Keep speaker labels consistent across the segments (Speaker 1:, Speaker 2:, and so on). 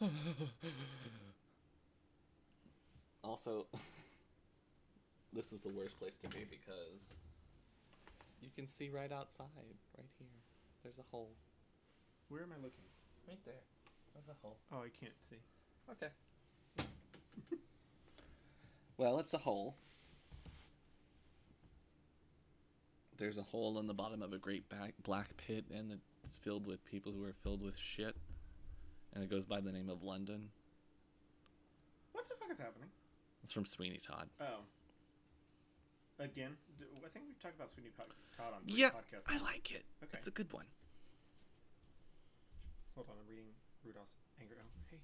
Speaker 1: also, this is the worst place to be because you can see right outside, right here. There's a hole.
Speaker 2: Where am I looking?
Speaker 1: Right there. There's a hole.
Speaker 2: Oh, I can't see.
Speaker 1: Okay. well, it's a hole. There's a hole in the bottom of a great back, black pit, and it's filled with people who are filled with shit. And it goes by the name of London.
Speaker 2: What the fuck is happening?
Speaker 1: It's from Sweeney Todd.
Speaker 2: Oh. Again, D- I think we've talked about Sweeney Po- Todd on the
Speaker 1: Yeah,
Speaker 2: podcast.
Speaker 1: I like it.
Speaker 2: Okay.
Speaker 1: It's a good one.
Speaker 2: Hold on, I'm reading Rudolph's anger. Oh, hey,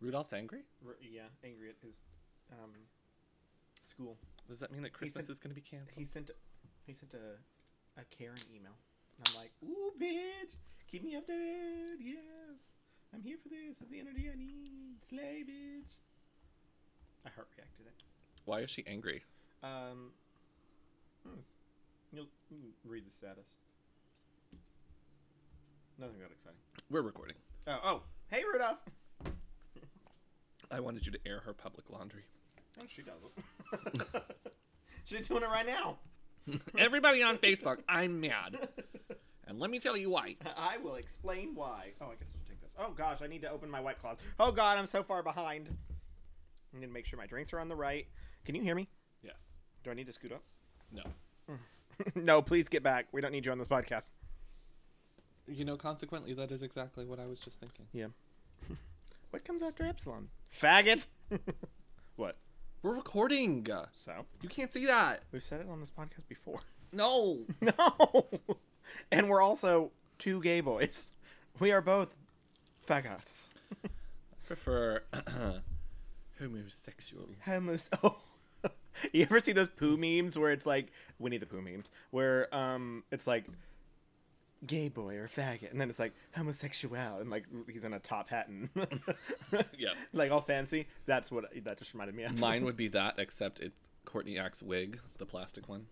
Speaker 1: Rudolph's angry?
Speaker 2: Ru- yeah, angry at his um, school.
Speaker 1: Does that mean that Christmas
Speaker 2: said-
Speaker 1: is going to be canceled?
Speaker 2: He sent, he sent a, a Karen email. And I'm like, ooh, bitch, keep me updated. Yes, I'm here for this. That's the energy I need. Slay, bitch. I heart reacted it.
Speaker 1: Why is she angry?
Speaker 2: Um, hmm. you'll you can read the status. Nothing that exciting.
Speaker 1: We're recording.
Speaker 2: Oh, oh, hey Rudolph.
Speaker 1: I wanted you to air her public laundry.
Speaker 2: Oh, she does it. She's doing it right now.
Speaker 1: Everybody on Facebook, I'm mad. And let me tell you why.
Speaker 2: I will explain why. Oh, I guess I should take this. Oh gosh, I need to open my white claws. Oh god, I'm so far behind. I'm gonna make sure my drinks are on the right. Can you hear me?
Speaker 1: Yes.
Speaker 2: Do I need to scoot up?
Speaker 1: No.
Speaker 2: no, please get back. We don't need you on this podcast.
Speaker 1: You know, consequently, that is exactly what I was just thinking.
Speaker 2: Yeah. what comes after Epsilon? Faggot. what?
Speaker 1: We're recording.
Speaker 2: So
Speaker 1: You can't see that.
Speaker 2: we've said it on this podcast before.
Speaker 1: No.
Speaker 2: No. and we're also two gay boys. We are both faggots.
Speaker 1: Prefer homosexual.
Speaker 2: Homeless. Oh. you ever see those poo memes where it's like Winnie the Pooh memes where um it's like gay boy or faggot and then it's like homosexual and like he's in a top hat and
Speaker 1: Yeah.
Speaker 2: like all fancy. That's what that just reminded me of.
Speaker 1: Mine would be that, except it's Courtney Axe wig, the plastic one.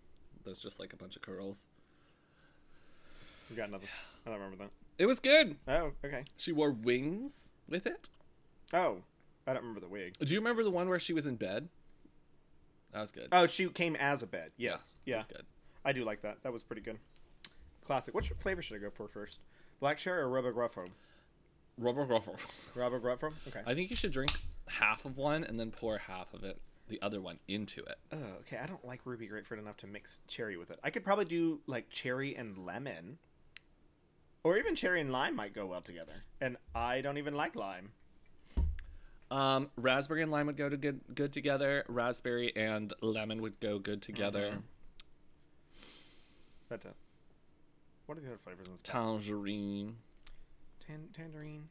Speaker 1: There's just like a bunch of curls.
Speaker 2: You got nothing. I don't remember
Speaker 1: It was good.
Speaker 2: that. Oh, okay.
Speaker 1: She wore wings with it.
Speaker 2: Oh, I don't remember the wig.
Speaker 1: Do you remember the one where she was in bed? That was good.
Speaker 2: Oh, she came as a bed. Yes.
Speaker 1: that
Speaker 2: Yeah.
Speaker 1: was good.
Speaker 2: I do like that. That was pretty good. Classic. Which flavor should I go for first? Black cherry or rubber gruffo?
Speaker 1: Rubber rubber.
Speaker 2: Rubber gruffo? Okay.
Speaker 1: I think you should drink half of one and then pour half of it, the other one, into it.
Speaker 2: oh, okay. I don't like ruby grapefruit enough to mix cherry with it. I could probably do like cherry and lemon. Or even cherry and lime might go well together. And I don't even like lime.
Speaker 1: Um, raspberry and lime would go to good good together. Raspberry and lemon would go good together.
Speaker 2: Mm-hmm. That's it. uh, What are the other flavors in this?
Speaker 1: Tangerine,
Speaker 2: Tan- tangerine.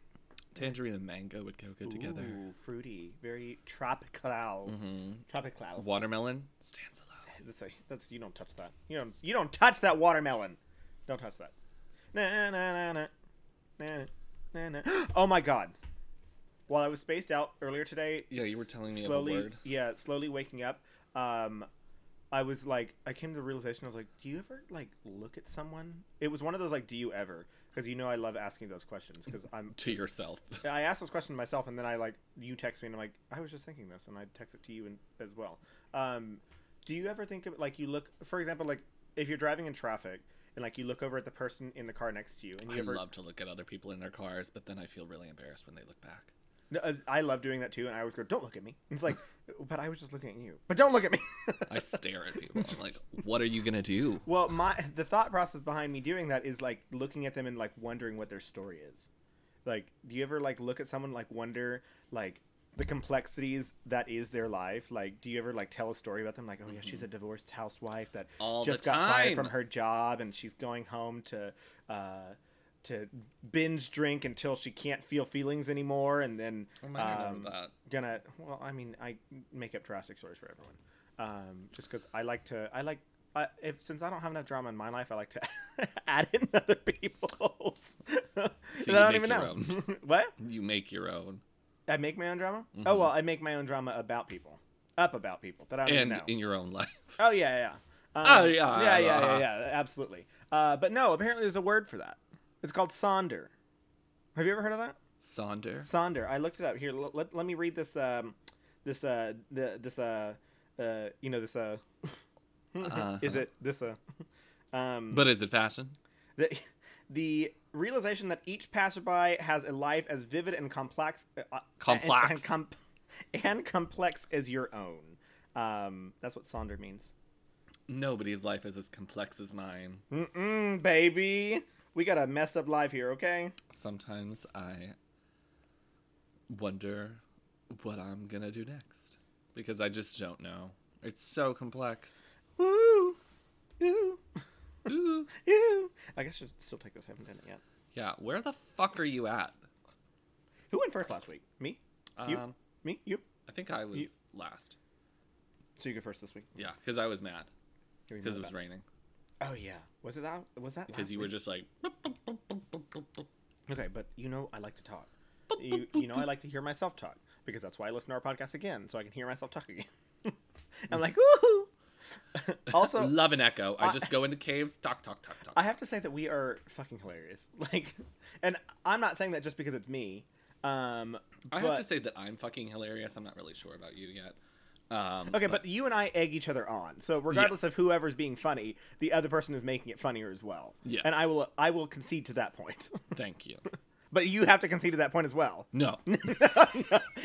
Speaker 1: tangerine and mango would go good together. Mm-hmm.
Speaker 2: Ooh, fruity. Very tropical. Tropical.
Speaker 1: Watermelon stands alone.
Speaker 2: That's, a, that's you don't touch that. You don't you don't touch that watermelon. Don't touch that. Na na na na na na na. Oh my god. While I was spaced out earlier today,
Speaker 1: Yeah, you were telling me of a
Speaker 2: slowly,
Speaker 1: word.
Speaker 2: Yeah, slowly waking up. Um, I was like, I came to the realization. I was like, do you ever like look at someone? It was one of those like, do you ever? Because you know, I love asking those questions because I'm
Speaker 1: To yourself.
Speaker 2: I asked this question to myself, and then I like you text me, and I'm like, I was just thinking this, and I text it to you and, as well. Um, do you ever think of like you look, for example, like if you're driving in traffic and like you look over at the person in the car next to you, and you
Speaker 1: I
Speaker 2: ever,
Speaker 1: love to look at other people in their cars, but then I feel really embarrassed when they look back.
Speaker 2: No, uh, I love doing that too, and I always go, don't look at me. And it's like, but I was just looking at you, but don't look at me.
Speaker 1: I stare at people. I'm like, what are you gonna do?
Speaker 2: well, my the thought process behind me doing that is like looking at them and like wondering what their story is. Like, do you ever like look at someone like wonder like the complexities that is their life? Like, do you ever like tell a story about them? Like, oh yeah, she's a divorced housewife that
Speaker 1: Mm-hmm. All the
Speaker 2: just got fired from
Speaker 1: time.
Speaker 2: her job and she's going home to uh, to binge drink until she can't feel feelings anymore, and then
Speaker 1: Oh, I remember
Speaker 2: um,
Speaker 1: that.
Speaker 2: gonna well i mean i make up drastic stories for everyone um just because i like to i like I, if since i don't have enough drama in my life i like to add in other people's that
Speaker 1: you
Speaker 2: i don't
Speaker 1: make
Speaker 2: even
Speaker 1: your
Speaker 2: know what
Speaker 1: You make your own,
Speaker 2: i make my own drama oh
Speaker 1: Mm-hmm.
Speaker 2: well i make my own drama about people up about people that i don't even
Speaker 1: and
Speaker 2: know
Speaker 1: in your own life.
Speaker 2: oh yeah yeah
Speaker 1: Oh,
Speaker 2: um,
Speaker 1: yeah,
Speaker 2: yeah yeah
Speaker 1: uh-huh.
Speaker 2: yeah yeah absolutely uh but no apparently there's a word for that it's called sonder have you ever heard of that
Speaker 1: Sonder.
Speaker 2: Sonder. I looked it up here. Let, let, let me read this. Um, this uh, the, this uh, uh, you know this uh, is
Speaker 1: Uh-huh.
Speaker 2: it this uh, um,
Speaker 1: But is it fashion?
Speaker 2: the, the realization that each passerby has a life as vivid and complex, uh, uh,
Speaker 1: Complex.
Speaker 2: and, and, com- and complex as your own. Um, that's what Sonder means.
Speaker 1: Nobody's life is as complex as mine.
Speaker 2: Mm-mm, baby, we got a messed up life here. Okay.
Speaker 1: Sometimes I wonder what I'm going to do next because I just don't know. It's so complex.
Speaker 2: Woo. Ooh.
Speaker 1: Ooh.
Speaker 2: Ooh. I guess I should still take this. I haven't done it yet.
Speaker 1: Yeah, where the fuck are you at?
Speaker 2: Who went first last week? Me?
Speaker 1: Um,
Speaker 2: You? Me? You?
Speaker 1: I think I was
Speaker 2: you-
Speaker 1: last.
Speaker 2: So you go first this week.
Speaker 1: Yeah, because I was mad
Speaker 2: Here we
Speaker 1: because
Speaker 2: know
Speaker 1: it was
Speaker 2: about-
Speaker 1: raining.
Speaker 2: Oh yeah. Was it that? Was that?
Speaker 1: Because
Speaker 2: last
Speaker 1: you were
Speaker 2: week?
Speaker 1: just like,
Speaker 2: Okay, but you know I like to talk. You, you know I like to hear myself talk because that's why I listen to our podcast again, so I can hear myself talk again.
Speaker 1: Mm.
Speaker 2: I'm like, woohoo! also,
Speaker 1: love an echo. I
Speaker 2: I-
Speaker 1: just go into caves, talk, talk, talk, talk.
Speaker 2: I have to say that we are fucking hilarious. Like, and I'm not saying that just because it's me. Um,
Speaker 1: I
Speaker 2: but-
Speaker 1: have to say that I'm fucking hilarious. I'm not really sure about you yet. Um,
Speaker 2: Okay, but you and I egg each other on. So regardless
Speaker 1: Yes.
Speaker 2: of whoever's being funny, the other person is making it funnier as well.
Speaker 1: Yes.
Speaker 2: And I will I will concede to that point.
Speaker 1: thank you.
Speaker 2: but you have to concede to that point as well.
Speaker 1: No,
Speaker 2: No,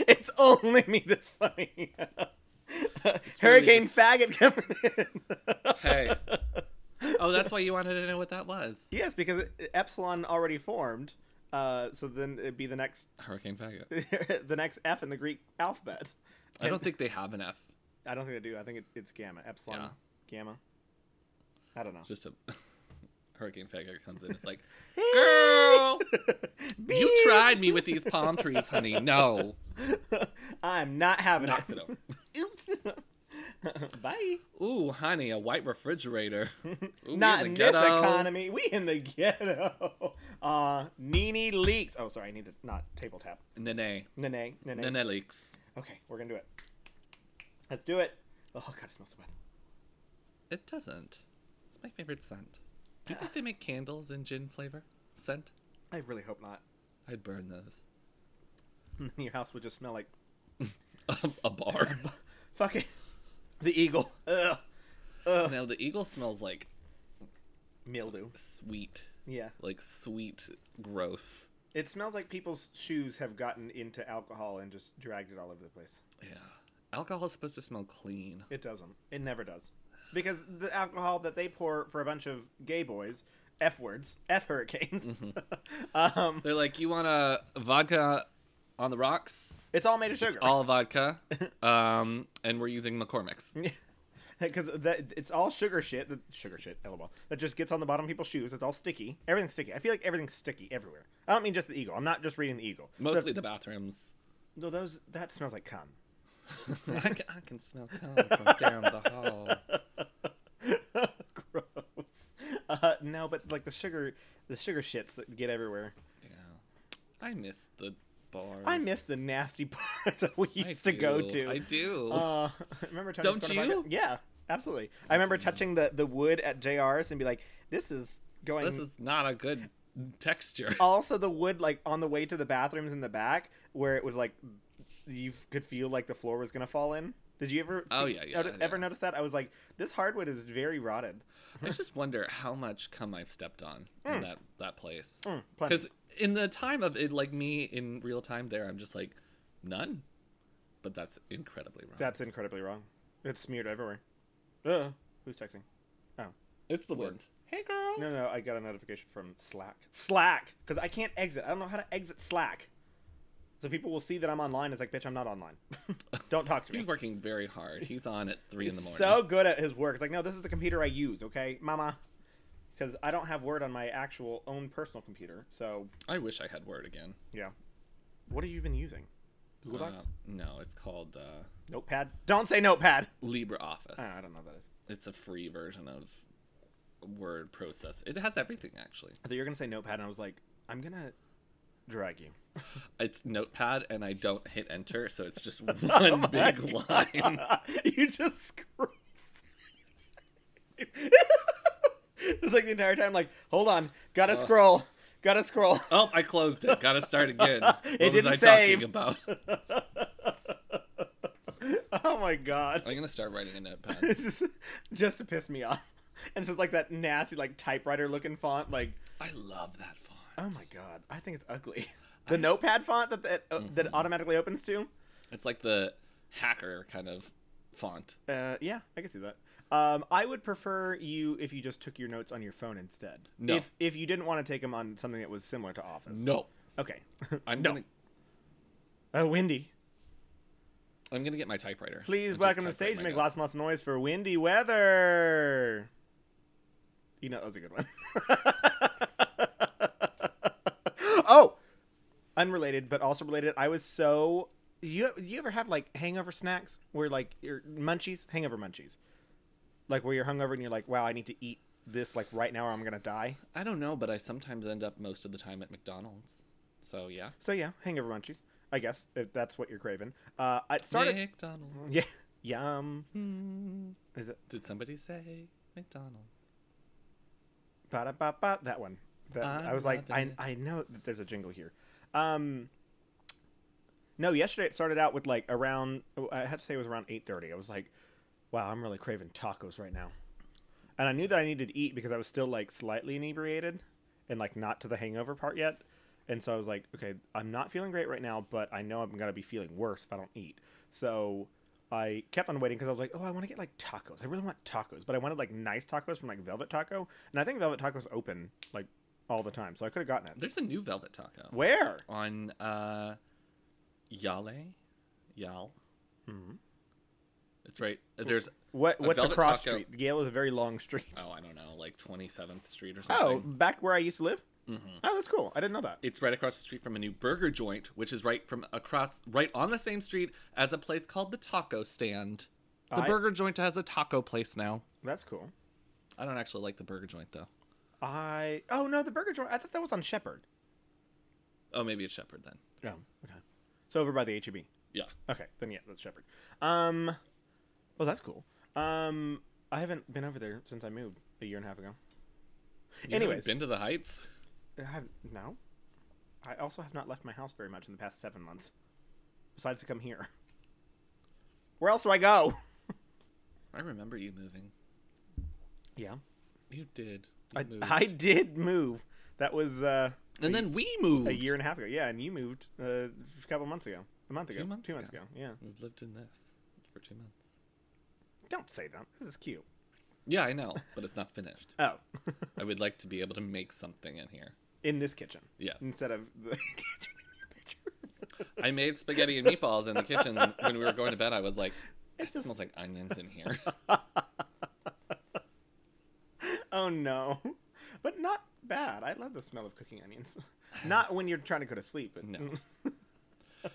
Speaker 2: it's only me that's funny. Hurricane
Speaker 1: just-
Speaker 2: faggot coming in.
Speaker 1: hey. Oh, that's why you wanted to know what that was.
Speaker 2: yes, because epsilon already formed. Uh, so then it'd be the next
Speaker 1: Hurricane faggot.
Speaker 2: the next F in the Greek alphabet.
Speaker 1: I don't think they have an F.
Speaker 2: I don't think they do. I think it, it's gamma. Epsilon
Speaker 1: Yeah.
Speaker 2: gamma. I don't know.
Speaker 1: Just a hurricane faggot comes in. It's like, girl, you tried me with these palm trees, honey. No,
Speaker 2: I'm not having
Speaker 1: knocks it over.
Speaker 2: Oops. Bye.
Speaker 1: Ooh, honey, a white refrigerator. Ooh,
Speaker 2: Not
Speaker 1: we
Speaker 2: in
Speaker 1: in the
Speaker 2: this
Speaker 1: ghetto.
Speaker 2: economy. We in the ghetto. Uh, Nene leaks. Oh, sorry. I need to not table tap.
Speaker 1: Nene,
Speaker 2: Nene. Nene.
Speaker 1: nene leaks.
Speaker 2: Okay, we're gonna do it. Let's do it. Oh god, it smells so bad.
Speaker 1: It doesn't. It's my favorite scent. Do you think they make candles in gin flavor scent?
Speaker 2: I really hope not.
Speaker 1: I'd burn those.
Speaker 2: Your house would just smell like
Speaker 1: a bar.
Speaker 2: fucking the eagle. Ugh. Ugh.
Speaker 1: now the eagle smells like
Speaker 2: Mildew.
Speaker 1: sweet,
Speaker 2: Yeah.
Speaker 1: like sweet, gross.
Speaker 2: It smells like people's shoes have gotten into alcohol and just dragged it all over the place.
Speaker 1: Yeah. Alcohol is supposed to smell clean.
Speaker 2: It doesn't. It never does. Because the alcohol that they pour for a bunch of gay boys, F words, F hurricanes, um,
Speaker 1: They're like, you want a vodka on the rocks?
Speaker 2: it's all made of sugar.
Speaker 1: All vodka. Um, and we're using McCormick's.
Speaker 2: Because it's all sugar shit. That, sugar shit, lol. That just gets on the bottom of people's shoes. It's all sticky. Everything's sticky. I feel like everything's sticky everywhere. I don't mean just the eagle. I'm not just reading the eagle. So-
Speaker 1: Mostly the bathrooms.
Speaker 2: no, those that smells like cum.
Speaker 1: I can, I can smell cum from down the hall.
Speaker 2: Gross. Uh, no, but like the sugar, the sugar shits that get everywhere.
Speaker 1: Yeah. I miss the bars.
Speaker 2: I miss the nasty parts that we
Speaker 1: I
Speaker 2: used to go
Speaker 1: do,
Speaker 2: to.
Speaker 1: I do.
Speaker 2: Uh, remember Tony's
Speaker 1: Don't
Speaker 2: Corner
Speaker 1: you?
Speaker 2: Podcast? Yeah, absolutely. I remember
Speaker 1: do.
Speaker 2: touching the, the wood at JR's and be like, this is going.
Speaker 1: this is not a good texture.
Speaker 2: also the wood like on the way to the bathrooms in the back where it was like you f- could feel like the floor was gonna fall in. Did you ever?
Speaker 1: Oh,
Speaker 2: see-
Speaker 1: yeah, yeah,
Speaker 2: ever- ever
Speaker 1: yeah.
Speaker 2: notice that? I was like, this hardwood is very rotted.
Speaker 1: I just wonder how much cum I've stepped on
Speaker 2: Hmm.
Speaker 1: in that that place.
Speaker 2: Mm, plenty.
Speaker 1: Because in the time of it, like me in real time, there I'm just like none. But that's incredibly wrong.
Speaker 2: That's incredibly wrong. It's smeared everywhere. Uh, who's texting?
Speaker 1: it's the wind. Hey girl.
Speaker 2: No, no, I got a notification from Slack. Slack, because I can't exit. I don't know how to exit Slack. So people will see that I'm online. It's like, bitch, I'm not online. don't talk to me.
Speaker 1: He's working very hard. He's on at three in the morning.
Speaker 2: so good at his work. It's like, no, this is the computer I use, okay, mama? Because I don't have Word on my actual own personal computer. So,
Speaker 1: I wish I had word again.
Speaker 2: yeah. What have you been using? Google Docs?
Speaker 1: Uh, no, it's called uh,
Speaker 2: Notepad? Don't say Notepad!
Speaker 1: LibreOffice.
Speaker 2: Oh, I don't know what that is.
Speaker 1: It's a free version of word process. It has everything actually.
Speaker 2: I thought you were going to say Notepad, and I was like, I'm going to drag you.
Speaker 1: It's Notepad, and I don't hit enter, so it's just
Speaker 2: Oh
Speaker 1: one big line.
Speaker 2: you just scroll.
Speaker 1: Uh.
Speaker 2: it's like the entire time, like, hold on, gotta scroll, Gotta scroll.
Speaker 1: Oh, I closed it. Gotta start again. What
Speaker 2: It
Speaker 1: was
Speaker 2: didn't
Speaker 1: I
Speaker 2: save.
Speaker 1: talking about?
Speaker 2: oh my god.
Speaker 1: I'm gonna start writing a notepad.
Speaker 2: This is just to piss me off. And it's just like that nasty, like typewriter looking font. Like,
Speaker 1: I love that font.
Speaker 2: oh my god, I think it's ugly. The notepad font that that, uh, that automatically opens to.
Speaker 1: It's like the hacker kind of font.
Speaker 2: Uh, yeah, I can see that. Um, I would prefer you if you just took your notes on your phone instead.
Speaker 1: No.
Speaker 2: If if you didn't want to take them on something that was similar to Office.
Speaker 1: No,
Speaker 2: Okay.
Speaker 1: I'm
Speaker 2: No.
Speaker 1: gonna
Speaker 2: uh, Windy.
Speaker 1: I'm gonna get my typewriter.
Speaker 2: Please
Speaker 1: and just
Speaker 2: welcome to the
Speaker 1: typewrite
Speaker 2: stage.
Speaker 1: my
Speaker 2: Make
Speaker 1: notes.
Speaker 2: lots and lots of noise for windy weather. You know that was a good one. oh, unrelated but also related. I was so you you ever have like hangover snacks where like your munchies, hangover munchies, like where you're hungover and you're like, wow, I need to eat this like right now or I'm gonna die.
Speaker 1: I don't know, but I sometimes end up most of the time at McDonald's. So yeah.
Speaker 2: So yeah, hangover munchies. I guess if that's what you're craving. Uh, it started.
Speaker 1: McDonald's.
Speaker 2: Yeah. Yum. Is it
Speaker 1: Did somebody say McDonald's?
Speaker 2: Ba-da-ba-ba, that one. That,
Speaker 1: I'm
Speaker 2: I was like, I,
Speaker 1: loving
Speaker 2: I know that there's a jingle here. Um, no, yesterday it started out with like around. oh, I had to say it was around eight thirty. I was like, wow, I'm really craving tacos right now, and I knew that I needed to eat because I was still like slightly inebriated and like not to the hangover part yet. And so I was like, okay, I'm not feeling great right now, but I know I'm gonna be feeling worse if I don't eat. So I kept on waiting because I was like, oh, I want to get like tacos. I really want tacos, but I wanted like nice tacos from like Velvet Taco, and I think Velvet Taco's open like all the time, so I could have gotten it.
Speaker 1: There's a new Velvet Taco
Speaker 2: Where?
Speaker 1: on uh, Yale, Yale.
Speaker 2: Hmm.
Speaker 1: It's right. uh, There's
Speaker 2: What?
Speaker 1: A
Speaker 2: What's
Speaker 1: Velvet
Speaker 2: across
Speaker 1: Taco.
Speaker 2: street? Yale is a very long street.
Speaker 1: oh I don't know like 27th Street or
Speaker 2: Oh,
Speaker 1: something.
Speaker 2: back where I used to live. Oh, that's cool. I didn't know that.
Speaker 1: It's right across the street from a new burger joint, which is right from across right on the same street as a place called the Taco Stand. The
Speaker 2: I-
Speaker 1: burger joint has a taco place now.
Speaker 2: That's cool.
Speaker 1: I don't actually like the burger joint though.
Speaker 2: I. Oh no, the burger joint. I thought that was on Shepherd.
Speaker 1: Oh, maybe it's Shepherd then.
Speaker 2: Oh, okay. So over by the HEB.
Speaker 1: Yeah.
Speaker 2: Okay, then yeah, that's Shepherd. Um, well, that's cool. Um, I haven't been over there since I moved a year and a half ago.
Speaker 1: You haven't
Speaker 2: Anyways,
Speaker 1: been to the Heights?
Speaker 2: I have no. I also have not left my house very much in the past seven months, besides to come here. Where else do I go?
Speaker 1: I remember you moving.
Speaker 2: Yeah,
Speaker 1: You did. You
Speaker 2: I,
Speaker 1: moved.
Speaker 2: I did move. That was uh,
Speaker 1: and then we moved.
Speaker 2: a year and a half ago. Yeah, and you moved uh, a couple months ago. A month ago.
Speaker 1: months
Speaker 2: two months
Speaker 1: ago.
Speaker 2: ago. Yeah.
Speaker 1: We've lived in this for two months.
Speaker 2: Don't say that. This is cute.
Speaker 1: Yeah, I know, but it's not finished.
Speaker 2: Oh,
Speaker 1: I would like to be able to make something in here.
Speaker 2: in this kitchen
Speaker 1: Yes.
Speaker 2: instead of the kitchen in your picture.
Speaker 1: I made spaghetti and meatballs in the kitchen when we were going to bed. I was like, it smells like onions in here.
Speaker 2: Oh no. But not bad. I love the smell of cooking onions. Not when you're trying to go to sleep. Mm, But
Speaker 1: No.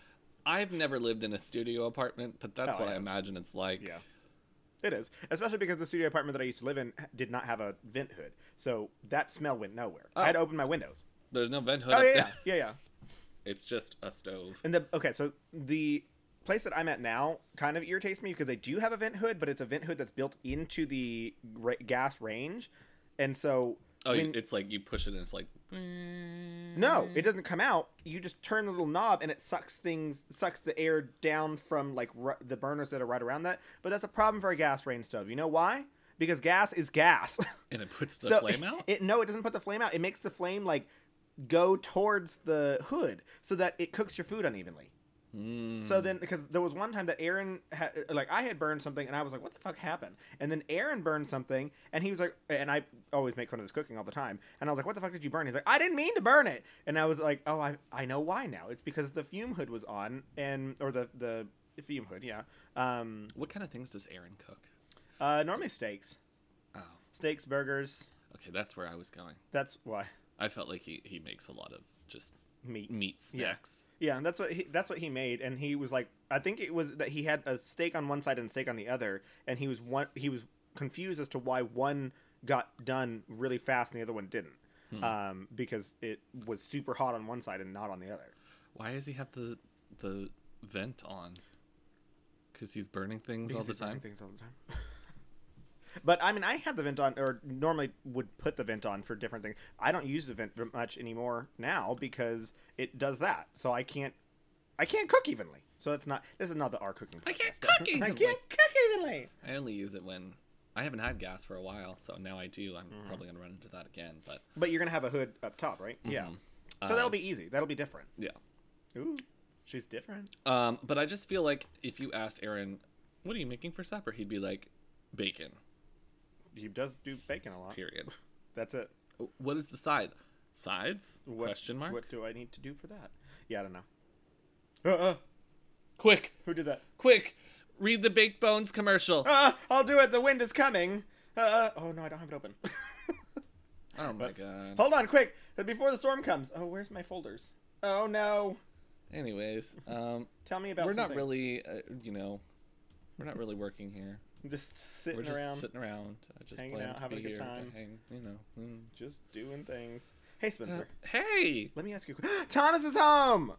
Speaker 1: I've never lived in a studio apartment, but that's
Speaker 2: Oh,
Speaker 1: what
Speaker 2: I
Speaker 1: I,
Speaker 2: have.
Speaker 1: imagine it's like.
Speaker 2: Yeah. It is. Especially because the studio apartment that I used to live in did not have a vent hood. So that smell went nowhere.
Speaker 1: Oh.
Speaker 2: I had to open my windows.
Speaker 1: There's no vent hood
Speaker 2: Oh
Speaker 1: up
Speaker 2: yeah, yeah.
Speaker 1: there.
Speaker 2: Yeah, yeah.
Speaker 1: It's just a stove.
Speaker 2: And the okay, so the place that I'm at now kind of irritates me because they do have a vent hood, but it's a vent hood that's built into the ra- gas range. And so
Speaker 1: Oh,
Speaker 2: when-
Speaker 1: it's like you push it and it's like,
Speaker 2: No, it doesn't come out. You just turn the little knob, and it sucks things, sucks the air down from like r- the burners that are right around that. But that's a problem for a gas range stove. You know why? Because gas is gas.
Speaker 1: and it puts the
Speaker 2: So-
Speaker 1: flame out?
Speaker 2: It no, it doesn't put the flame out. It makes the flame like go towards the hood so that it cooks your food unevenly.
Speaker 1: Hmm.
Speaker 2: So then, because there was one time that Aaron had, like, I had burned something, and I was like, "What the fuck happened?" And then Aaron burned something, and he was like, and I always make fun of this cooking all the time, and I was like, "What the fuck did you burn?" He's like, "I didn't mean to burn it," and I was like, "Oh, I I know why now. It's because the fume hood was on, and or the the fume hood, yeah. Um,
Speaker 1: What kind of things does Aaron cook?
Speaker 2: uh, normally steaks,
Speaker 1: Oh,
Speaker 2: steaks, burgers.
Speaker 1: okay, that's where I was going.
Speaker 2: That's why
Speaker 1: I felt like he, he makes a lot of just
Speaker 2: meat.
Speaker 1: meat
Speaker 2: Yeah.
Speaker 1: snacks.
Speaker 2: Yeah, and that's what he, that's what he made, and he was like, I think it was that he had a steak on one side and steak on the other, and he was one he was confused as to why one got done really fast and the other one didn't,
Speaker 1: Hmm.
Speaker 2: um, because it was super hot on one side and not on the other.
Speaker 1: Why does he have the the vent on? Because he's burning things all
Speaker 2: Because
Speaker 1: the
Speaker 2: he's learning
Speaker 1: time.
Speaker 2: things all the time. But I mean, I have the vent on, or normally would put the vent on for different things. I don't use the vent very much anymore now because it does that, so I can't, I can't cook evenly. So it's not. This is not the our cooking.
Speaker 1: I
Speaker 2: podcast,
Speaker 1: can't
Speaker 2: but-
Speaker 1: cook
Speaker 2: I
Speaker 1: evenly.
Speaker 2: can't cook evenly.
Speaker 1: I only use it when I haven't had gas for a while, so now I do. I'm
Speaker 2: Mm-hmm.
Speaker 1: probably gonna run into that again, but
Speaker 2: But you're gonna have a hood up top, right? Yeah. So
Speaker 1: Uh,
Speaker 2: that'll be easy. That'll be different.
Speaker 1: yeah.
Speaker 2: Ooh, she's different.
Speaker 1: Um, but I just feel like if you asked Aaron, "What are you making for supper?" he'd be like, "Bacon."
Speaker 2: He does do bacon a lot.
Speaker 1: Period.
Speaker 2: That's it.
Speaker 1: What is the side? Sides?
Speaker 2: What,
Speaker 1: Question mark.
Speaker 2: What do I need to do for that? Yeah, I don't know. Uh-uh.
Speaker 1: Quick,
Speaker 2: Who did that?
Speaker 1: quick! Read the baked bones commercial.
Speaker 2: Ah, I'll do it. The wind is coming. Uh, oh no, I don't have it open.
Speaker 1: Oh my
Speaker 2: Oops.
Speaker 1: god.
Speaker 2: Hold on, quick, before the storm comes. Oh, where's my folders? Oh no.
Speaker 1: Anyways, um,
Speaker 2: Tell me about.
Speaker 1: we're not
Speaker 2: something.
Speaker 1: really, uh, you know, we're not really working here.
Speaker 2: I'm just sitting
Speaker 1: we're just
Speaker 2: around,
Speaker 1: sitting around. I just
Speaker 2: hanging
Speaker 1: plan
Speaker 2: out,
Speaker 1: to
Speaker 2: having
Speaker 1: be
Speaker 2: a good
Speaker 1: here
Speaker 2: time.
Speaker 1: to hang, you know. mm.
Speaker 2: just doing things. Hey, Spencer.
Speaker 1: Uh, hey!
Speaker 2: let me ask you. a qu- Thomas is home.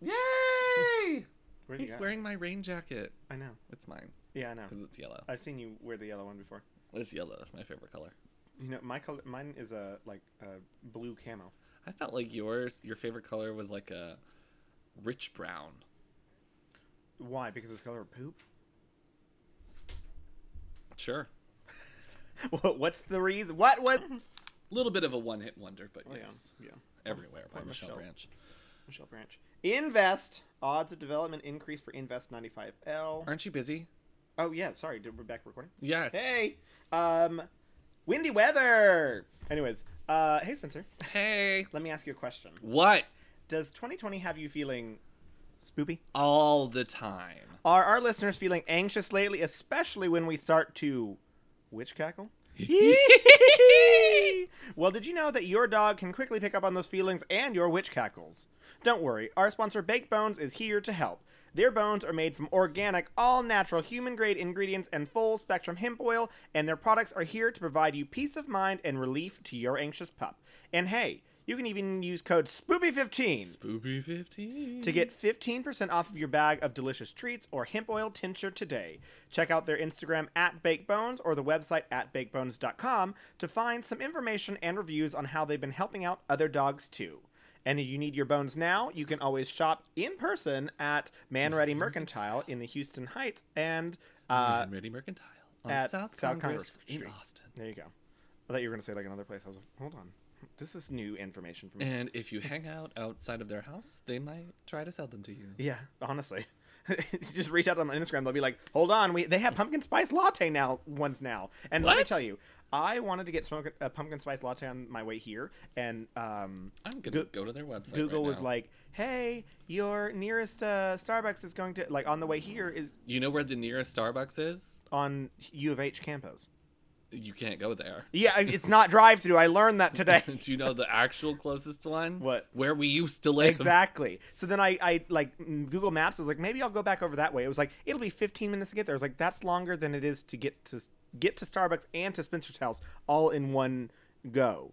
Speaker 1: Yay!
Speaker 2: Where
Speaker 1: He's wearing my rain jacket.
Speaker 2: I know.
Speaker 1: It's mine
Speaker 2: Yeah, I know.
Speaker 1: because it's yellow.
Speaker 2: I've seen you wear the yellow one before.
Speaker 1: It's yellow. That's my favorite color.
Speaker 2: You know, my color, mine is a like a blue camo.
Speaker 1: I felt like yours, your favorite color was like a rich brown.
Speaker 2: Why? Because it's the color of poop.
Speaker 1: Sure.
Speaker 2: What- What's the reason? What was?
Speaker 1: A little bit of a one-hit wonder, but
Speaker 2: Oh, yeah,
Speaker 1: yes,
Speaker 2: yeah.
Speaker 1: everywhere by
Speaker 2: Poor
Speaker 1: Michelle,
Speaker 2: Michelle.
Speaker 1: Branch.
Speaker 2: Michelle Branch. Invest odds of development increase for Invest 95L.
Speaker 1: Aren't you busy?
Speaker 2: Oh yeah, sorry, did- we're back recording.
Speaker 1: Yes.
Speaker 2: Hey, um, windy weather. Anyways, uh, hey Spencer,
Speaker 1: Hey.
Speaker 2: let me ask you a question.
Speaker 1: What?
Speaker 2: Does 2020 have you feeling spoopy?
Speaker 1: All the time.
Speaker 2: Are our listeners feeling anxious lately, especially when we start to witch cackle? well, did you know that your dog can quickly pick up on those feelings and your witch cackles? Don't worry, our sponsor Baked Bones is here to help. Their bones are made from organic, all natural, human grade ingredients and full spectrum hemp oil, and their products are here to provide you peace of mind and relief to your anxious pup. And hey, you can even use code SPOOPY15
Speaker 1: Spoopy fifteen.
Speaker 2: to get 15% off of your bag of delicious treats or hemp oil tincture today. Check out their Instagram at BakeBones or the website at BakeBones.com to find some information and reviews on how they've been helping out other dogs too. And if you need your bones now, you can always shop in person at Man Ready Mercantile in the Houston Heights. And uh,
Speaker 1: and Ready Mercantile on
Speaker 2: at
Speaker 1: South,
Speaker 2: South
Speaker 1: Congress,
Speaker 2: Congress
Speaker 1: in
Speaker 2: Street.
Speaker 1: Austin.
Speaker 2: there you go. I thought you were going to say like another place. I was like, hold on. This is new information for me.
Speaker 1: And if you hang out outside of their house, they might try to sell them to you.
Speaker 2: Yeah, honestly. You just reach out on Instagram. They'll be like, "Hold on, we they have pumpkin spice latte now ones now." And let me
Speaker 1: What?
Speaker 2: tell you, I wanted to get smoke, a pumpkin spice latte on my way here, and um,
Speaker 1: I'm gonna
Speaker 2: Go-
Speaker 1: go to their website.
Speaker 2: Google
Speaker 1: right
Speaker 2: was
Speaker 1: now.
Speaker 2: like, "Hey, your nearest uh, Starbucks is going to like on the way here is
Speaker 1: "You know where the nearest Starbucks is?
Speaker 2: on U of H campus."
Speaker 1: You can't go there."
Speaker 2: Yeah, I- it's not drive through. I learned that today.
Speaker 1: Do you know the actual closest one?
Speaker 2: What?
Speaker 1: Where we used to live.
Speaker 2: Exactly. So then I, I like mm, Google Maps was like, maybe I'll go back over that way. It was like it'll be 15 minutes to get there. I was like, that's longer than it is to get to get to Starbucks and to Spencer's house all in one go.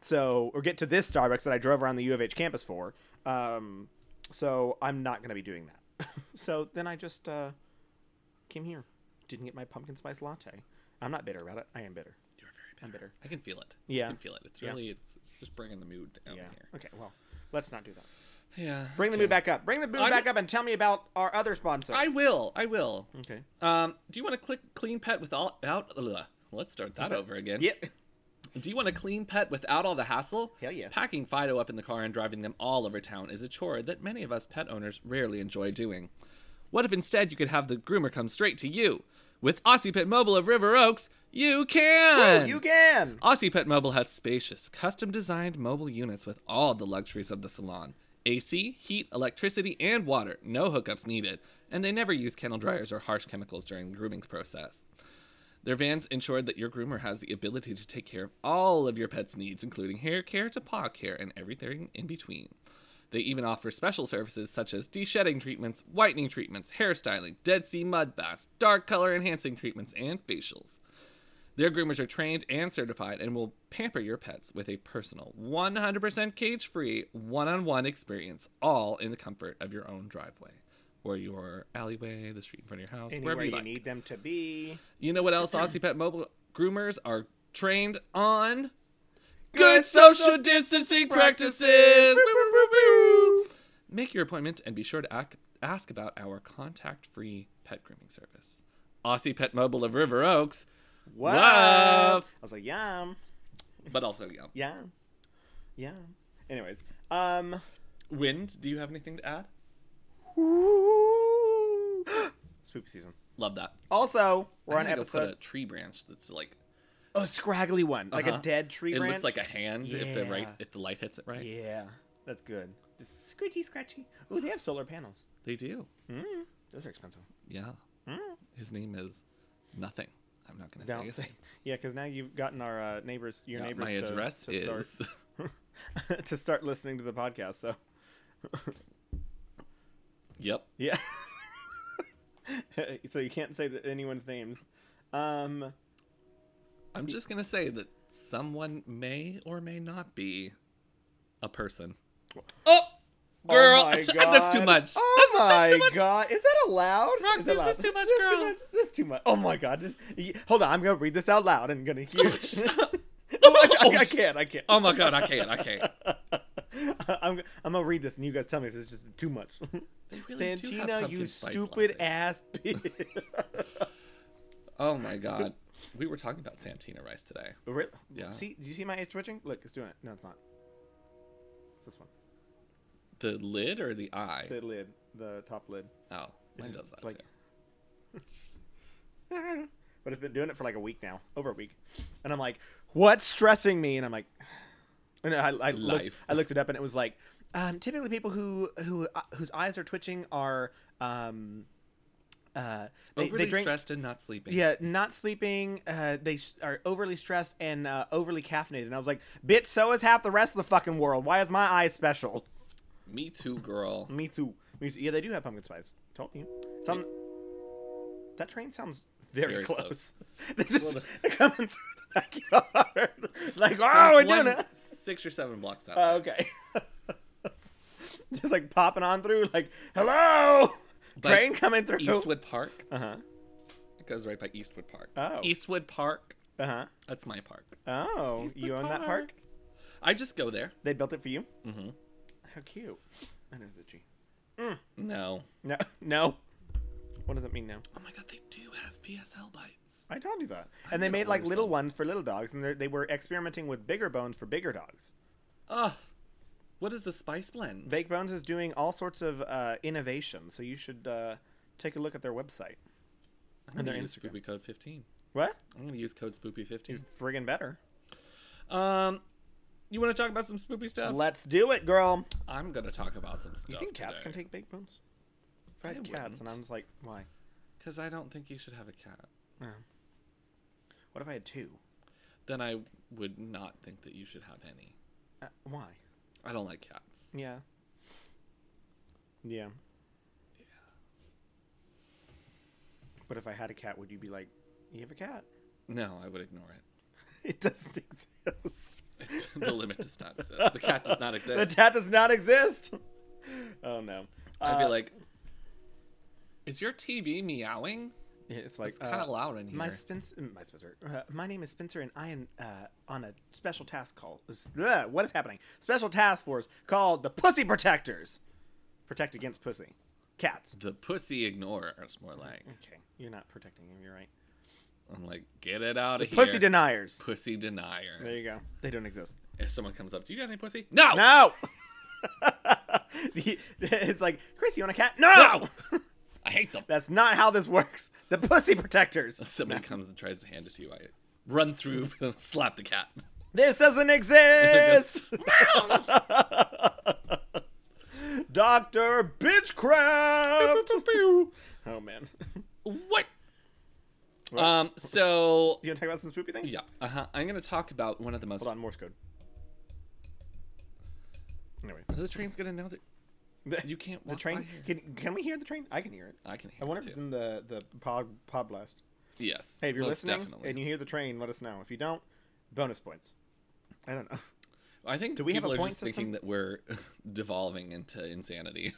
Speaker 2: So or get to this Starbucks that I drove around the U of H campus for. Um, so I'm not gonna be doing that. so then I just uh, came here, didn't get my pumpkin spice latte. I'm not bitter about it. I am bitter.
Speaker 1: You're
Speaker 2: I'm
Speaker 1: very bitter.
Speaker 2: bitter.
Speaker 1: I can feel it.
Speaker 2: Yeah.
Speaker 1: I can feel it. It's
Speaker 2: Yeah.
Speaker 1: really, it's just bringing the mood down
Speaker 2: Yeah.
Speaker 1: here.
Speaker 2: Okay. Well, let's not do that.
Speaker 1: Yeah.
Speaker 2: Bring the mood back up. Bring the mood
Speaker 1: I'm-
Speaker 2: back up and tell me about our other sponsor.
Speaker 1: I will. I will.
Speaker 2: okay.
Speaker 1: Um, do you want to click clean pet without out? ugh, Let's start that over again.
Speaker 2: Yep.
Speaker 1: Do you want a clean pet without all the hassle?
Speaker 2: Hell yeah.
Speaker 1: Packing Fido up in the car and driving them all over town is a chore that many of us pet owners rarely enjoy doing. What if instead you could have the groomer come straight to you? With Aussie Pet Mobile of River Oaks, you can.
Speaker 2: You can.
Speaker 1: Aussie Pet Mobile has spacious, custom designed mobile units with all the luxuries of the salon AC, heat, electricity, and water. No hookups needed. And they never use kennel dryers or harsh chemicals during the grooming process. Their vans ensure that your groomer has the ability to take care of all of your pet's needs, including hair care to paw care and everything in between. They even offer special services such as de-shedding treatments, whitening treatments, hairstyling, dead sea mud baths, dark color enhancing treatments, and facials. Their groomers are trained and certified and will pamper your pets with a personal, 100% cage free, one on one experience, all in the comfort of your own driveway. or your alleyway, the street in front of your house,
Speaker 2: Anywhere
Speaker 1: wherever you,
Speaker 2: you
Speaker 1: like.
Speaker 2: need them to be.
Speaker 1: You know what else Aussie Pet Mobile groomers are trained on? Good
Speaker 2: Good
Speaker 1: social
Speaker 2: social
Speaker 1: distancing
Speaker 2: practices.
Speaker 1: practices. Make your appointment and be sure to ac- ask about our contact-free pet grooming service. Aussie Pet Mobile of River Oaks,
Speaker 2: What? I
Speaker 1: Love.
Speaker 2: was like, yum,
Speaker 1: but also yeah.
Speaker 2: yum, yum. Anyways, um,
Speaker 1: Wind, do you have anything to add?
Speaker 2: spooky season.
Speaker 1: Love that.
Speaker 2: Also, we're
Speaker 1: I'm
Speaker 2: on
Speaker 1: gonna go
Speaker 2: episode
Speaker 1: put a tree branch that's like
Speaker 2: a scraggly one, like
Speaker 1: Uh-huh.
Speaker 2: a dead tree
Speaker 1: it
Speaker 2: branch.
Speaker 1: looks like a hand if the right
Speaker 2: Yeah.
Speaker 1: if the light hits it right.
Speaker 2: Yeah, that's good. Just scratchy, scratchy. Ooh, they have solar panels.
Speaker 1: They do.
Speaker 2: Mm, those are expensive.
Speaker 1: Yeah.
Speaker 2: Hmm.
Speaker 1: His name is nothing. I'm not gonna say
Speaker 2: Don't
Speaker 1: his
Speaker 2: say.
Speaker 1: name.
Speaker 2: Yeah, because now you've gotten our uh, neighbors, your
Speaker 1: Yeah,
Speaker 2: neighbors.
Speaker 1: my
Speaker 2: to-
Speaker 1: address
Speaker 2: to
Speaker 1: is
Speaker 2: start, to start listening to the podcast. So
Speaker 1: Yep.
Speaker 2: yeah, so you can't say that anyone's names. Um,
Speaker 1: I'm just gonna say that someone may or may not be a person. Oh,
Speaker 2: oh
Speaker 1: girl,
Speaker 2: my
Speaker 1: that's too
Speaker 2: God.
Speaker 1: much.
Speaker 2: Oh
Speaker 1: that's, that's
Speaker 2: my
Speaker 1: too much.
Speaker 2: god, is that allowed?
Speaker 1: Rox,
Speaker 2: is
Speaker 1: is
Speaker 2: that
Speaker 1: this too much,
Speaker 2: That's
Speaker 1: girl?
Speaker 2: Too much. That's too much. Oh my god. This, y- hold on, I'm gonna read this out loud and gonna hear. oh, I, I, I can't. I can't.
Speaker 1: Oh my god, I can't. I can't.
Speaker 2: I'm, I'm gonna read this and you guys tell me if it's just too much.
Speaker 1: They really do have
Speaker 2: Santina,
Speaker 1: pumpkin
Speaker 2: you
Speaker 1: spice
Speaker 2: stupid
Speaker 1: lattes.
Speaker 2: ass bitch.
Speaker 1: Oh my god, we were talking about Santina rice today.
Speaker 2: Re-
Speaker 1: Yeah.
Speaker 2: See, do you see my age twitching? Look, it's doing it. No, it's not. It's this one.
Speaker 1: The lid or the eye?
Speaker 2: The lid, the top lid.
Speaker 1: Oh, mine
Speaker 2: just
Speaker 1: does that
Speaker 2: like-
Speaker 1: too.
Speaker 2: But I've been doing it for like a week now, over a week, and I'm like, "What's stressing me?" And I'm like, and I, I looked,
Speaker 1: Life.
Speaker 2: I looked it up, and it was like, um, typically people who who uh, whose eyes are twitching are um, uh, they,
Speaker 1: Overly
Speaker 2: they drink,
Speaker 1: stressed and not sleeping.
Speaker 2: yeah, not sleeping. Uh, they s- are overly stressed and uh, overly caffeinated. And I was like, "Bitch, so is half the rest of the fucking world. Why is my eye special?"
Speaker 1: Me too, girl.
Speaker 2: Me too. Me too. Yeah, they do have pumpkin spice. Told you. Some. That train sounds very,
Speaker 1: Very
Speaker 2: close.
Speaker 1: close.
Speaker 2: They're just coming through the backyard. like, oh,
Speaker 1: There's
Speaker 2: we're doing
Speaker 1: one
Speaker 2: it.
Speaker 1: Six or seven blocks that
Speaker 2: Oh,
Speaker 1: way.
Speaker 2: okay. just like popping on through, like, hello.
Speaker 1: Like
Speaker 2: train coming through.
Speaker 1: Eastwood Park.
Speaker 2: Uh huh.
Speaker 1: It goes right by Eastwood Park.
Speaker 2: Oh.
Speaker 1: Eastwood Park.
Speaker 2: Uh huh.
Speaker 1: That's my park.
Speaker 2: Oh, you own that park?
Speaker 1: I just go there.
Speaker 2: They built it for you.
Speaker 1: Mhm.
Speaker 2: How cute. That is itchy.
Speaker 1: No.
Speaker 2: No, no. What does it mean now?
Speaker 1: Oh my god, they do have PSL bites.
Speaker 2: I told you that. And they
Speaker 1: don't
Speaker 2: made like little
Speaker 1: understand.
Speaker 2: ones for little dogs, and they're- they were experimenting with bigger bones for bigger dogs.
Speaker 1: Ugh. What is the spice blend?
Speaker 2: Bake Bones is doing all sorts of uh, innovation, so you should uh, take a look at their website.
Speaker 1: I'm gonna
Speaker 2: their
Speaker 1: use Spoopy code 15.
Speaker 2: What?
Speaker 1: I'm gonna use code Spoopy 15.
Speaker 2: Friggin' better.
Speaker 1: Um, you want to talk about some Spoopy stuff?
Speaker 2: Let's do it, girl.
Speaker 1: I'm gonna talk about some stuff.
Speaker 2: You think cats can
Speaker 1: today.
Speaker 2: take Bake Bones?
Speaker 1: I
Speaker 2: I had cats, and
Speaker 1: wouldn't.
Speaker 2: I was like, why?
Speaker 1: Because I don't think you should have a cat.
Speaker 2: What if I had two?
Speaker 1: Then I would not think that you should have any.
Speaker 2: Uh, why?
Speaker 1: I don't like cats.
Speaker 2: Yeah. Yeah. But if I had a cat, would you be like, you have a cat?
Speaker 1: No, I would ignore it.
Speaker 2: It doesn't exist.
Speaker 1: the limit does not exist. The cat does not
Speaker 2: The
Speaker 1: exist.
Speaker 2: tat does not exist. Oh no.
Speaker 1: I'd be
Speaker 2: Uh,
Speaker 1: like, "Is your TV meowing?
Speaker 2: it's like
Speaker 1: It's kind of
Speaker 2: uh,
Speaker 1: loud in here."
Speaker 2: My Spencer, my Spencer. Uh, my name is Spencer, and I am uh, on a special task call. s- Ugh, what is happening? Special task force called the Pussy Protectors. Protect against pussy, cats.
Speaker 1: the pussy ignorers,
Speaker 2: Mm-hmm.
Speaker 1: more like.
Speaker 2: Okay, you're not protecting them. You're right.
Speaker 1: I'm like, "Get it out of here."
Speaker 2: Pussy deniers.
Speaker 1: pussy deniers.
Speaker 2: There you go. They don't exist.
Speaker 1: If someone comes up, "Do you got any pussy?" No.
Speaker 2: No. it's like Chris, you want a cat? No.
Speaker 1: No! I hate them.
Speaker 2: That's not how this works. The Pussy Protectors.
Speaker 1: Somebody comes and tries to hand it to you. I run through,
Speaker 2: Mm.
Speaker 1: slap the cat.
Speaker 2: This doesn't exist. Doctor Bitchcraft. oh man,
Speaker 1: what? Um. So
Speaker 2: you want to talk about some spoopy things?
Speaker 1: yeah. Uh huh. I'm gonna talk about one of the most.
Speaker 2: Hold on, Morse code. Anyway,
Speaker 1: The train's gonna know that
Speaker 2: the,
Speaker 1: you can't.
Speaker 2: the
Speaker 1: walk by
Speaker 2: train.
Speaker 1: here.
Speaker 2: Can, can we hear the train? I can hear it.
Speaker 1: I can hear.
Speaker 2: I wonder
Speaker 1: it
Speaker 2: if it's
Speaker 1: too.
Speaker 2: in the the pod pod blast.
Speaker 1: Yes.
Speaker 2: Hey, if you're
Speaker 1: most
Speaker 2: listening
Speaker 1: definitely.
Speaker 2: and you hear the train, let us know. If you don't, bonus points. I don't know.
Speaker 1: I think
Speaker 2: we have
Speaker 1: people
Speaker 2: a
Speaker 1: are
Speaker 2: point
Speaker 1: just thinking
Speaker 2: system?
Speaker 1: that we're devolving into insanity.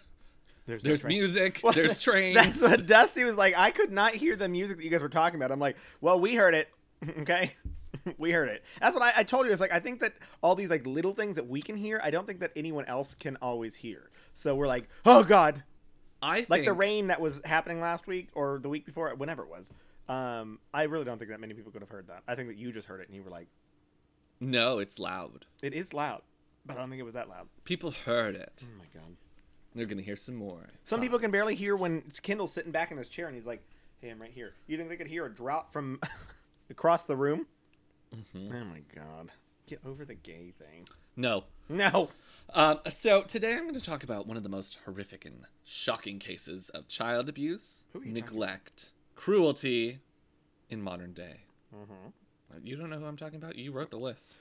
Speaker 2: There's, no
Speaker 1: There's
Speaker 2: train.
Speaker 1: music.
Speaker 2: Well,
Speaker 1: there's trains.
Speaker 2: That's what Dusty was like. I could not hear the music that you guys were talking about. I'm like, well, we heard it. okay. we heard it. That's what I, I told you. It's like, I think that all these like little things that we can hear, I don't think that anyone else can always hear. So we're like, oh God,
Speaker 1: I think
Speaker 2: like the rain that was happening last week or the week before, whenever it was. Um, I really don't think that many people could have heard that. I think that you just heard it and you were like,
Speaker 1: No, it's loud.
Speaker 2: it is loud, but I don't think it was that loud.
Speaker 1: People heard it.
Speaker 2: Oh my God.
Speaker 1: They're gonna hear some more.
Speaker 2: Some people can barely hear when Kendall's sitting back in his chair and he's like, "Hey, I'm right here." You think they could hear a drop from across the room?
Speaker 1: Mm-hmm.
Speaker 2: Oh my god! Get over the gay thing.
Speaker 1: No.
Speaker 2: No.
Speaker 1: Um, so today I'm going to talk about one of the most horrific and shocking cases of child abuse,
Speaker 2: Who are you talking about?
Speaker 1: neglect, cruelty in modern day.
Speaker 2: Mm-hmm.
Speaker 1: Uh, You don't know who I'm talking about? You wrote the list.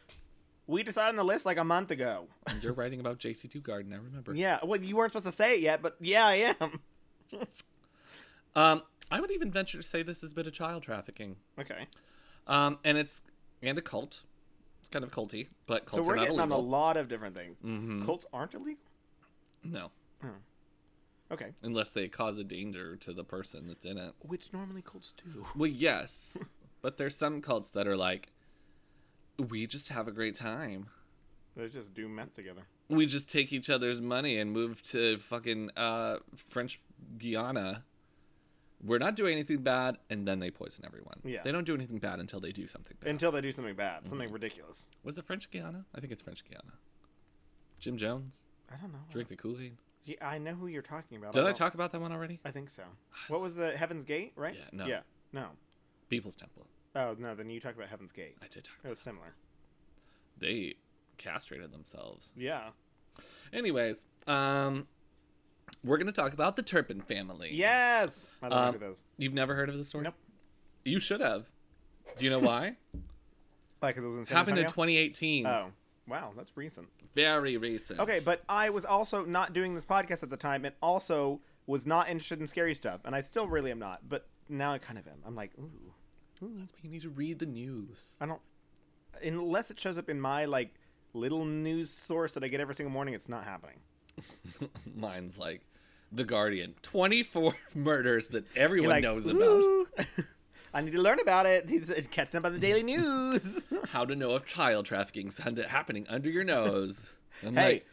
Speaker 2: We decided on the list like a month ago.
Speaker 1: And You're writing about J.C. Dugarden. I remember.
Speaker 2: yeah. Well, you weren't supposed to say it yet, but yeah, I am.
Speaker 1: Um, I would even venture to say this has been a child trafficking.
Speaker 2: Okay.
Speaker 1: Um, and it's and a cult. It's kind of culty, but
Speaker 2: So
Speaker 1: cults
Speaker 2: we're
Speaker 1: are not
Speaker 2: getting on a
Speaker 1: illegal. Mm-hmm.
Speaker 2: lot of different things. Cults aren't illegal.
Speaker 1: No,
Speaker 2: Okay.
Speaker 1: unless they cause a danger to the person that's in it.
Speaker 2: Which normally cults do.
Speaker 1: Well, yes, but there's some cults that are like, we just have a great time.
Speaker 2: They just do meth together.
Speaker 1: We just take each other's money and move to fucking uh, French Guiana. We're not doing anything bad, and then they poison everyone.
Speaker 2: Yeah.
Speaker 1: They don't do anything bad until they do something bad.
Speaker 2: Until they do something bad,
Speaker 1: Mm-hmm.
Speaker 2: something ridiculous.
Speaker 1: Was it French Guiana? I think it's French Guiana. Jim Jones,
Speaker 2: I don't know.
Speaker 1: drink the Kool Aid.
Speaker 2: Yeah, I know who you're talking about.
Speaker 1: Did I
Speaker 2: don't-
Speaker 1: talk about that one already?
Speaker 2: I think so. What was the Heaven's Gate, right?
Speaker 1: Yeah, no.
Speaker 2: Yeah, no.
Speaker 1: People's Temple.
Speaker 2: Oh, no, then you talked about Heaven's Gate.
Speaker 1: I did talk.
Speaker 2: It was similar.
Speaker 1: They castrated themselves.
Speaker 2: Yeah.
Speaker 1: Anyways, um, we're gonna talk about the Turpin family.
Speaker 2: Yes! I don't
Speaker 1: Um,
Speaker 2: remember those.
Speaker 1: You've never heard of the story?
Speaker 2: Nope.
Speaker 1: You should have. Do you know why?
Speaker 2: Why, because it was in
Speaker 1: it
Speaker 2: San
Speaker 1: happened in
Speaker 2: Antonio?
Speaker 1: 2018.
Speaker 2: Oh, wow, that's recent.
Speaker 1: Very recent.
Speaker 2: Okay, but I was also not doing this podcast at the time and also was not interested in scary stuff, and I still really am not, but now I kind of am. I'm like, ooh,
Speaker 1: Ooh, that's why you need to read the news.
Speaker 2: I don't. Unless it shows up in my, like, little news source that I get every single morning, it's not happening.
Speaker 1: Mine's like The Guardian. 24 murders that everyone
Speaker 2: You're like,
Speaker 1: knows about.
Speaker 2: ooh, I need to learn about it. He's uh, catching up on the daily news.
Speaker 1: How to know if child trafficking's under, happening under your nose. I'm
Speaker 2: Hey,
Speaker 1: like,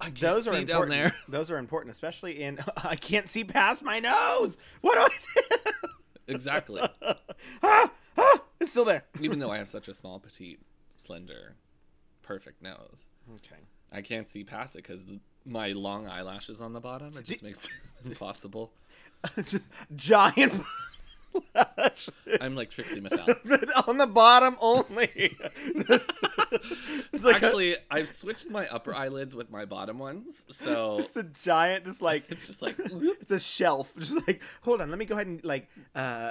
Speaker 1: I can't
Speaker 2: Those
Speaker 1: see
Speaker 2: are
Speaker 1: down
Speaker 2: important.
Speaker 1: there.
Speaker 2: Those are important, especially in I can't see past my nose. What do I do?
Speaker 1: exactly.
Speaker 2: ah, ah, it's still there.
Speaker 1: Even though I have such a small, petite, slender, perfect nose.
Speaker 2: Okay.
Speaker 1: I can't see past it because my long eyelashes on the bottom. It just makes it impossible.
Speaker 2: Giant lash.
Speaker 1: I'm like Trixie Mattel.
Speaker 2: but on the bottom only. it's like Actually,
Speaker 1: Actually, I've switched my upper eyelids with my bottom ones, so
Speaker 2: just a giant, just like
Speaker 1: it's just like
Speaker 2: it's a shelf. Just like, hold on, let me go ahead and like, uh,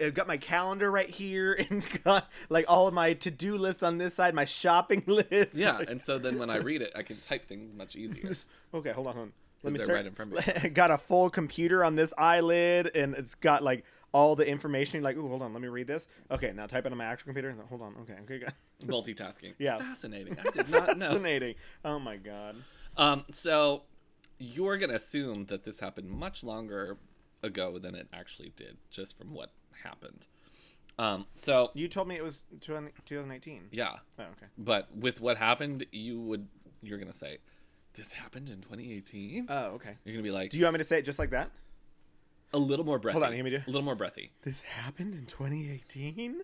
Speaker 2: I've got my calendar right here, and got like all of my to-do lists on this side, my shopping list.
Speaker 1: yeah. And so then when I read it, I can type things much easier.
Speaker 2: Okay, hold on. Hold on.
Speaker 1: Is
Speaker 2: Let me
Speaker 1: that
Speaker 2: start.
Speaker 1: right in front of
Speaker 2: got a full computer on this eyelid, and it's got like all the information. You're like, oh, hold on, let me read this. Okay, now type it on my actual computer. And then, hold on. Okay, okay, good.
Speaker 1: Multitasking.
Speaker 2: Yeah.
Speaker 1: fascinating. I did not know.
Speaker 2: Fascinating. Oh my god.
Speaker 1: Um, so you're gonna assume that this happened much longer ago than it actually did, just from what happened. Um, so
Speaker 2: You told me it was 20- 2018.
Speaker 1: yeah,
Speaker 2: Oh, okay.
Speaker 1: but with what happened, you would you're gonna say this happened in 2018.
Speaker 2: Oh, okay.
Speaker 1: You're gonna be like
Speaker 2: Do you want me to say it just like that?
Speaker 1: a little more breathy.
Speaker 2: on, hear me do-
Speaker 1: A little more breathy.
Speaker 2: This happened in 2018.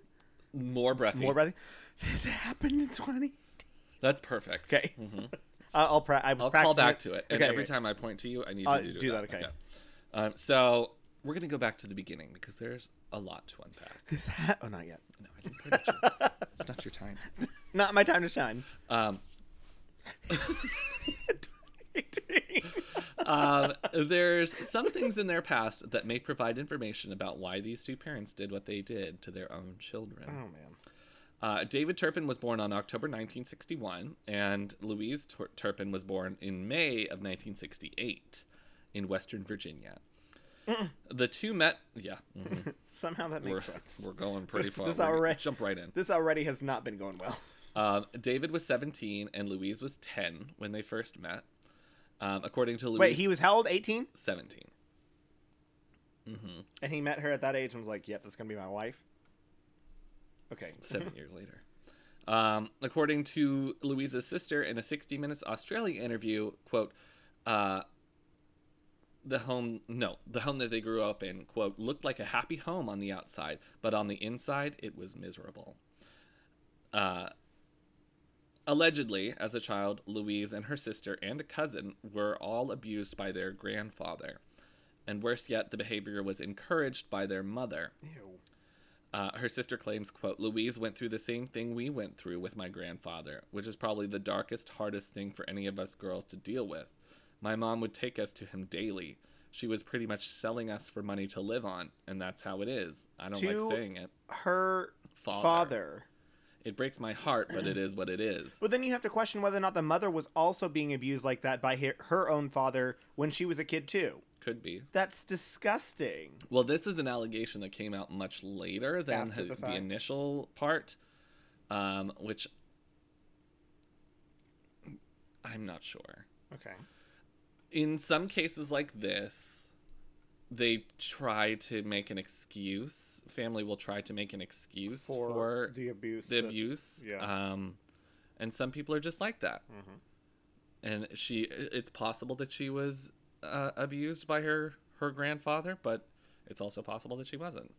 Speaker 1: More breathy.
Speaker 2: More breathy. This happened in 20.
Speaker 1: That's perfect.
Speaker 2: Okay. I'll, I'll, pra- I was
Speaker 1: Mm-hmm. I'll call
Speaker 2: practicing
Speaker 1: back to it. And
Speaker 2: Okay,
Speaker 1: every
Speaker 2: okay.
Speaker 1: time I point to you, I need you
Speaker 2: Uh,
Speaker 1: to do,
Speaker 2: do
Speaker 1: that.
Speaker 2: that, okay.
Speaker 1: Um, so we're going to go back to the beginning because there's a lot to unpack.
Speaker 2: This ha- oh, not yet.
Speaker 1: No, I didn't point at you. It's not your time.
Speaker 2: Not my time to shine.
Speaker 1: Um, um, there's some things in their past that may provide information about why these two parents did what they did to their own children.
Speaker 2: Oh man.
Speaker 1: Uh, David Turpin was born on October 1961, and Louise Tur- Turpin was born in May of 1968 in Western Virginia. The two met. Yeah, mhm,
Speaker 2: Somehow that
Speaker 1: we're,
Speaker 2: makes sense.
Speaker 1: we're going pretty far.
Speaker 2: This
Speaker 1: We're gonna
Speaker 2: already-
Speaker 1: Jump right in. Uh,
Speaker 2: This already has not been going well.
Speaker 1: Um, David was 17 and Louise was 10 when they first met. Um, according to Louis,
Speaker 2: Wait, he was how old? 18?
Speaker 1: 17.
Speaker 2: And he met her at that age and was like, yep, that's going to be my wife. Okay.
Speaker 1: seven years later. Um, according to Louisa's sister in a 60 Minutes Australia interview, quote, uh, the home, no, the home that they grew up in, quote, looked like a happy home on the outside, but on the inside, it was miserable. Uh, allegedly, as a child, Louise and her sister and a cousin were all abused by their grandfather. And worse yet, the behavior was encouraged by their mother.
Speaker 2: Ew.
Speaker 1: Uh, her sister claims, quote, Louise went through the same thing we went through with my grandfather, which is probably the darkest, hardest thing for any of us girls to deal with. My mom would take us to him daily. She was pretty much selling us for money to live on, and that's how it is. I don't
Speaker 2: To-
Speaker 1: like saying it.
Speaker 2: Her
Speaker 1: Father.
Speaker 2: father.
Speaker 1: It breaks my heart, but it is what it is.
Speaker 2: But then you have to question whether or not the mother was also being abused like that by her, her own father when she was a kid, too.
Speaker 1: Could be.
Speaker 2: That's disgusting.
Speaker 1: Well, this is an allegation that came out much later than
Speaker 2: After
Speaker 1: the,
Speaker 2: the
Speaker 1: the
Speaker 2: fact.
Speaker 1: initial part, um, which I'm not sure.
Speaker 2: Okay.
Speaker 1: in some cases like this, they try to make an excuse. Family will try to make an excuse for, the,
Speaker 2: the abuse. that-
Speaker 1: abuse.
Speaker 2: yeah.
Speaker 1: Um, and some people are just like that.
Speaker 2: Mhm.
Speaker 1: And she, it's possible that she was uh, abused by her her grandfather, but it's also possible that she wasn't.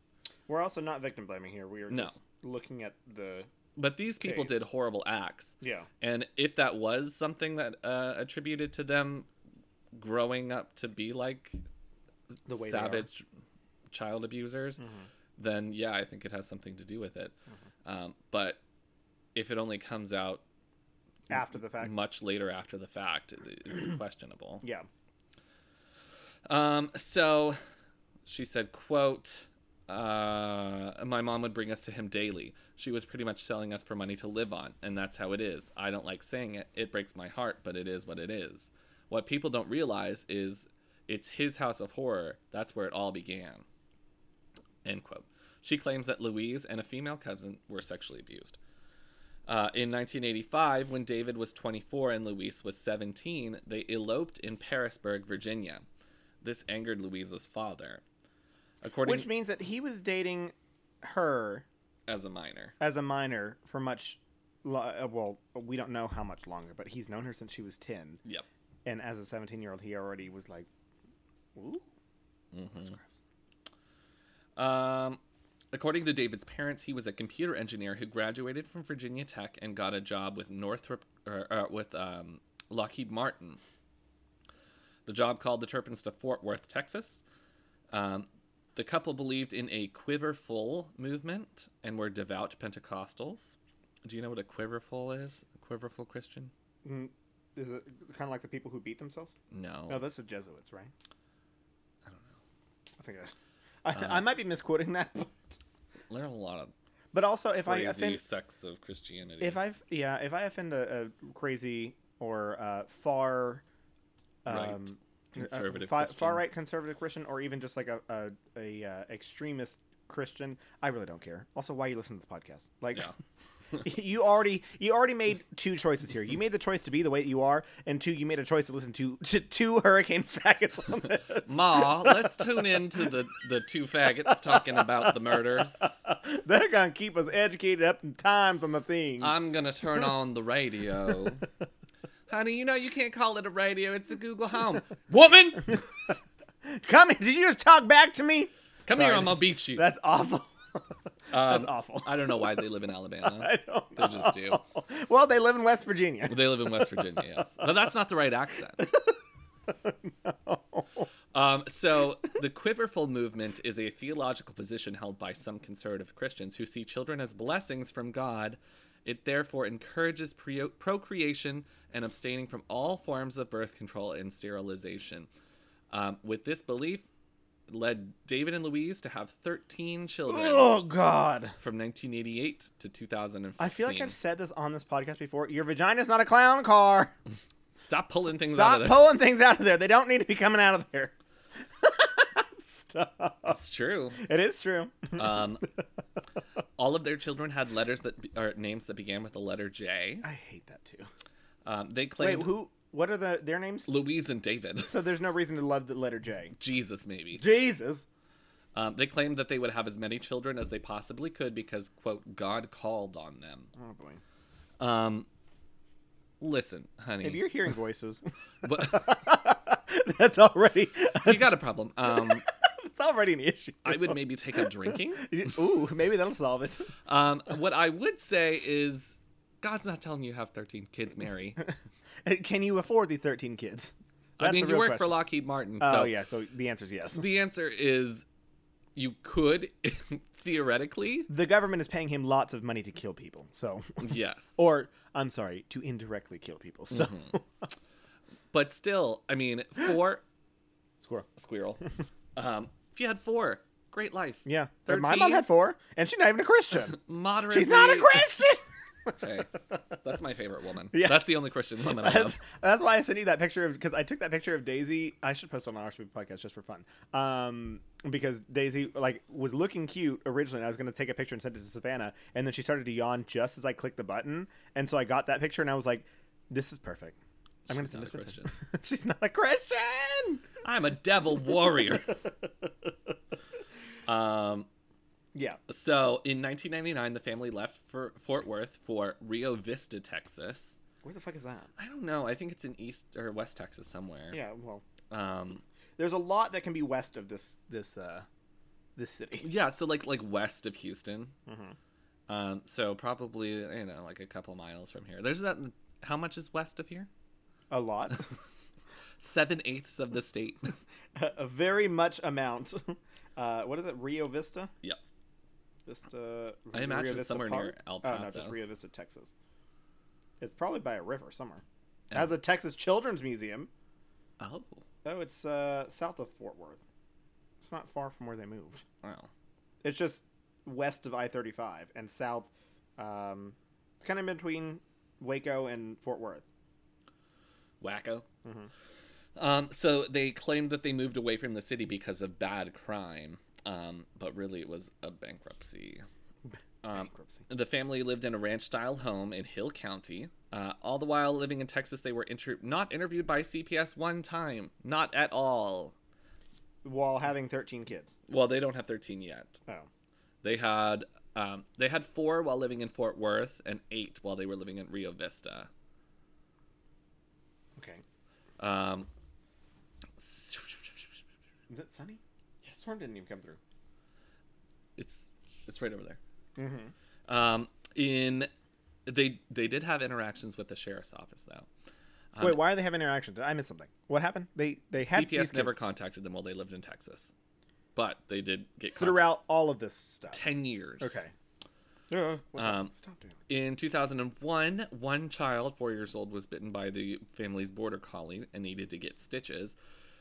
Speaker 2: We're also not victim blaming here. We are
Speaker 1: No.
Speaker 2: just looking at the.
Speaker 1: But these people
Speaker 2: Case.
Speaker 1: did horrible acts.
Speaker 2: Yeah.
Speaker 1: And if that was something that uh, attributed to them growing up to be like
Speaker 2: The way they are. Mm-hmm.
Speaker 1: savage child abusers, then yeah, I think it has something to do with it. Um, but if it only comes out
Speaker 2: After the fact.
Speaker 1: much later after the fact, it is questionable.
Speaker 2: Yeah.
Speaker 1: Um, so she said, quote, uh, my mom would bring us to him daily. She was pretty much selling us for money to live on, and that's how it is. I don't like saying it. It breaks my heart, but it is what it is. What people don't realize is it's his house of horror. That's where it all began. End quote. She claims that Louise and a female cousin were sexually abused. Uh, in 1985, when David was 24 and Louise was 17, they eloped in Parisburg, Virginia. This angered Louise's father, according
Speaker 2: Which means that he was dating her
Speaker 1: as a minor.
Speaker 2: as a minor for much. Lo- uh, well, we don't know how much longer, but he's known her since she was 10.
Speaker 1: Yep.
Speaker 2: And as a 17 year old, he already was like, ooh. That's gross.
Speaker 1: Um, according to David's parents, he was a computer engineer who graduated from Virginia Tech and got a job with Northrop or, uh, with um, Lockheed Martin. The job called the Turpins to Fort Worth, Texas. Um, the couple believed in a quiverful movement and were devout Pentecostals. Do you know what a quiverful is? A quiverful Christian?
Speaker 2: Mm, Is it kind of like the people who beat themselves?
Speaker 1: No.
Speaker 2: No, that's the Jesuits, right? I don't know. I
Speaker 1: Um,
Speaker 2: think it is. I, I might be misquoting that, but,
Speaker 1: There are a lot of
Speaker 2: but also if I
Speaker 1: crazy
Speaker 2: offend,
Speaker 1: sects of Christianity.
Speaker 2: if I've yeah, if I uh, offend a, a crazy or uh, far um,
Speaker 1: Right.
Speaker 2: uh,
Speaker 1: Conservative
Speaker 2: fi-
Speaker 1: Christian.
Speaker 2: far right conservative Christian, or even just like a a, a uh, extremist Christian, I really don't care. Also, why you listen to this podcast? Like.
Speaker 1: Yeah.
Speaker 2: you already you already made two choices here. You made the choice to be the way that you are, and two, you made a choice to listen to to two hurricane faggots on this.
Speaker 1: Ma, let's tune in to the, the two faggots talking about the murders.
Speaker 2: They're gonna keep us educated up in times on the things.
Speaker 1: I'm going to turn on the radio. Honey, you know you can't call it a radio. It's a Google Home. Woman!
Speaker 2: Come here, did you just talk back to me?
Speaker 1: Come
Speaker 2: Sorry,
Speaker 1: here, I'm going to beat you.
Speaker 2: That's awful. that's
Speaker 1: Um,
Speaker 2: awful.
Speaker 1: I don't know why they live in Alabama.
Speaker 2: I don't
Speaker 1: They just do.
Speaker 2: know. Well, they live in West Virginia.
Speaker 1: They live in West Virginia, yes. But that's not the right accent. Um, so, the Quiverful movement is a theological position held by some conservative Christians who see children as blessings from God. It therefore encourages pre- procreation and abstaining from all forms of birth control and sterilization. Um, with this belief, led David and Louise to have 13 children
Speaker 2: Oh God.
Speaker 1: from 1988 to 2015.
Speaker 2: I feel like I've said this on this podcast before. Your vagina's not a clown car.
Speaker 1: Stop pulling things out
Speaker 2: Stop
Speaker 1: of the
Speaker 2: pulling things out of there. They don't need to be coming out of there. Stop.
Speaker 1: It's true.
Speaker 2: It is true.
Speaker 1: Um, all of their children had letters that be- or names that began with the letter J.
Speaker 2: I hate that too.
Speaker 1: Um, they
Speaker 2: Wait,
Speaker 1: claimed
Speaker 2: who? What are the their names?
Speaker 1: Louise and David.
Speaker 2: So there's no reason to love the letter J.
Speaker 1: Jesus, maybe.
Speaker 2: Jesus.
Speaker 1: Um, they claimed that they would have as many children as they possibly could because, quote, God called on them.
Speaker 2: Oh boy.
Speaker 1: Um, listen, honey.
Speaker 2: If you're hearing voices,
Speaker 1: but-
Speaker 2: that's already
Speaker 1: you got a problem. Um,
Speaker 2: that's already an issue.
Speaker 1: I would maybe take up drinking.
Speaker 2: Ooh, maybe that'll solve it.
Speaker 1: Um, what I would say is, God's not telling you to have 13 kids, Mary.
Speaker 2: Can you afford the 13 kids?
Speaker 1: I
Speaker 2: That's
Speaker 1: mean,
Speaker 2: the
Speaker 1: you
Speaker 2: real
Speaker 1: work for
Speaker 2: question.
Speaker 1: Lockheed Martin.
Speaker 2: Oh
Speaker 1: so
Speaker 2: yeah, so the answer is yes.
Speaker 1: The answer is, you could, theoretically,
Speaker 2: The government is paying him lots of money to kill people. So,
Speaker 1: yes.
Speaker 2: or I'm sorry, to indirectly kill people. So,
Speaker 1: But still, I mean, four
Speaker 2: squirrel.
Speaker 1: squirrel. Um, if you had four, great life.
Speaker 2: Yeah, my mom
Speaker 1: 13?
Speaker 2: had four, and she's not even a Christian.
Speaker 1: Moderately.
Speaker 2: she's not a Christian.
Speaker 1: Hey, that's my favorite woman.
Speaker 2: Yeah.
Speaker 1: That's the only Christian woman I
Speaker 2: That's,
Speaker 1: love.
Speaker 2: that's why I sent you that picture of because I took that picture of Daisy. I should post on our podcast just for fun. Um, because Daisy like was looking cute originally, and I was going to take a picture and send it to Savannah, and then she started to yawn just as I clicked the button, and so I got that picture, and I was like, "This is perfect." I'm going to
Speaker 1: She's
Speaker 2: send
Speaker 1: not
Speaker 2: this
Speaker 1: a
Speaker 2: one to- She's not a Christian.
Speaker 1: I'm a devil warrior. um,
Speaker 2: Yeah.
Speaker 1: so in 1999, the family left for Fort Worth for Rio Vista, Texas.
Speaker 2: Where the fuck is that?
Speaker 1: I don't know. I think it's in East or West Texas somewhere.
Speaker 2: Yeah. Well,
Speaker 1: Um,
Speaker 2: there's a lot that can be west of this this uh this city.
Speaker 1: yeah. So like like west of Houston. Um, so probably you know like a couple miles from here. There's that. How much is west of here?
Speaker 2: A lot.
Speaker 1: Seven eighths of the state.
Speaker 2: a very much amount. Uh, what is it? Rio Vista.
Speaker 1: yeah.
Speaker 2: Vista.
Speaker 1: I imagine it's somewhere near El
Speaker 2: Oh no, just
Speaker 1: Paso.
Speaker 2: Rio Vista, Texas. It's probably by a river somewhere. It has a Texas Children's Museum.
Speaker 1: Oh.
Speaker 2: Oh, it's uh, south of Fort Worth. It's not far from where they moved.
Speaker 1: Wow.
Speaker 2: It's just west of I thirty five and south, um, kind of between Waco and Fort Worth.
Speaker 1: wacko. Um, so they claimed that they moved away from the city because of bad crime, um, but really it was a bankruptcy. Um,
Speaker 2: Bankruptcy.
Speaker 1: the family lived in a ranch-style home in Hill County. Uh, all the while living in Texas, they were inter- not interviewed by CPS one time, not at all.
Speaker 2: While having thirteen kids.
Speaker 1: Well, they don't have 13 yet.
Speaker 2: Oh,
Speaker 1: They had um, they had four while living in Fort Worth and eight while they were living in Rio Vista.
Speaker 2: okay.
Speaker 1: Um,
Speaker 2: Is it sunny? Yes. Storm didn't even come through.
Speaker 1: it's it's right over there.
Speaker 2: Mm-hmm.
Speaker 1: Um, in they they did have interactions with the sheriff's office though. Um,
Speaker 2: Wait, why are they having interactions? Did I miss something? What happened? They they had these
Speaker 1: CPS never
Speaker 2: kids
Speaker 1: contacted them while they lived in Texas, but they did get contact
Speaker 2: throughout all of this stuff.
Speaker 1: ten years.
Speaker 2: Okay. Yeah.
Speaker 1: Um,
Speaker 2: Stop doing it.
Speaker 1: In 2001, one child, four years old, was bitten by the family's border collie and needed to get stitches.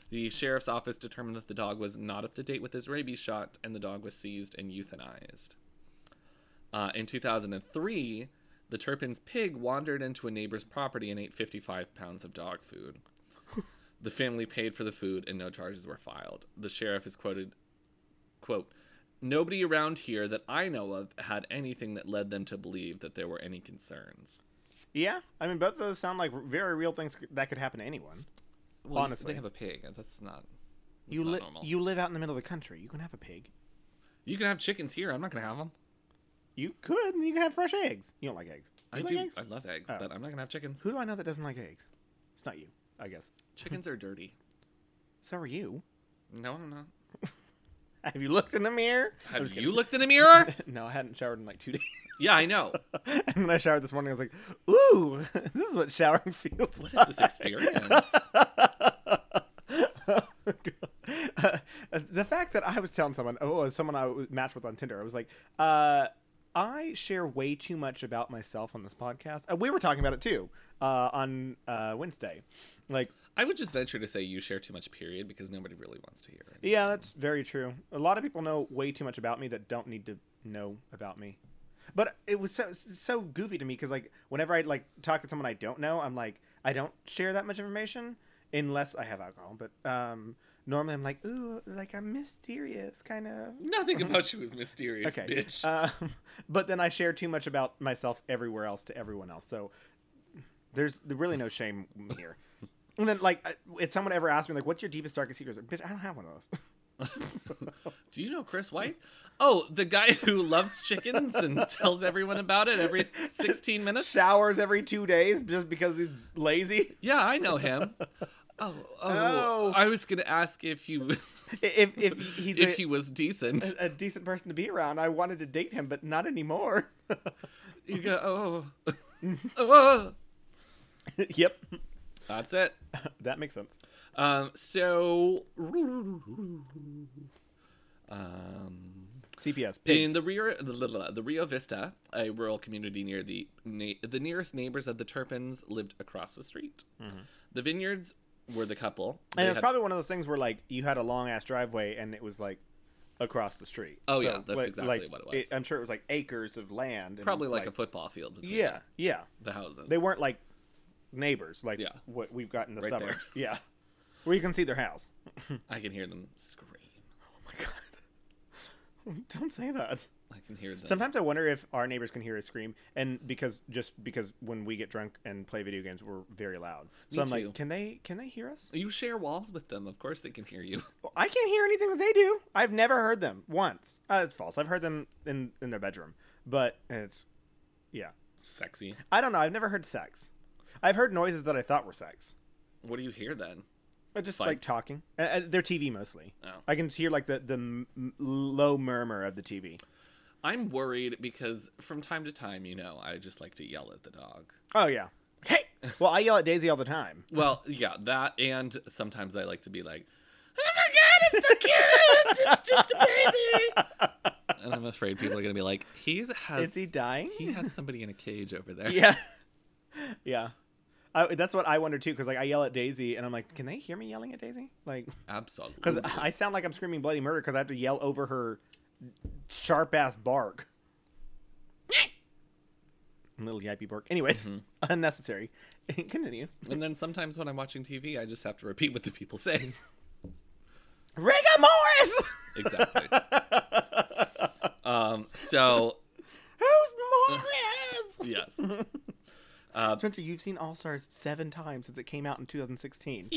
Speaker 1: The sheriff's office determined that the dog was not up to date with his rabies shot, and the dog was seized and euthanized. Uh, in 2003, the Turpin's pig wandered into a neighbor's property and ate 55 pounds of dog food. the family paid for the food and no charges were filed. The sheriff is quoted, quote, Nobody around here that I know of had anything that led them to believe that there were any concerns.
Speaker 2: Yeah, I mean, both of those sound like very real things c- that could happen to anyone.
Speaker 1: Well, you-
Speaker 2: Honestly.
Speaker 1: they have a pig. That's not. That's
Speaker 2: You
Speaker 1: not
Speaker 2: li-
Speaker 1: normal.
Speaker 2: you live out in the middle of the country. You can have a pig.
Speaker 1: You can have chickens here. I'm not gonna have them.
Speaker 2: You could. and You can have fresh eggs. You don't like eggs. You
Speaker 1: I
Speaker 2: like
Speaker 1: do.
Speaker 2: Eggs?
Speaker 1: I love eggs,
Speaker 2: Oh.
Speaker 1: but I'm not gonna have chickens.
Speaker 2: Who do I know that doesn't like eggs? It's not you, I guess.
Speaker 1: Chickens are dirty.
Speaker 2: So are you.
Speaker 1: No, I'm not.
Speaker 2: Have you looked in the mirror? I'm
Speaker 1: Have
Speaker 2: just
Speaker 1: you looked in a mirror?
Speaker 2: kidding. No, I hadn't showered in like two days.
Speaker 1: yeah, I know.
Speaker 2: and when I showered this morning, I was like, "Ooh, this is what showering feels."
Speaker 1: What is this experience?
Speaker 2: Uh, the fact that I was telling someone, oh, it was someone I was- matched with on Tinder, I was like, uh, I share way too much about myself on this podcast. Uh, we were talking about it too uh, on uh, Wednesday. Like,
Speaker 1: I would just venture to say you share too much period because nobody really wants to hear it.
Speaker 2: yeah, that's very true. A lot of people know way too much about me that don't need to know about me. But it was so so goofy to me because like whenever I like talk to someone I don't know, I'm like I don't share that much information unless I have alcohol. But um, normally I'm like, ooh, like I'm mysterious, kind of.
Speaker 1: Nothing about you is mysterious,
Speaker 2: Uh-huh. Okay.
Speaker 1: bitch.
Speaker 2: Um, but then I share too much about myself everywhere else to everyone else. So there's really no shame here. And then, like, I- if someone ever asked me, like, what's your deepest, darkest secrets? Bitch, I don't have one of those.
Speaker 1: Do you know Chris White? Oh, the guy who loves chickens and tells everyone about it every 16 minutes?
Speaker 2: Showers every two days just because he's lazy.
Speaker 1: Yeah, I know him. Oh, oh,
Speaker 2: Oh.
Speaker 1: I was gonna ask if you
Speaker 2: If, if he's
Speaker 1: if
Speaker 2: a, Uh,
Speaker 1: he was decent.
Speaker 2: a decent person to be around, I wanted to date him, but not anymore.
Speaker 1: You go, oh, oh, oh.
Speaker 2: yep.
Speaker 1: That's it.
Speaker 2: That makes sense.
Speaker 1: Um, so um,
Speaker 2: CPS.
Speaker 1: in
Speaker 2: Pigs.
Speaker 1: the Rio, the, the Rio Vista, a rural community near the na- the nearest neighbors of the Turpins lived across the street. The vineyards were the couple. They
Speaker 2: Mm-hmm. and it's
Speaker 1: had-
Speaker 2: probably one of those things where, like, you had a long ass driveway and it was, like, across the street.
Speaker 1: Oh, yeah, that's
Speaker 2: like-
Speaker 1: exactly
Speaker 2: like,
Speaker 1: what it was.
Speaker 2: I'm sure it was, like, acres of land. And,
Speaker 1: probably like, a football field. Between
Speaker 2: Yeah, yeah.
Speaker 1: the houses.
Speaker 2: They weren't, like, neighbors, like
Speaker 1: Yeah.
Speaker 2: what we've got in the
Speaker 1: Right there.
Speaker 2: suburbs. Yeah. Where you can see their house.
Speaker 1: I can hear them scream.
Speaker 2: Oh, my God. Don't say that.
Speaker 1: I can hear them.
Speaker 2: Sometimes I wonder if our neighbors can hear us scream, and because just because when we get drunk and play video games, we're very loud. So
Speaker 1: Me
Speaker 2: I'm
Speaker 1: too.
Speaker 2: like, can they can they hear us?
Speaker 1: You share walls with them. Of course, they can hear you.
Speaker 2: Well, I can't hear anything that they do. I've never heard them once. Uh, it's false. I've heard them in in their bedroom, but and it's yeah.
Speaker 1: Sexy.
Speaker 2: I don't know. I've never heard sex. I've heard noises that I thought were sex.
Speaker 1: What do you hear then?
Speaker 2: Uh, Just like
Speaker 1: Fights.
Speaker 2: talking. Uh, Uh, their TV mostly.
Speaker 1: Oh.
Speaker 2: I can just hear like the the m- m- low murmur of the TV.
Speaker 1: I'm worried because from time to time, you know, I just like to yell at the dog.
Speaker 2: Oh yeah. Hey. Well, I yell at Daisy all the time.
Speaker 1: Well, yeah, that and sometimes I like to be like, "Oh my god, it's so cute! It's just a baby." And I'm afraid people are gonna be like, "He has
Speaker 2: Is he dying?
Speaker 1: he has somebody in a cage over there."
Speaker 2: Yeah. Yeah. I, that's what I wonder too, because like I yell at Daisy, and I'm like, can they hear me yelling at Daisy? Like,
Speaker 1: absolutely.
Speaker 2: because I sound like I'm screaming bloody murder because I have to yell over her sharp ass bark, little yippy bark. Anyways, unnecessary. Continue.
Speaker 1: and then sometimes when I'm watching TV, I just have to repeat what the people say.
Speaker 2: Rigor Morris.
Speaker 1: Exactly. um. So
Speaker 2: Who's Morris?
Speaker 1: yes.
Speaker 2: Uh, Spencer, you've seen All Stars seven times since it came out in 2016.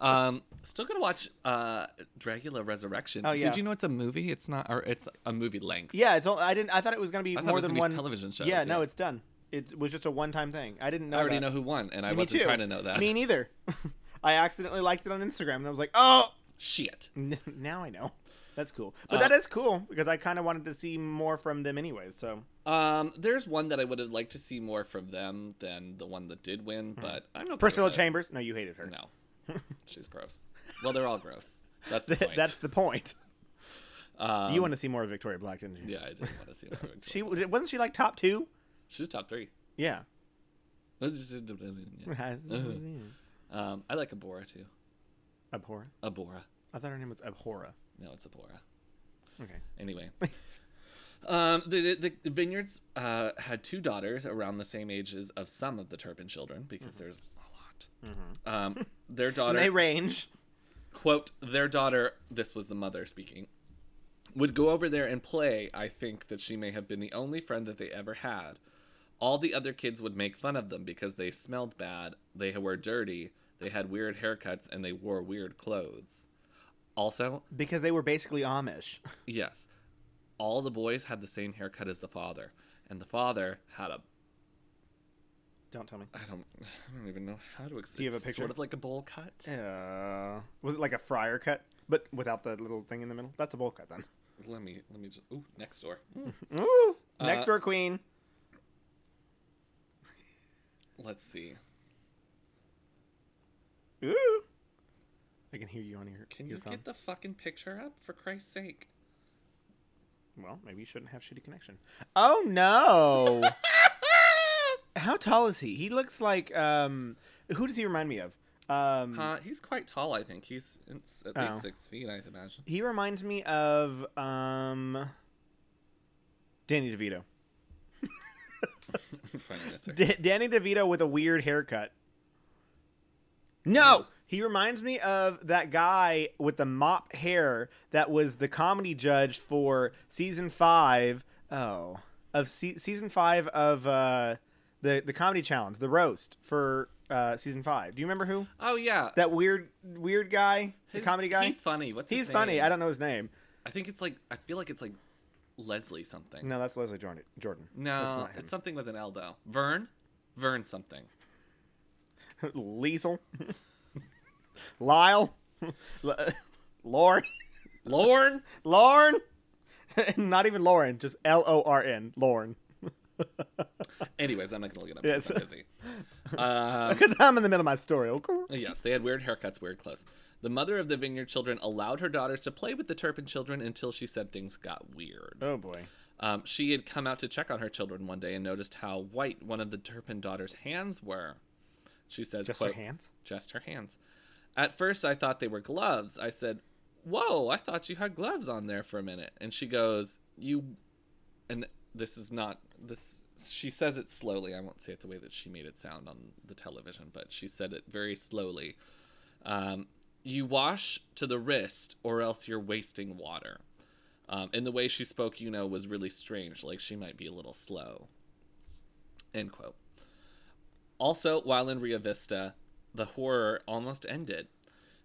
Speaker 1: um, still gonna watch uh, Dracula Resurrection.
Speaker 2: Oh, yeah.
Speaker 1: Did you know it's a movie? It's not, or it's a movie length.
Speaker 2: Yeah, it's all. I didn't. I thought it was gonna be
Speaker 1: thought it
Speaker 2: more
Speaker 1: was
Speaker 2: than
Speaker 1: gonna
Speaker 2: one
Speaker 1: be television shows,
Speaker 2: Yeah, no,
Speaker 1: yeah.
Speaker 2: it's done. It was just a one-time thing. I didn't know.
Speaker 1: I already
Speaker 2: that.
Speaker 1: know who won, and I
Speaker 2: Me
Speaker 1: wasn't
Speaker 2: too.
Speaker 1: trying to know that.
Speaker 2: Me neither. I accidentally liked it on Instagram, and I was like, oh,
Speaker 1: Shit.
Speaker 2: n- now I know. That's cool. But that is cool because I kind of wanted to see more from them anyways. So
Speaker 1: Um, there's one that I would have liked to see more from them than the one that did win, but I'm not.
Speaker 2: Hmm. Priscilla Chambers, Uh, no, you hated her.
Speaker 1: No, she's gross. Well, they're all gross. That's the point.
Speaker 2: That's the point.
Speaker 1: Um,
Speaker 2: you want to see more of Victoria Black, didn't you?
Speaker 1: yeah. I didn't want to see her.
Speaker 2: She wasn't she like top two?
Speaker 1: she's top three.
Speaker 2: Yeah.
Speaker 1: Um, I like Abora too.
Speaker 2: Abhora.
Speaker 1: Abora.
Speaker 2: I thought her name was Abhora.
Speaker 1: No, it's Abora.
Speaker 2: Okay.
Speaker 1: Anyway. Um, the, the, the vineyards uh, had two daughters around the same ages of some of the Turpin children because there's a lot. Um, their daughter,
Speaker 2: Mm-hmm. They range.
Speaker 1: quote, their daughter, this was the mother speaking, would go over there and play. I think that she may have been the only friend that they ever had. All the other kids would make fun of them because they smelled bad, they were dirty, they had weird haircuts, and they wore weird clothes. Also,
Speaker 2: Because they were basically Amish.
Speaker 1: Yes. All the boys had the same haircut as the father, and the father had a
Speaker 2: Don't tell me.
Speaker 1: I don't I don't even know how to explain.
Speaker 2: Do you have a picture?
Speaker 1: Sort of like a bowl cut.
Speaker 2: Uh, was it like a fryer cut, but without the little thing in the middle? That's a bowl cut then.
Speaker 1: Let me let me just ooh next door.
Speaker 2: Hmm.
Speaker 1: Mm.
Speaker 2: Ooh,
Speaker 1: Uh,
Speaker 2: next door queen.
Speaker 1: Let's see.
Speaker 2: Ooh, I can hear you on your
Speaker 1: Can
Speaker 2: your
Speaker 1: you
Speaker 2: phone.
Speaker 1: get the fucking picture up for Christ's sake?
Speaker 2: well, maybe you shouldn't have shitty connection. Oh no! How tall is he? He looks like um, who does he remind me of? Um,
Speaker 1: Uh, he's quite tall. I think he's it's at
Speaker 2: Oh.
Speaker 1: least six feet. I imagine.
Speaker 2: he reminds me of um, Danny DeVito.
Speaker 1: Funny, that's right.
Speaker 2: D- Danny DeVito with a weird haircut. No, he reminds me of that guy with the mop hair that was the comedy judge for season five. Oh, of se- season five of uh, the the comedy challenge, the roast for uh, season five. Do you remember who?
Speaker 1: Oh yeah,
Speaker 2: That weird, weird guy, the
Speaker 1: His-
Speaker 2: comedy guy.
Speaker 1: He's funny. What's his
Speaker 2: He's funny.
Speaker 1: name?
Speaker 2: I don't know his name.
Speaker 1: I think it's like I feel like it's like Leslie something.
Speaker 2: No, that's Leslie Jordan. Jordan. that's
Speaker 1: No,
Speaker 2: not him.
Speaker 1: it's something with an L though. Vern, Vern something.
Speaker 2: Liesel. Lyle. L- Lauren.
Speaker 1: Lorne.
Speaker 2: Lauren. Not even Lauren, just L O R N. Lauren.
Speaker 1: Anyways, I'm not gonna look it up.
Speaker 2: Yes.
Speaker 1: Yes. I'm busy. Um,
Speaker 2: Because I'm in the middle of my story. Oh, Okay.
Speaker 1: Yes, they had weird haircuts, weird clothes. The mother of the vineyard children allowed her daughters to play with the Turpin children until she said things got weird.
Speaker 2: Oh boy.
Speaker 1: Um, she had come out to check on her children one day and noticed how white one of the Turpin daughters' hands were. She says,
Speaker 2: Just
Speaker 1: quote,
Speaker 2: her hands.
Speaker 1: Just her hands. At first, I thought they were gloves. I said, Whoa, I thought you had gloves on there for a minute. And she goes, You. And this is not. This. She says it slowly. I won't say it the way that she made it sound on the television, but she said it very slowly. Um, you wash to the wrist, or else you're wasting water. Um, and the way she spoke, you know, was really strange. Like she might be a little slow. End quote. Also, while in Rio Vista, the horror almost ended.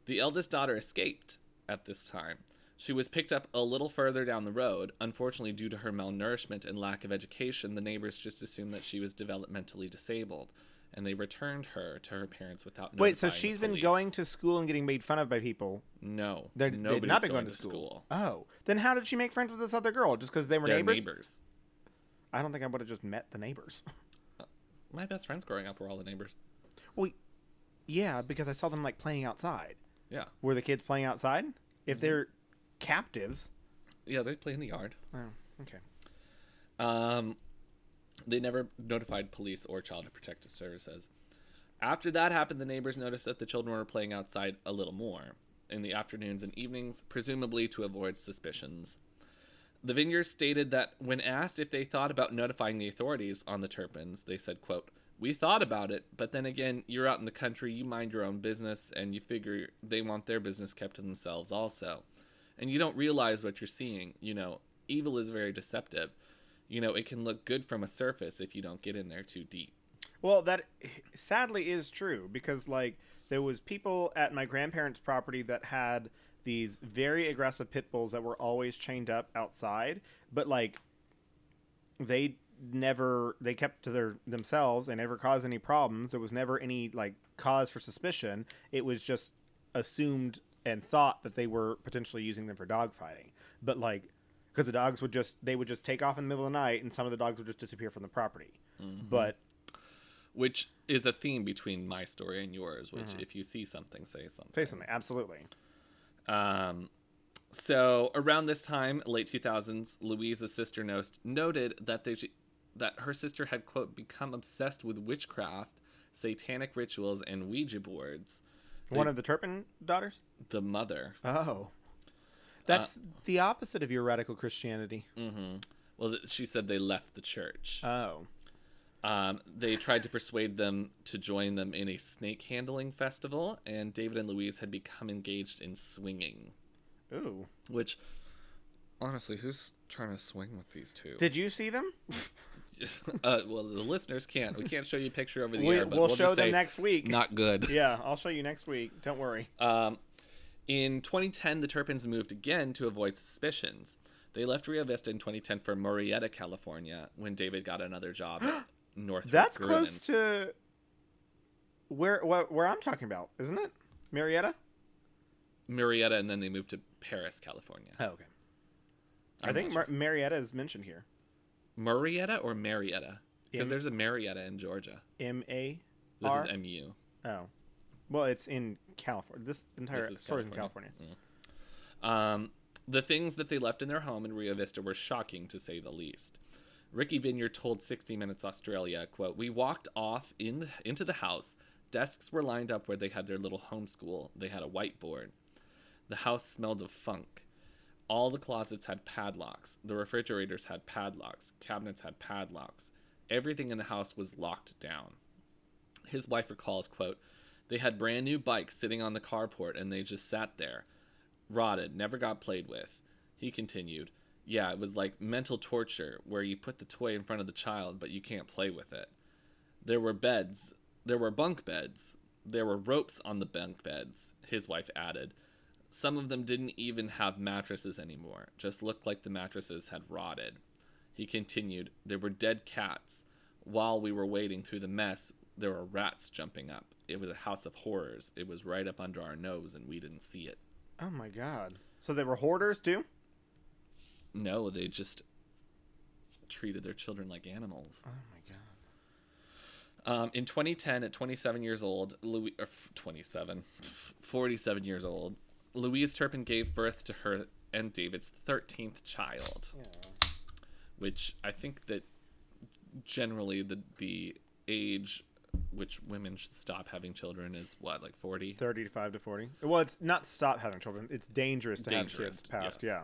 Speaker 1: The eldest daughter escaped at this time. She was picked up a little further down the road. Unfortunately, due to her malnourishment and lack of education, the neighbors just assumed that she was developmentally disabled, and they returned her to her parents without.
Speaker 2: Wait, so
Speaker 1: notifying the
Speaker 2: she's been
Speaker 1: police.
Speaker 2: going to school and getting made fun of by people.
Speaker 1: no,
Speaker 2: They're,
Speaker 1: nobody's
Speaker 2: they've not been going, to school. Oh, then how did she make friends with this other girl? Just because they were
Speaker 1: They're
Speaker 2: neighbors?
Speaker 1: neighbors.
Speaker 2: I don't think I would have just met the neighbors.
Speaker 1: My best friends growing up were all the neighbors.
Speaker 2: Well, yeah, because I saw them like playing outside.
Speaker 1: Yeah,
Speaker 2: Were the kids playing outside? If they're captives,
Speaker 1: yeah, they play in the yard.
Speaker 2: oh, okay.
Speaker 1: Um, they never notified police or Child Protective Services. After that happened, the neighbors noticed that the children were playing outside a little more in the afternoons and evenings, presumably to avoid suspicions. The Vineyards stated that when asked if they thought about notifying the authorities on the Turpins, they said, quote, we thought about it, but then again, you're out in the country, you mind your own business, and you figure they want their business kept to themselves also. And you don't realize what you're seeing. You know, evil is very deceptive. You know, it can look good from a surface if you don't get in there too deep.
Speaker 2: Well, that sadly is true because like there was people at my grandparents' property that had these very aggressive pit bulls that were always chained up outside, but like they never they kept to their themselves and never caused any problems. There was never any like cause for suspicion. It was just assumed and thought that they were potentially using them for dog fighting. But like because the dogs would just they would just take off in the middle of the night and some of the dogs would just disappear from the property. But
Speaker 1: Which is a theme between my story and yours, which if you see something, say something.
Speaker 2: Say something. Absolutely.
Speaker 1: Um, so around this time, late 2000s, Louisa's sister nost- noted that they that her sister had quote become obsessed with witchcraft, satanic rituals, and Ouija boards.
Speaker 2: One of the Turpin daughters.
Speaker 1: The mother,
Speaker 2: Oh, that's the opposite of your radical Christianity.
Speaker 1: well, th- she said they left the church.
Speaker 2: Oh,
Speaker 1: Um, they tried to persuade them to join them in a snake handling festival, and David and Louise had become engaged in swinging.
Speaker 2: ooh.
Speaker 1: Which, honestly, who's trying to swing with these two?
Speaker 2: Did you see them?
Speaker 1: uh, well, the listeners can't. We can't show you a picture over the
Speaker 2: We,
Speaker 1: air,
Speaker 2: will
Speaker 1: but we'll,
Speaker 2: show
Speaker 1: just
Speaker 2: them
Speaker 1: say
Speaker 2: next week.
Speaker 1: not good.
Speaker 2: yeah, I'll show you next week. Don't worry.
Speaker 1: Um, in 2010, the Turpins moved again to avoid suspicions. They left Rio Vista in 2010 for Murrieta, California, when David got another job. at Northrop
Speaker 2: that's close
Speaker 1: Grumman's.
Speaker 2: to where, where where I'm talking about, isn't it? Marietta.
Speaker 1: Murrieta, and then they moved to Paris, California.
Speaker 2: Oh, okay. i
Speaker 1: I'm
Speaker 2: think
Speaker 1: not
Speaker 2: Mar- Marietta is mentioned here.
Speaker 1: Marietta or Marietta? Because
Speaker 2: M-
Speaker 1: there's a Marietta in Georgia.
Speaker 2: M A
Speaker 1: This
Speaker 2: R.
Speaker 1: is MU.
Speaker 2: Oh, well, it's in California. This entire
Speaker 1: This is
Speaker 2: story's in
Speaker 1: California.
Speaker 2: California.
Speaker 1: Um, the things that they left in their home in Rio Vista were shocking to say the least. Ricky Vineyard told 60 Minutes Australia, quote, We walked off in the, into the house. Desks were lined up where they had their little homeschool. They had a whiteboard. The house smelled of funk. All the closets had padlocks. The refrigerators had padlocks. Cabinets had padlocks. Everything in the house was locked down. His wife recalls, quote, They had brand new bikes sitting on the carport and they just sat there rotted, never got played with. He continued, Yeah, it was like mental torture where you put the toy in front of the child but you can't play with it. There were beds There were bunk beds. There were ropes on the bunk beds, his wife added. Some of them didn't even have mattresses anymore, just looked like the mattresses had rotted. He continued, There were dead cats. While we were wading through the mess, there were rats jumping up. It was a house of horrors. It was right up under our nose, and we didn't see it.
Speaker 2: Oh my god. So they were hoarders too?
Speaker 1: No, they just treated their children like animals.
Speaker 2: Oh my god.
Speaker 1: Um, in 2010, at 27 years old, Louis, or f- 27, f- 47 years old, Louise Turpin gave birth to her and David's 13th child, which I think that generally the the age which women should stop having children is what, like 40?
Speaker 2: 35 to 40. Well, it's not stop having children. It's dangerous to
Speaker 1: Dangerous,
Speaker 2: have kids past,
Speaker 1: yes.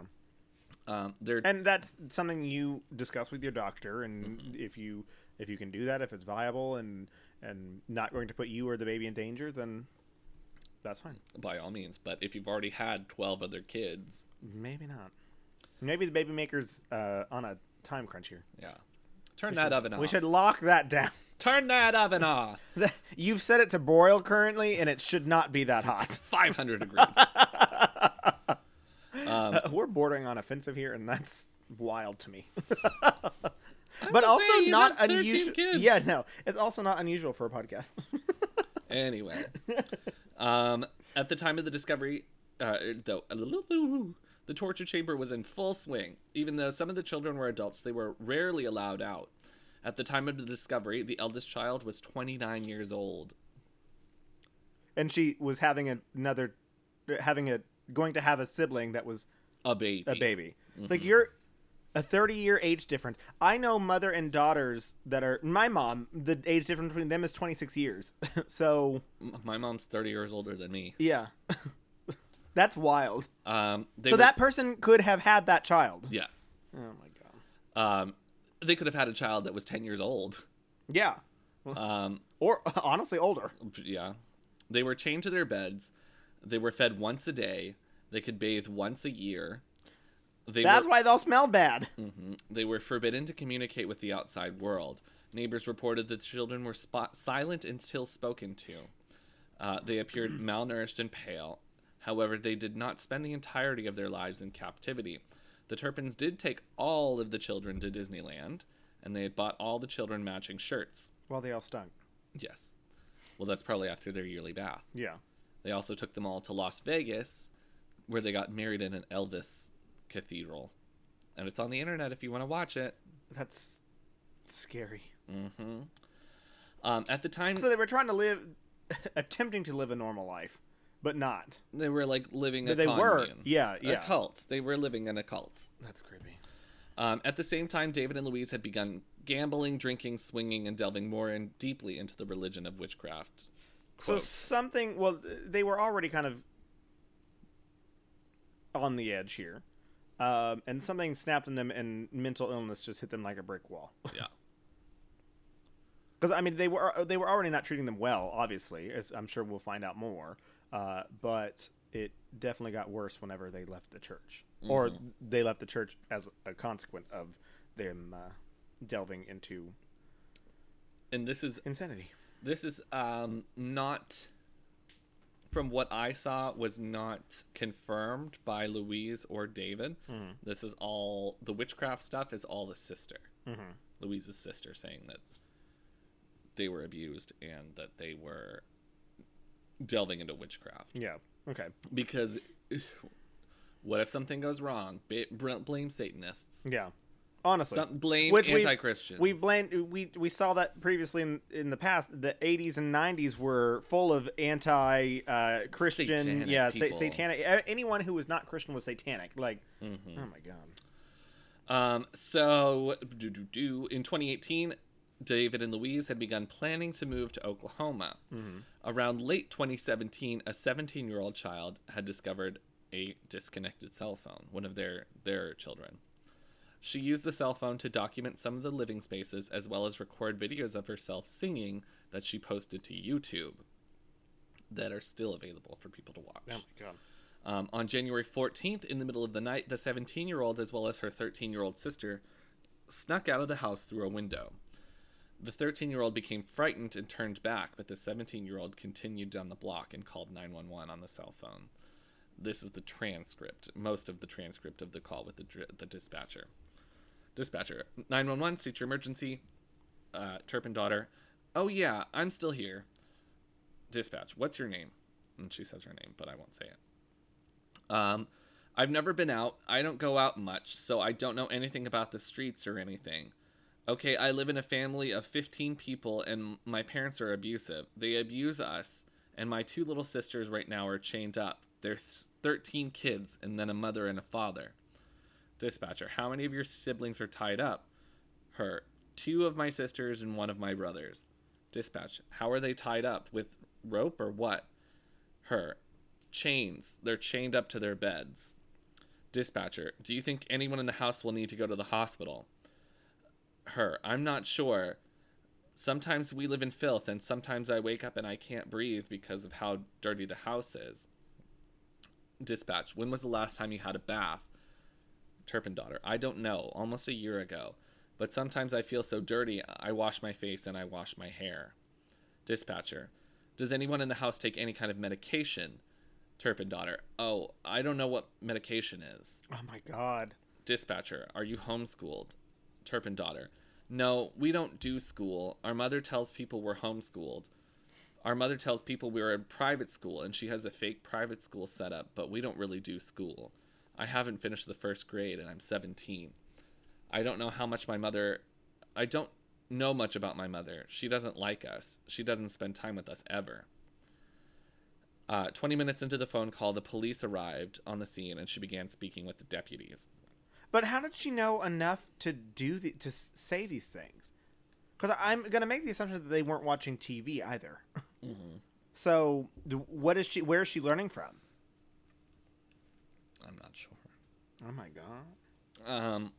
Speaker 2: yeah.
Speaker 1: Um, they're
Speaker 2: And that's something you discuss with your doctor and
Speaker 1: Mm-hmm.
Speaker 2: if you if you can do that, if it's viable and and not going to put you or the baby in danger, then that's fine.
Speaker 1: by all means, but if you've already had 12 other kids,
Speaker 2: Maybe not. Maybe the baby maker's uh, on a time crunch here.
Speaker 1: yeah. Turn that oven off.
Speaker 2: We should lock that down.
Speaker 1: Turn that oven off.
Speaker 2: You've set it to broil currently, and it should not be that hot.
Speaker 1: 500 degrees.
Speaker 2: We're bordering on offensive here, and that's wild to me.
Speaker 1: just
Speaker 2: but also
Speaker 1: saying, you
Speaker 2: not
Speaker 1: got 13
Speaker 2: unusual.
Speaker 1: kids.
Speaker 2: Yeah, no, it's also not unusual for a podcast.
Speaker 1: Anyway, um, at the time of the discovery, uh, the, the torture chamber was in full swing. Even though some of the children were adults, they were rarely allowed out. At the time of the discovery, the eldest child was 29 years old.
Speaker 2: and she was having another, having a going to have a sibling that was
Speaker 1: A baby. Mm-hmm.
Speaker 2: a baby. It's like you're a 30 year age difference. I know mother and daughters that are my mom. The age difference between them is 26 years. so
Speaker 1: M- My mom's 30 years older than me.
Speaker 2: yeah, that's wild.
Speaker 1: Um, they
Speaker 2: So
Speaker 1: were-
Speaker 2: that person could have had that child.
Speaker 1: Yes.
Speaker 2: Oh my god.
Speaker 1: Um, they could have had a child that was 10 years old.
Speaker 2: Yeah.
Speaker 1: Um,
Speaker 2: Or honestly, older.
Speaker 1: yeah. They were chained to their beds. They were fed once a day. They could bathe once a year. They
Speaker 2: That's
Speaker 1: were-
Speaker 2: why they'll smell bad.
Speaker 1: They were forbidden to communicate with the outside world. Neighbors reported that the children were spot- silent until spoken to. Uh, they appeared malnourished and pale. However, they did not spend the entirety of their lives in captivity. The Turpins did take all of the children to Disneyland, and they had bought all the children matching shirts.
Speaker 2: Well, they all stunk.
Speaker 1: Yes. Well, that's probably after their yearly bath.
Speaker 2: Yeah.
Speaker 1: They also took them all to Las Vegas, where they got married in an Elvis cathedral. And it's on the internet if you want to watch it.
Speaker 2: That's scary.
Speaker 1: Um, at the time,
Speaker 2: So they were trying to live, attempting to live a normal life, but not.
Speaker 1: they were like living a
Speaker 2: They were.
Speaker 1: commune.
Speaker 2: Yeah,
Speaker 1: a
Speaker 2: yeah.
Speaker 1: cult. They were living in a cult.
Speaker 2: That's creepy.
Speaker 1: Um, at the same time, David and Louise had begun gambling, drinking, swinging, and delving more in deeply into the religion of witchcraft.
Speaker 2: So
Speaker 1: Quote.
Speaker 2: something. Well, th- they were already kind of on the edge here, um, and something snapped in them, and mental illness just hit them like a brick wall.
Speaker 1: yeah.
Speaker 2: Because I mean, they were uh, they were already not treating them well. Obviously, as I'm sure we'll find out more. Uh, but it definitely got worse whenever they left the church, or
Speaker 1: Mm-hmm.
Speaker 2: they left the church as a consequence of them uh, delving into
Speaker 1: And this is
Speaker 2: insanity.
Speaker 1: this is um, not from what I saw was not confirmed by Louise or David.
Speaker 2: Mm-hmm.
Speaker 1: This is all the witchcraft stuff is all the sister,
Speaker 2: Mm-hmm.
Speaker 1: Louise's sister, saying that they were abused and that they were delving into witchcraft
Speaker 2: Yeah. Okay.
Speaker 1: because what if something goes wrong? Ba- br- Blame Satanists.
Speaker 2: Yeah. Honestly,
Speaker 1: Some blame
Speaker 2: Which we've-
Speaker 1: anti-Christians.
Speaker 2: We blamed we we saw that previously in in the past. The '80s and '90s were full of anti uh, Christian,
Speaker 1: Satanic
Speaker 2: yeah, sa-
Speaker 1: people.
Speaker 2: satanic. a- Anyone who was not Christian was satanic. Like,
Speaker 1: Mm-hmm.
Speaker 2: oh my god,
Speaker 1: Um, so, do, do, do. in 2018, David and Louise had begun planning to move to Oklahoma. Around late 2017, a 17 year old child had discovered a disconnected cell phone, one of their, their children. She used the cell phone to document some of the living spaces as well as record videos of herself singing that she posted to YouTube that are still available for people to watch.
Speaker 2: oh my god.
Speaker 1: Um, on January 14th, in the middle of the night, the 17 year old, as well as her 13 year old sister, snuck out of the house through a window. The 13 year old became frightened and turned back, but the 17 year old continued down the block and called 911 on the cell phone. This is the transcript, most of the transcript of the call with the, dr- the dispatcher. Dispatcher 911, state your emergency. Uh, Turpin daughter, oh yeah, I'm still here. Dispatch, what's your name? And she says her name, but I won't say it. Um, I've never been out. I don't go out much, so I don't know anything about the streets or anything. Okay, I live in a family of 15 people, and my parents are abusive. They abuse us, and my two little sisters right now are chained up. There's 13 kids, and then a mother and a father. Dispatcher, how many of your siblings are tied up? Her, two of my sisters and one of my brothers. Dispatch, how are they tied up? With rope or what? Her, chains. They're chained up to their beds. Dispatcher, do you think anyone in the house will need to go to the hospital? Her, I'm not sure. Sometimes we live in filth, and sometimes I wake up and I can't breathe because of how dirty the house is. Dispatch, when was the last time you had a bath? Turpin daughter. I don't know, almost a year ago. But sometimes I feel so dirty, I wash my face and I wash my hair. Dispatcher. Does anyone in the house take any kind of medication? Turpin daughter. Oh, I don't know what medication is.
Speaker 2: Oh my god.
Speaker 1: Dispatcher. Are you homeschooled? Turpin daughter. No, we don't do school. Our mother tells people we're homeschooled. Our mother tells people we're in private school and she has a fake private school set up, but we don't really do school. I haven't finished the first grade and I'm 17. I don't know how much my mother. I don't know much about my mother. She doesn't like us. She doesn't spend time with us ever. Uh, 20 minutes into the phone call, the police arrived on the scene and she began speaking with the deputies.
Speaker 2: But how did she know enough to do the, to s- say these things? Because I'm gonna make the assumption that they weren't watching TV either.
Speaker 1: Mm-hmm.
Speaker 2: So d- what is she? Where is she learning from?
Speaker 1: I'm not sure.
Speaker 2: Oh my god.
Speaker 1: Um,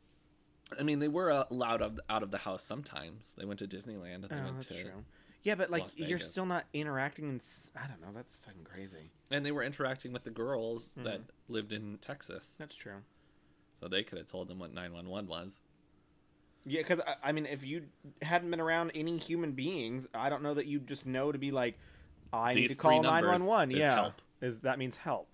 Speaker 1: I mean, they were uh, allowed of- out of the house sometimes. They went to Disneyland and they
Speaker 2: Oh,
Speaker 1: went
Speaker 2: that's
Speaker 1: to,
Speaker 2: true. Yeah, but like
Speaker 1: Las
Speaker 2: you're
Speaker 1: Vegas.
Speaker 2: still not interacting, and s- I don't know. That's fucking crazy.
Speaker 1: and they were interacting with the girls
Speaker 2: Hmm.
Speaker 1: that lived in Texas,
Speaker 2: That's true.
Speaker 1: so they could have told them what 911 was.
Speaker 2: Yeah, because I, I mean, if you hadn't been around any human beings, I don't know that you just know to be like, I need
Speaker 1: These
Speaker 2: to
Speaker 1: three
Speaker 2: call nine
Speaker 1: numbers
Speaker 2: one one.
Speaker 1: is
Speaker 2: Yeah,
Speaker 1: help.
Speaker 2: is that means help,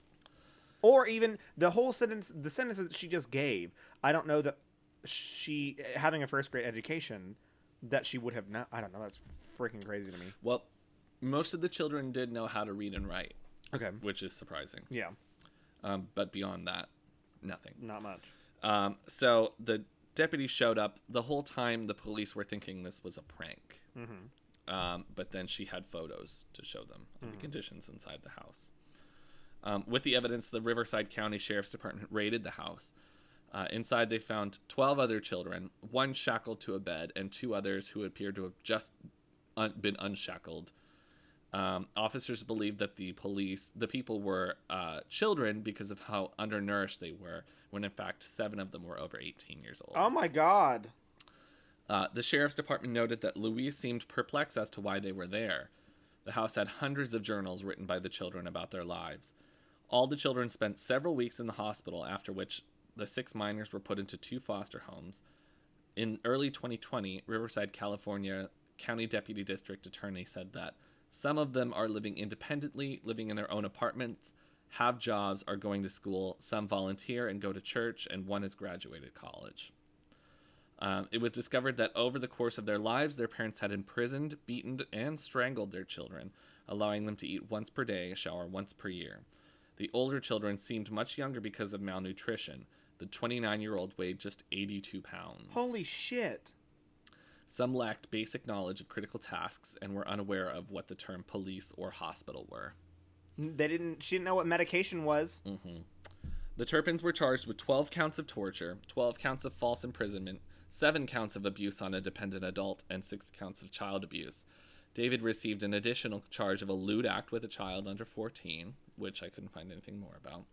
Speaker 2: or even the whole sentence, the sentence that she just gave. I don't know that she having a first grade education that she would have not. I don't know. That's freaking crazy to me.
Speaker 1: Well, most of the children did know how to read and write,
Speaker 2: Okay.
Speaker 1: which is surprising.
Speaker 2: Yeah.
Speaker 1: Um, but beyond that, nothing.
Speaker 2: Not much.
Speaker 1: Um, so the deputy showed up. The whole time, the police were thinking this was a prank. Um, but then she had photos to show them of the conditions inside the house. Um, with the evidence, the Riverside County Sheriff's Department raided the house. Uh, inside, they found 12 other children, one shackled to a bed, and two others who appeared to have just un- been unshackled. Um, officers believed that the police, the people were uh, children because of how undernourished they were, when in fact, seven of them were over 18 years old.
Speaker 2: Oh my god.
Speaker 1: Uh, the sheriff's department noted that Louise seemed perplexed as to why they were there. The house had hundreds of journals written by the children about their lives. All the children spent several weeks in the hospital, after which the six minors were put into two foster homes. In early 2020, Riverside, California County Deputy District Attorney said that some of them are living independently, living in their own apartments, have jobs, are going to school, some volunteer and go to church, and one has graduated college. Um, it was discovered that over the course of their lives, their parents had imprisoned, beaten, and strangled their children, allowing them to eat once per day, shower once per year. The older children seemed much younger because of malnutrition. The 29 year old weighed just 82 pounds.
Speaker 2: Holy shit.
Speaker 1: Some lacked basic knowledge of critical tasks and were unaware of what the term police or hospital were.
Speaker 2: They didn't. She didn't know what medication was.
Speaker 1: The Turpins were charged with 12 counts of torture, 12 counts of false imprisonment, 7 counts of abuse on a dependent adult, and 6 counts of child abuse. David received an additional charge of a lewd act with a child under 14, which I couldn't find anything more about.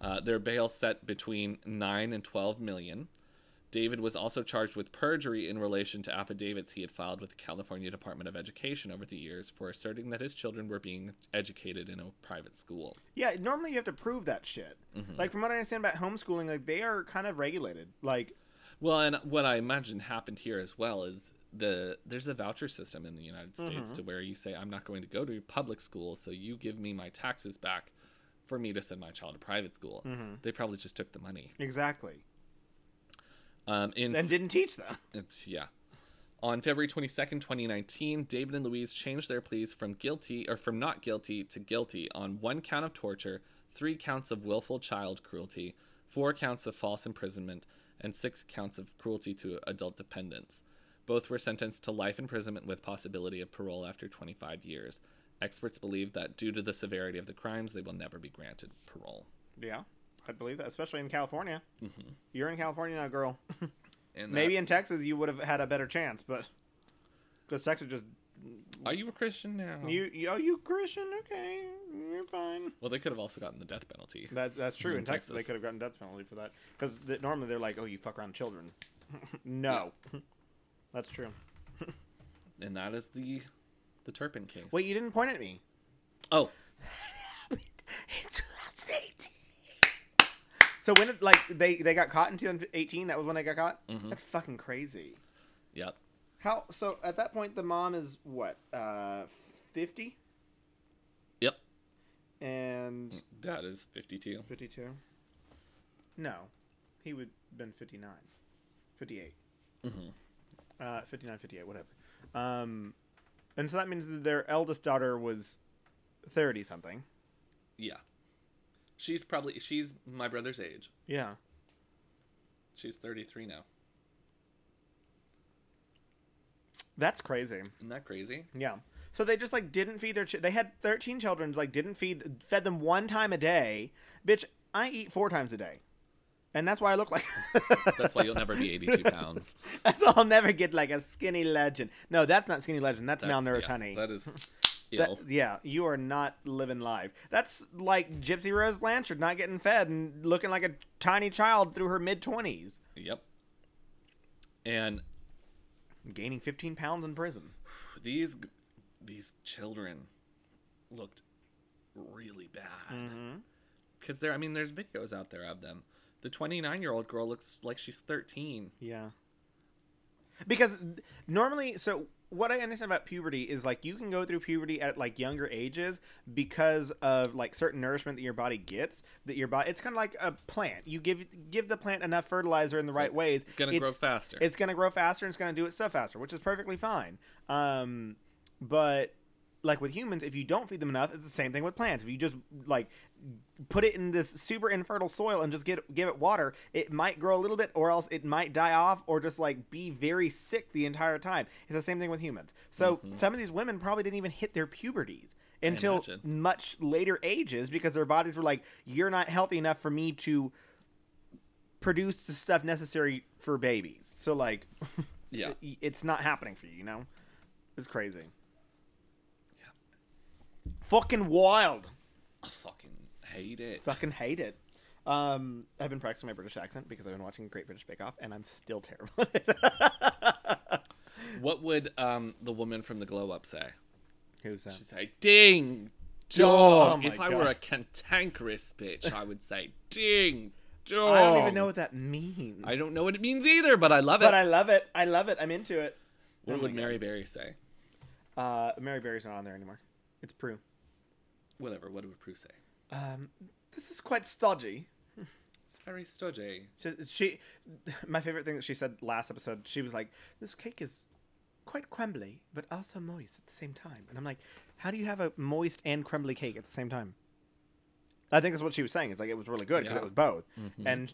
Speaker 1: Uh, their bail set between 9 and 12 million. David was also charged with perjury in relation to affidavits he had filed with the California Department of Education over the years for asserting that his children were being educated in a private school.
Speaker 2: Yeah, normally you have to prove that shit. Like from what I understand about homeschooling, like they are kind of regulated. Like
Speaker 1: Well, and what I imagine happened here as well is the there's a voucher system in the United States to where you say I'm not going to go to public school, so you give me my taxes back for me to send my child to private school. They probably just took the money.
Speaker 2: Exactly.
Speaker 1: Um, in
Speaker 2: And didn't teach them.
Speaker 1: it's- yeah. On February 22nd, 2019, David and Louise changed their pleas from guilty or from not guilty to guilty on one count of torture, three counts of willful child cruelty, four counts of false imprisonment, and six counts of cruelty to adult dependents. Both were sentenced to life imprisonment with possibility of parole after 25 years. Experts believe that due to the severity of the crimes, they will never be granted parole.
Speaker 2: Yeah, I believe that, especially in California. You're in California now, girl.
Speaker 1: And that-
Speaker 2: Maybe in Texas you would have had a better chance, but because Texas just
Speaker 1: are you a Christian now?
Speaker 2: you, you oh you Christian, okay, you're fine.
Speaker 1: well, they could have also gotten the death penalty.
Speaker 2: That that's true. In,
Speaker 1: In
Speaker 2: Texas, they
Speaker 1: Texas.
Speaker 2: could have gotten death penalty for that because th- normally they're like, oh, you fuck around children. no, that's true.
Speaker 1: and that is the the Turpin case.
Speaker 2: Wait, you didn't point at me.
Speaker 1: oh,
Speaker 2: So when it, like they they got caught in 2018, that was when they got caught. That's fucking crazy.
Speaker 1: yep,
Speaker 2: How so? At that point, the mom is what, uh, fifty,
Speaker 1: yep.
Speaker 2: and
Speaker 1: Dad is fifty-two.
Speaker 2: 52 no he would been 59 58 uh, 59 58 whatever um, and so that means that their eldest daughter was 30 something
Speaker 1: Yeah, she's probably she's my brother's age.
Speaker 2: yeah
Speaker 1: She's thirty-three now.
Speaker 2: that's crazy
Speaker 1: Isn't that crazy?
Speaker 2: yeah so they just like didn't feed their ch- they had 13 children like didn't feed fed them one time a day bitch i eat four times a day and that's why i look like
Speaker 1: That's why you'll never be eighty-two pounds.
Speaker 2: that's why i'll never get like a skinny legend no that's not skinny legend that's,
Speaker 1: That's-
Speaker 2: malnourished
Speaker 1: yes,
Speaker 2: honey
Speaker 1: That is
Speaker 2: That-
Speaker 1: ill.
Speaker 2: yeah, you are not living life. That's like Gypsy Rose Blanchard not getting fed and looking like a tiny child through her mid twenties,
Speaker 1: Yep. And
Speaker 2: gaining fifteen pounds in prison.
Speaker 1: these these children looked really bad
Speaker 2: Mm-hmm.
Speaker 1: because there. I mean, there's videos out there of them. The twenty-nine-year-old girl looks like she's thirteen.
Speaker 2: Yeah. Because normally, so what I understand about puberty is like you can go through puberty at like younger ages because of like certain nourishment that your body gets. That your body, it's kind of like a plant. You give give the plant enough fertilizer in the right
Speaker 1: like
Speaker 2: ways.
Speaker 1: gonna grow
Speaker 2: it's-
Speaker 1: faster.
Speaker 2: It's gonna grow faster and it's gonna do its stuff faster, which is perfectly fine. Um, but like with humans, if you don't feed them enough, it's the same thing with plants. If you just like put it in this super infertile soil and just get give it water, it might grow a little bit, or else it might die off, or just like be very sick the entire time. It's the same thing with humans. So some of these women probably didn't even hit their puberties until
Speaker 1: imagine.
Speaker 2: much later ages because their bodies were like, "You're not healthy enough for me to produce the stuff necessary for babies." So like,
Speaker 1: Yeah.
Speaker 2: it- it's not happening for you. You know, it's crazy.
Speaker 1: Yeah.
Speaker 2: Fucking wild.
Speaker 1: I fucking hate it.
Speaker 2: Fucking hate it. Um, I've been practicing my British accent because I've been watching Great British Bake Off, and I'm still terrible at it.
Speaker 1: What would um the woman from the glow up say?
Speaker 2: Who's that?
Speaker 1: She'd say, "Ding dong."
Speaker 2: Oh my
Speaker 1: if I were
Speaker 2: God.
Speaker 1: a cantankerous bitch, I would say, "Ding dong."
Speaker 2: I don't even know what that means.
Speaker 1: Oh. I don't know what it means either, but I love it.
Speaker 2: But I love it. I love it. I'm into it.
Speaker 1: what
Speaker 2: Oh
Speaker 1: would
Speaker 2: my
Speaker 1: Mary Berry say?
Speaker 2: Uh, Mary Berry's not on there anymore. It's Prue.
Speaker 1: Whatever. What would Prue say?
Speaker 2: Um, this is quite stodgy.
Speaker 1: It's very stodgy.
Speaker 2: She, she, my favorite thing that she said last episode, she was like, "This cake is quite crumbly, but also moist at the same time." And I'm like, "How do you have a moist and crumbly cake at the same time?" I think that's what she was saying. Is like it was really good because
Speaker 1: Yeah. Mm-hmm.
Speaker 2: it was both, and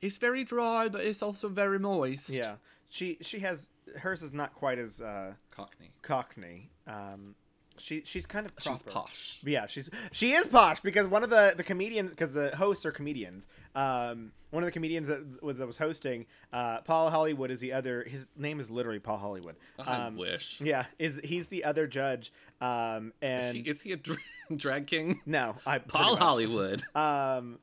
Speaker 1: It's very dry, but it's also very moist.
Speaker 2: yeah, she she has hers is not quite as uh,
Speaker 1: Cockney.
Speaker 2: Cockney. Um, she she's kind of proper.
Speaker 1: She's posh.
Speaker 2: Yeah, she's she is posh because one of the the comedians because the hosts are comedians. Um, one of the comedians that was, that was hosting, uh, Paul Hollywood is the other. His name is literally Paul Hollywood.
Speaker 1: I
Speaker 2: Um,
Speaker 1: wish.
Speaker 2: yeah, is he's the other judge. Um,
Speaker 1: Is
Speaker 2: and
Speaker 1: he, is he a dra- drag king?
Speaker 2: no, I pretty
Speaker 1: Paul
Speaker 2: much.
Speaker 1: Hollywood.
Speaker 2: Um,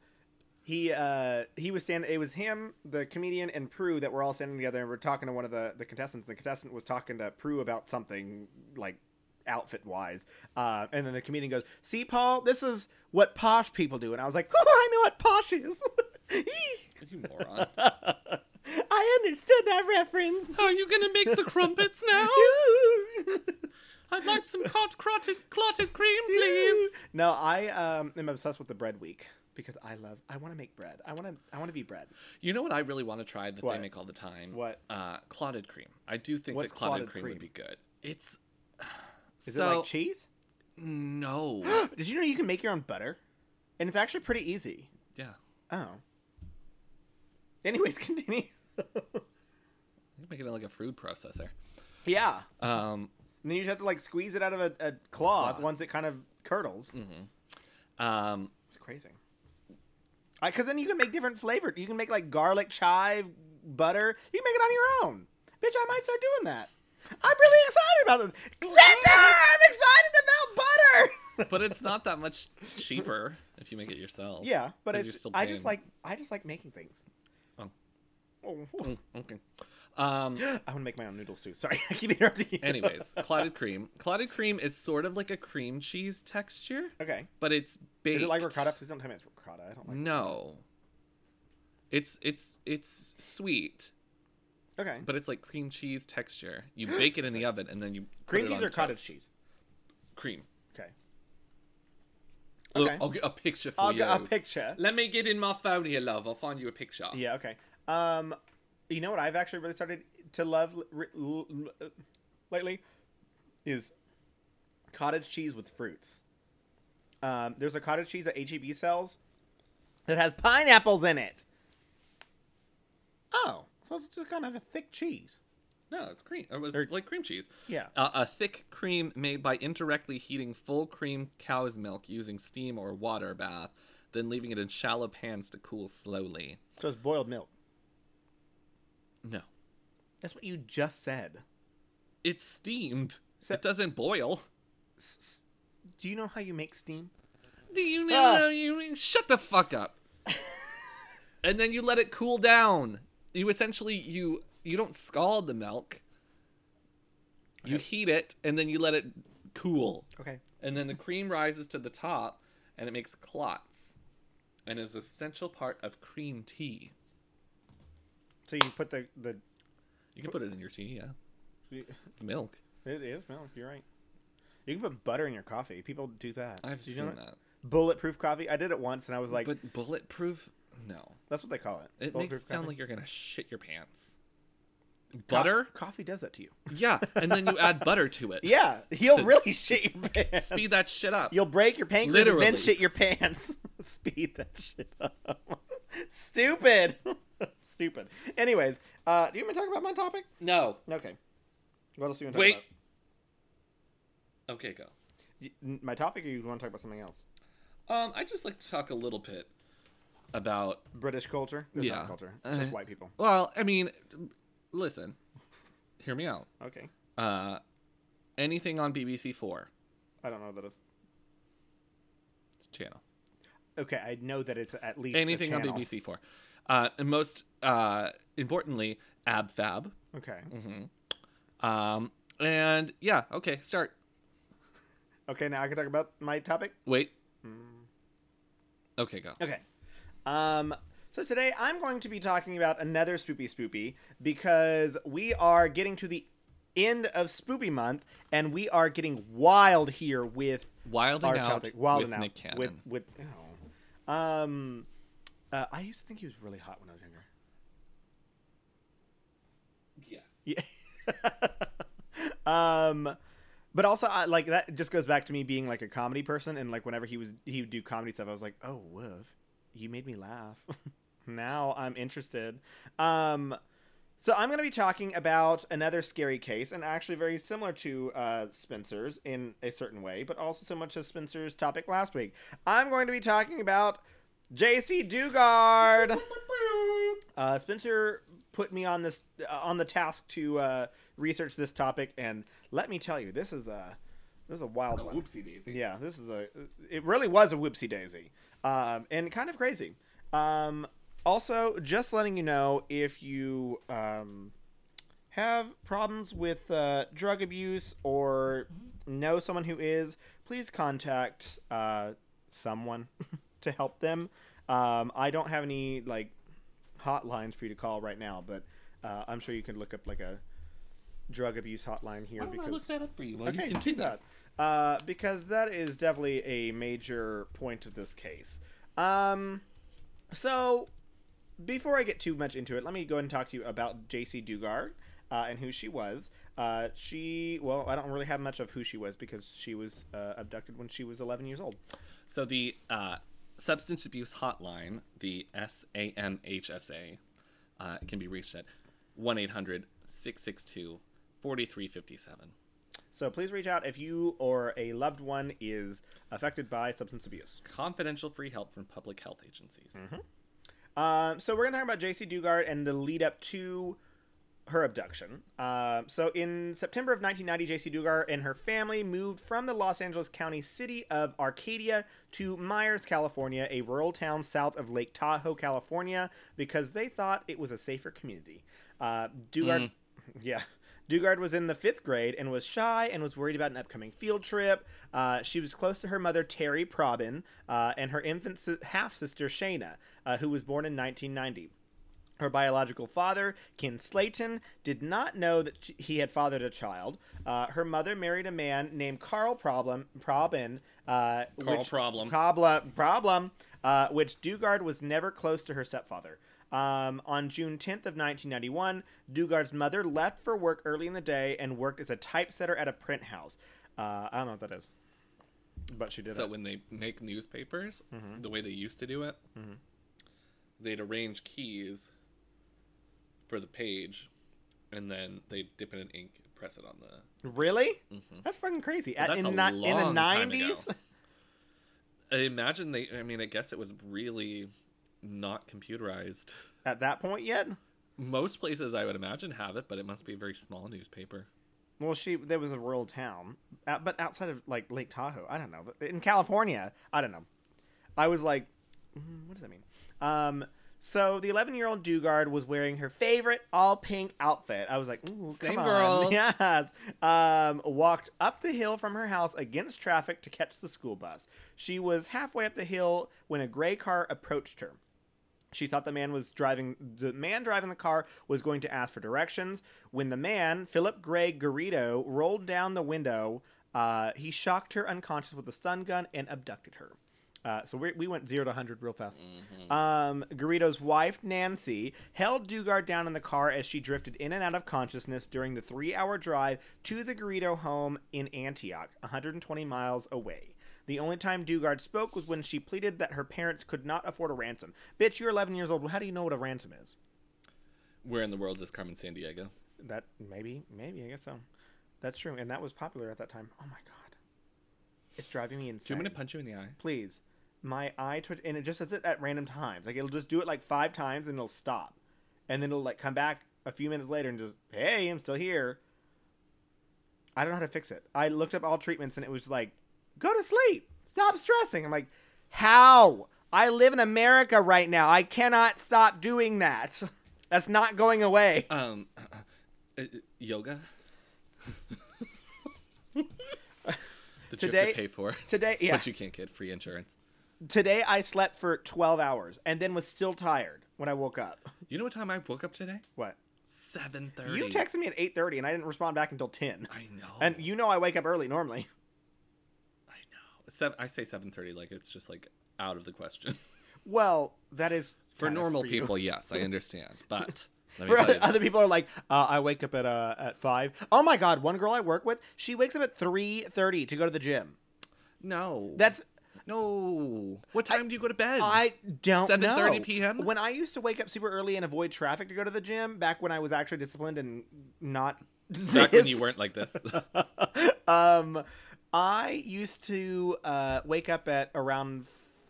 Speaker 2: he uh he was standing. It was him, the comedian, and Prue that were all standing together, and we're talking to one of the the contestants. The contestant was talking to Prue about something like outfit wise, uh, and then the comedian goes, "See, Paul, this is what "Oh, posh people do," and I was like, "I know what posh is."
Speaker 1: you moron.
Speaker 2: I understood that reference.
Speaker 1: Are you gonna make the crumpets now? I'd like some cot- clotted, clotted cream, please.
Speaker 2: no, I um, am obsessed with the bread week because I love. I want to make bread. I want to. I want to be bread.
Speaker 1: You know what I really want to try that they
Speaker 2: What?
Speaker 1: make all the time?
Speaker 2: What?
Speaker 1: Uh, clotted cream. I do think
Speaker 2: What's
Speaker 1: that clotted,
Speaker 2: clotted
Speaker 1: cream, would be
Speaker 2: cream?
Speaker 1: good. It's.
Speaker 2: Is
Speaker 1: so,
Speaker 2: it like cheese?
Speaker 1: No.
Speaker 2: Did you know you can make your own butter, and it's actually pretty easy.
Speaker 1: yeah.
Speaker 2: Oh. Anyways, continue.
Speaker 1: You make it like a food processor.
Speaker 2: yeah.
Speaker 1: Um,
Speaker 2: And then you just have to like squeeze it out of a, a cloth
Speaker 1: Cloth. Mm.
Speaker 2: once it kind of curdles.
Speaker 1: um,
Speaker 2: It's crazy. Because then you can make different flavor. You can make like garlic chive butter. You can make it on your own. Bitch, I might start doing that. I'm really excited about this. Glitter! I'm excited about butter.
Speaker 1: but it's not that much cheaper if you make it yourself.
Speaker 2: yeah, but
Speaker 1: 'Cause you're
Speaker 2: it's
Speaker 1: still
Speaker 2: I just
Speaker 1: paying-
Speaker 2: like I just like making things.
Speaker 1: Oh.
Speaker 2: Oh.
Speaker 1: Mm, Okay. Um,
Speaker 2: I want to make my own noodle soup. Sorry, I keep interrupting you.
Speaker 1: anyways, clotted cream. Clotted cream is sort of like a cream cheese texture,
Speaker 2: okay.
Speaker 1: but it's baked.
Speaker 2: Is it like ricotta? Please don't tell me it's ricotta. I don't like.
Speaker 1: No. It's it's it's sweet,
Speaker 2: Okay.
Speaker 1: but it's like cream cheese texture. You bake it in the oven and then you put
Speaker 2: Cream
Speaker 1: it
Speaker 2: cheese
Speaker 1: on
Speaker 2: or cottage
Speaker 1: toast.
Speaker 2: cheese?
Speaker 1: Cream.
Speaker 2: Okay.
Speaker 1: Look,
Speaker 2: Okay.
Speaker 1: I'll get a picture for
Speaker 2: I'll
Speaker 1: you.
Speaker 2: get a picture.
Speaker 1: Let me get in my phone here, love. I'll find you a picture.
Speaker 2: Yeah. Okay. Um, you know what I've actually really started to love l- r- l- l- uh, lately is cottage cheese with fruits. Um, there's a cottage cheese that HEB sells that has pineapples in it. Oh, so it's just kind of a thick cheese.
Speaker 1: No, it's cream. It was
Speaker 2: Or-
Speaker 1: like cream cheese.
Speaker 2: Yeah.
Speaker 1: Uh, a thick cream made by indirectly heating full cream cow's milk using steam or water bath, then leaving it in shallow pans to cool slowly.
Speaker 2: So it's boiled milk.
Speaker 1: No.
Speaker 2: That's what you just said.
Speaker 1: It's steamed.
Speaker 2: So-
Speaker 1: it doesn't boil.
Speaker 2: S- s- Do you know how you make steam?
Speaker 1: Do you know
Speaker 2: Ah.
Speaker 1: how you mean? Shut the fuck up. and then you let it cool down. You essentially you you don't scald the milk. You heat it and then you let it cool.
Speaker 2: Okay.
Speaker 1: And then the cream rises to the top and it makes clots and is an essential part of cream tea.
Speaker 2: So you put the the.
Speaker 1: You can put it in your tea, yeah. It's milk.
Speaker 2: It is milk. You're right. You can put butter in your coffee. People do that.
Speaker 1: I've
Speaker 2: Do you
Speaker 1: seen
Speaker 2: know
Speaker 1: that.
Speaker 2: Bulletproof coffee. I did it once, and I was like,
Speaker 1: But bulletproof? No.
Speaker 2: "That's what they call it."
Speaker 1: It makes
Speaker 2: Bulletproof
Speaker 1: it sound
Speaker 2: coffee.
Speaker 1: like you're going to shit your pants.
Speaker 2: Co-
Speaker 1: Butter?
Speaker 2: coffee does that to you.
Speaker 1: Yeah, and then you add butter to it.
Speaker 2: Yeah, you'll
Speaker 1: To
Speaker 2: really
Speaker 1: s-
Speaker 2: shit your pants.
Speaker 1: Speed that shit up.
Speaker 2: You'll break your pancreas and
Speaker 1: Literally.
Speaker 2: then shit your pants. Speed that shit up. Stupid. Stupid. Anyways, uh, do you want me to talk about my topic?
Speaker 1: No.
Speaker 2: Okay. What else do you want to
Speaker 1: Wait.
Speaker 2: talk about?
Speaker 1: Okay, go.
Speaker 2: Y- n- My topic, or you want to talk about something else?
Speaker 1: Um, I'd just like to talk a little bit about.
Speaker 2: British culture. There's
Speaker 1: Yeah.
Speaker 2: not culture. It's just
Speaker 1: Uh,
Speaker 2: white people.
Speaker 1: Well, I mean, listen, hear me out.
Speaker 2: Okay.
Speaker 1: Uh, anything on BBC Four
Speaker 2: I don't know what that is.
Speaker 1: it's a channel.
Speaker 2: Okay, I know that it's at least a
Speaker 1: Anything on
Speaker 2: channel.
Speaker 1: BBC Four. Uh, and most uh, importantly, AbFab.
Speaker 2: Okay.
Speaker 1: Mm-hmm. Um, and yeah, okay, start.
Speaker 2: Okay, now I can talk about my topic.
Speaker 1: Wait.
Speaker 2: Hmm.
Speaker 1: Okay, go.
Speaker 2: Okay. Um so today I'm going to be talking about another spoopy spoopy because we are getting to the end of spoopy month and we are getting wild here with
Speaker 1: Wild and
Speaker 2: our
Speaker 1: out
Speaker 2: topic. Wild
Speaker 1: with
Speaker 2: and out
Speaker 1: Nick Cannon.
Speaker 2: with with oh. um uh, I used to think he was really hot when I was younger.
Speaker 1: Yes.
Speaker 2: Yeah. um, but also I, like that just goes back to me being like a comedy person and like whenever he was he would do comedy stuff, I was like, oh woof, you made me laugh. now I'm interested. Um, so I'm gonna be talking about another scary case and actually very similar to uh, Spencer's in a certain way, but also so much of Spencer's topic last week. I'm going to be talking about J.C. Dugard uh, Spencer put me on this uh, on the task to uh, research this topic, and let me tell you, this is a this is a wild one.
Speaker 1: Whoopsie daisy.
Speaker 2: Yeah, this is a it really was a whoopsie daisy, um, and kind of crazy. Um, also, just letting you know if you um, have problems with uh, drug abuse or know someone who is, please contact uh, someone to help them. Um, I don't have any like hotlines for you to call right now, but uh, I'm sure you can look up like a drug abuse hotline here
Speaker 1: Why don't I look
Speaker 2: because
Speaker 1: that up for you while
Speaker 2: okay,
Speaker 1: you
Speaker 2: do
Speaker 1: continue?
Speaker 2: that uh, because that is definitely a major point of this case. Um, so before I get too much into it, let me go ahead and talk to you about J.C. Dugard uh, and who she was. Uh, she, well, I don't really have much of who she was because she was uh, abducted when she was 11 years old.
Speaker 1: So the uh, substance abuse hotline, the SAMHSA, uh, can be reached at 1-800-662-4357.
Speaker 2: So please reach out if you or a loved one is affected by substance abuse.
Speaker 1: Confidential free help from public health agencies.
Speaker 2: Um, so we're gonna talk about J.C. Dugard and the lead up to her abduction. Um, so in September of 1990, J.C. Dugard and her family moved from the Los Angeles County city of Arcadia to Myers, California, a rural town south of Lake Tahoe, California, because they thought it was a safer community. Uh, Dugard, yeah. Dugard was in the fifth grade and was shy and was worried about an upcoming field trip. Uh, she was close to her mother, Terry Probin, uh, and her infant si- half sister, Shayna, uh, who was born in 1990. Her biological father, Ken Slayton, did not know that sh- he had fathered a child. Uh, her mother married a man named Carl Problem Probin. Uh,
Speaker 1: Carl
Speaker 2: which-
Speaker 1: Problem.
Speaker 2: Problem. Problem. Uh, which Dugard was never close to her stepfather. Um, on June 10th of 1991, Dugard's mother left for work early in the day and worked as a typesetter at a print house. Uh, I don't know what that is, but she did
Speaker 1: So
Speaker 2: it.
Speaker 1: when they make newspapers, the way they used to do it, they'd arrange keys for the page, and then they'd dip it in ink and press it on the
Speaker 2: Really? That's fucking crazy. At-
Speaker 1: Mm-hmm. that's
Speaker 2: in,
Speaker 1: a
Speaker 2: ni- in the
Speaker 1: long time
Speaker 2: 90s?
Speaker 1: ago. I imagine they. I mean, I guess it was really not computerized.
Speaker 2: At that point yet?
Speaker 1: Most places, I would imagine, have it, but it must be a very small newspaper.
Speaker 2: Well, she there was a rural town, out, but outside of like Lake Tahoe, I don't know. In California, I don't know. I was like, "Mm, what does that mean? Um, so the 11 year old Dugard was wearing her favorite all pink outfit. I was like, Ooh,
Speaker 1: Same
Speaker 2: come
Speaker 1: girl.
Speaker 2: on, yes. Um, walked up the hill from her house against traffic to catch the school bus. She was halfway up the hill when a gray car approached her. She thought the man was driving the man driving the car was going to ask for directions. When the man, Philip Gray Garrido, rolled down the window, uh, he shocked her unconscious with a stun gun and abducted her. Uh, so we, we went zero to 100 real fast. Um, Garrido's wife, Nancy, held Dugard down in the car as she drifted in and out of consciousness during the three hour drive to the Garrido home in Antioch, 120 miles away. The only time Dugard spoke was when she pleaded that her parents could not afford a ransom. Bitch, you're 11 years old. How do you know what a ransom is?
Speaker 1: Where in the world is Carmen San Diego?
Speaker 2: That maybe, maybe I guess so. That's true, and that was popular at that time. Oh my god, it's driving me
Speaker 1: Do
Speaker 2: insane.
Speaker 1: you want me to punch you in the eye?
Speaker 2: Please, my eye twitch, and it just does it at random times. Like it'll just do it like five times, and it'll stop, and then it'll like come back a few minutes later and just, hey, I'm still here. I don't know how to fix it. I looked up all treatments, and it was like, go to sleep, stop stressing. I'm like, how? I live in America right now. I cannot stop doing that. That's not going away.
Speaker 1: Um, uh, yoga. that you
Speaker 2: Today-
Speaker 1: have to pay for,
Speaker 2: Today, yeah.
Speaker 1: but you can't get free insurance.
Speaker 2: Today I slept for 12 hours and then was still tired when I woke up.
Speaker 1: You know what time I woke up today?
Speaker 2: What?
Speaker 1: Seven thirty. Oh.
Speaker 2: You texted me at 8:30 and I didn't respond back until 10.
Speaker 1: I know.
Speaker 2: And you know I wake up early normally.
Speaker 1: I know. Seven. I say seven thirty like it's just like out of the question.
Speaker 2: Well, that is
Speaker 1: For
Speaker 2: kind of
Speaker 1: normal
Speaker 2: you.
Speaker 1: people, yes, I understand. But let me
Speaker 2: For
Speaker 1: tell
Speaker 2: other,
Speaker 1: you
Speaker 2: other
Speaker 1: this.
Speaker 2: people are like, uh, I wake up at uh, at five. Oh my god! One girl I work with, she wakes up at three thirty to go to the gym.
Speaker 1: no,
Speaker 2: That's
Speaker 1: no. What time do you go to bed?
Speaker 2: I don't
Speaker 1: 7:30
Speaker 2: know.
Speaker 1: p.m.?
Speaker 2: When I used to wake up super early and avoid traffic to go to the gym, back when I was actually disciplined and not
Speaker 1: back when
Speaker 2: this.
Speaker 1: you weren't like this.
Speaker 2: um, I used to uh, wake up at around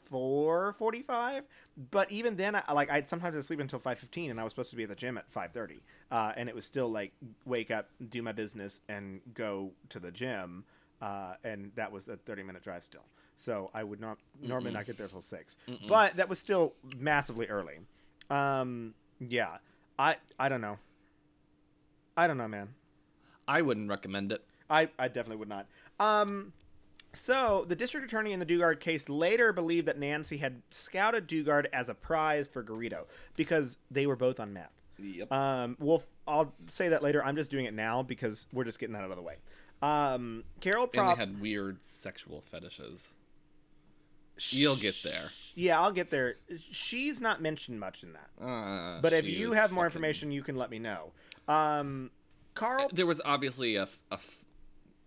Speaker 2: four forty-five, but even then, I, like I'd sometimes I'd sleep until five fifteen, and I was supposed to be at the gym at five thirty, uh, and it was still like wake up, do my business, and go to the gym, uh, and that was a thirty-minute drive still. So I would not normally not get there till 6 but that was still massively early. Um, yeah, I I don't know. I don't know, man.
Speaker 1: I wouldn't recommend it.
Speaker 2: I, I definitely would not. Um, So, the district attorney in the Dugard case later believed that Nancy had scouted Dugard as a prize for Garrido because they were both on meth.
Speaker 1: Yep.
Speaker 2: Um, Wolf, I'll say that later. I'm just doing it now because we're just getting that out of the way. Um, Carol
Speaker 1: and they
Speaker 2: Prop.
Speaker 1: had weird sexual fetishes. You'll get there.
Speaker 2: yeah, I'll get there. She's not mentioned much in that.
Speaker 1: Uh,
Speaker 2: But if
Speaker 1: she
Speaker 2: you
Speaker 1: was
Speaker 2: have more
Speaker 1: fucking-
Speaker 2: information, you can let me know. Um, Carl.
Speaker 1: there was obviously a, f- a f-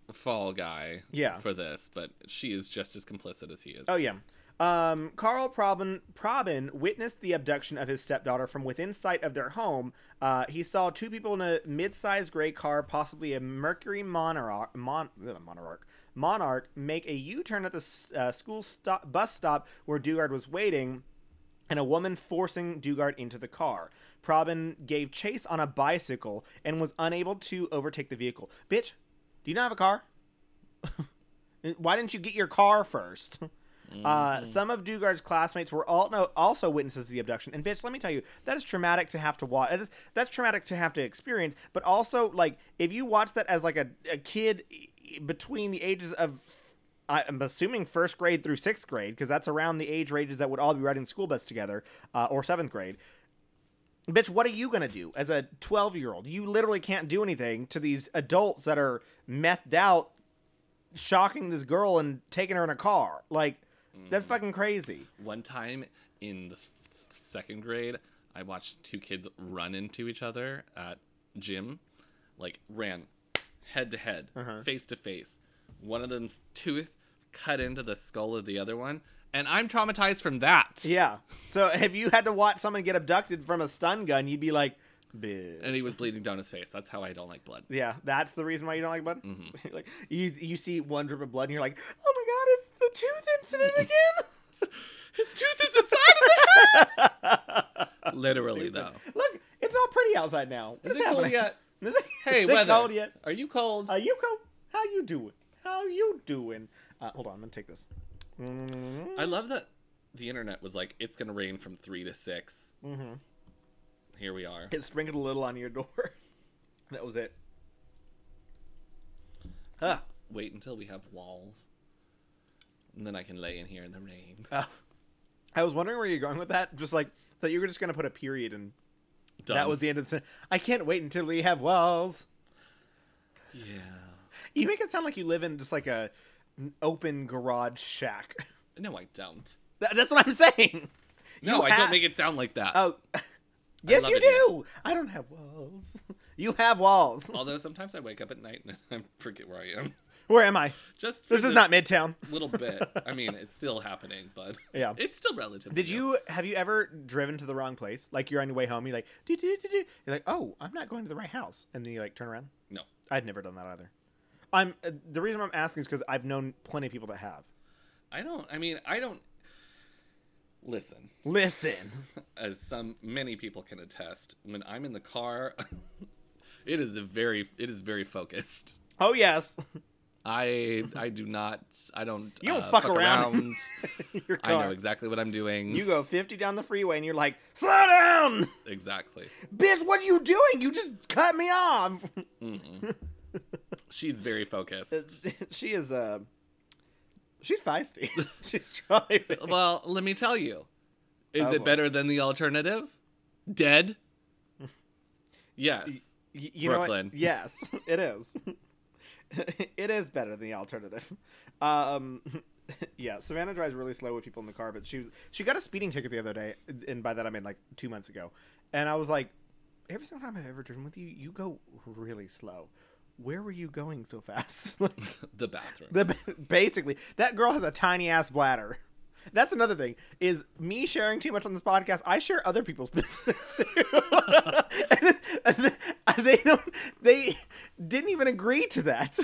Speaker 1: a fall guy.
Speaker 2: Yeah.
Speaker 1: For this, but she is just as complicit as he is.
Speaker 2: Oh yeah. Um, Carl Probin, Probin witnessed the abduction of his stepdaughter from within sight of their home. Uh, he saw two people in a mid-sized gray car, possibly a Mercury Monarch, mon, uh, Monarch, Monarch, make a U-turn at the s- uh, school stop, bus stop where Dugard was waiting and a woman forcing Dugard into the car. Probin gave chase on a bicycle and was unable to overtake the vehicle. Bitch, do you not have a car? Why didn't you get your car 1st Uh, some of Dugard's classmates were all, no, also witnesses to the abduction. And bitch, let me tell you, that is traumatic to have to watch. That's, that's traumatic to have to experience. But also, like, if you watch that as like a, a kid e- e- between the ages of I- I'm assuming first grade through sixth grade because that's around the age ranges that would all be riding the school bus together, uh, or seventh grade. Bitch, what are you gonna do as a twelve year old? You literally can't do anything to these adults that are methed out, shocking this girl and taking her in a car. Like,
Speaker 1: Mm.
Speaker 2: that's fucking crazy.
Speaker 1: One time in the f- second grade, I watched two kids run into each other at gym, like ran head to head,
Speaker 2: Uh-huh.
Speaker 1: face to face. One of them's tooth cut into the skull of the other one, and I'm traumatized from that.
Speaker 2: Yeah. So if you had to watch someone get abducted from a stun gun, you'd be like, bitch.
Speaker 1: And he was bleeding down his face. That's how I don't like blood.
Speaker 2: Yeah, that's the reason why you don't like blood.
Speaker 1: Mm-hmm.
Speaker 2: like you, you see one drip of blood, and you're like, "Oh my god, it's the tooth incident again!"
Speaker 1: His tooth is inside of the head. Literally though.
Speaker 2: Look, it's all pretty outside now.
Speaker 1: Is
Speaker 2: What is
Speaker 1: it cold
Speaker 2: happening?
Speaker 1: yet?
Speaker 2: Is
Speaker 1: Hey,
Speaker 2: it
Speaker 1: weather.
Speaker 2: cold yet?
Speaker 1: Are you cold?
Speaker 2: Are you cold? How you doing? How you doing? Uh, hold on, I'm gonna take this.
Speaker 1: I love that the internet was like, it's gonna rain from three to 6 Mm-hmm. Here we are.
Speaker 2: It sprinkled a little on your door. that was it. Huh.
Speaker 1: Wait until we have walls, and then I can lay in here in the rain.
Speaker 2: Uh, I was wondering where you're going with that. Just like that, you were just gonna put a period, and
Speaker 1: Done.
Speaker 2: that was the end of the. sen- I can't wait until we have walls.
Speaker 1: yeah.
Speaker 2: You make it sound like you live in just like a an open garage shack.
Speaker 1: No, I don't.
Speaker 2: That, that's what I'm saying.
Speaker 1: No,
Speaker 2: You
Speaker 1: I don't
Speaker 2: ha-
Speaker 1: make it sound like that.
Speaker 2: Oh, yes,
Speaker 1: love
Speaker 2: you
Speaker 1: it
Speaker 2: do. I don't have walls. You have walls.
Speaker 1: Although sometimes I wake up at night and I forget where I am.
Speaker 2: Where am I?
Speaker 1: Just for
Speaker 2: This is not Midtown.
Speaker 1: little bit. I mean, it's still happening, but
Speaker 2: Yeah.
Speaker 1: it's still relative.
Speaker 2: Did you have you ever driven to the wrong place? Like you're on your way home, you're like, do do do do. You're like, oh, I'm not going to the right house, and then you like turn around.
Speaker 1: No.
Speaker 2: I'd never done that either. I'm uh, the reason I'm asking is because I've known plenty of people that have.
Speaker 1: I don't. I mean, I don't. Listen,
Speaker 2: Listen,
Speaker 1: as some many people can attest, when I'm in the car, it is a very it is very focused.
Speaker 2: oh yes,
Speaker 1: I I do not I don't uh,
Speaker 2: You don't fuck around. your
Speaker 1: I know
Speaker 2: car.
Speaker 1: exactly what I'm doing.
Speaker 2: You go 50 down the freeway, and you're like, slow down.
Speaker 1: Exactly.
Speaker 2: Bitch, what are you doing? You just cut me off.
Speaker 1: She's very focused.
Speaker 2: she is uh she's feisty. she's driving.
Speaker 1: well, let me tell you. Is
Speaker 2: Oh,
Speaker 1: it
Speaker 2: boy.
Speaker 1: better than the alternative? Dead? Yes.
Speaker 2: Y- you know what?
Speaker 1: Brooklyn.
Speaker 2: Yes, it is. it is better than the alternative. Um yeah, Savannah drives really slow with people in the car, but she was she got a speeding ticket the other day, and by that I mean like 2 months ago. And I was like, every single time I've ever driven with you, you go really slow. Where were you going so fast?
Speaker 1: The bathroom.
Speaker 2: The, basically, that girl has a tiny ass bladder. That's another thing is me sharing too much on this podcast. I share other people's business. too. And then- and they don't. They didn't even agree to that.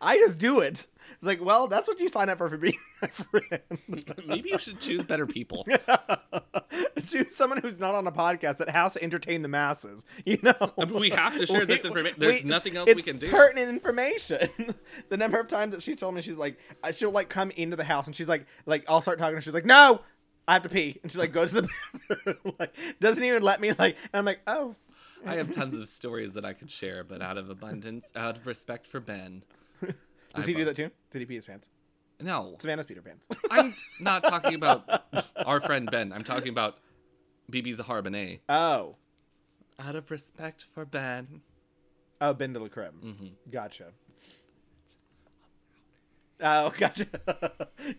Speaker 2: I just do it. It's like, well, that's what you sign up for for being my friend.
Speaker 1: Maybe you should choose better people.
Speaker 2: to someone who's not on a podcast that has to entertain the masses. You know,
Speaker 1: mean, we have to share
Speaker 2: We-
Speaker 1: this information. There's
Speaker 2: we-
Speaker 1: nothing else we
Speaker 2: it's
Speaker 1: can do.
Speaker 2: Pertinent information. the number of times that she told me she's like, I- she'll like come into the house and she's like, like I'll start talking and she's like, no. I have to pee, and she's like, "Go to the bathroom." like, doesn't even let me. Like, and I'm like, "Oh,
Speaker 1: I have tons of stories that I could share, but out of abundance, out of respect for Ben,
Speaker 2: Does he do that too? Did he pee his pants?
Speaker 1: No,
Speaker 2: Savannah's Peter Pants.
Speaker 1: I'm not talking about our friend Ben. I'm talking about BB Zahar Benet.
Speaker 2: oh.
Speaker 1: Out of respect for Ben.
Speaker 2: Oh, Ben de la Creme.
Speaker 1: Mm-hmm.
Speaker 2: Gotcha. Oh, gotcha.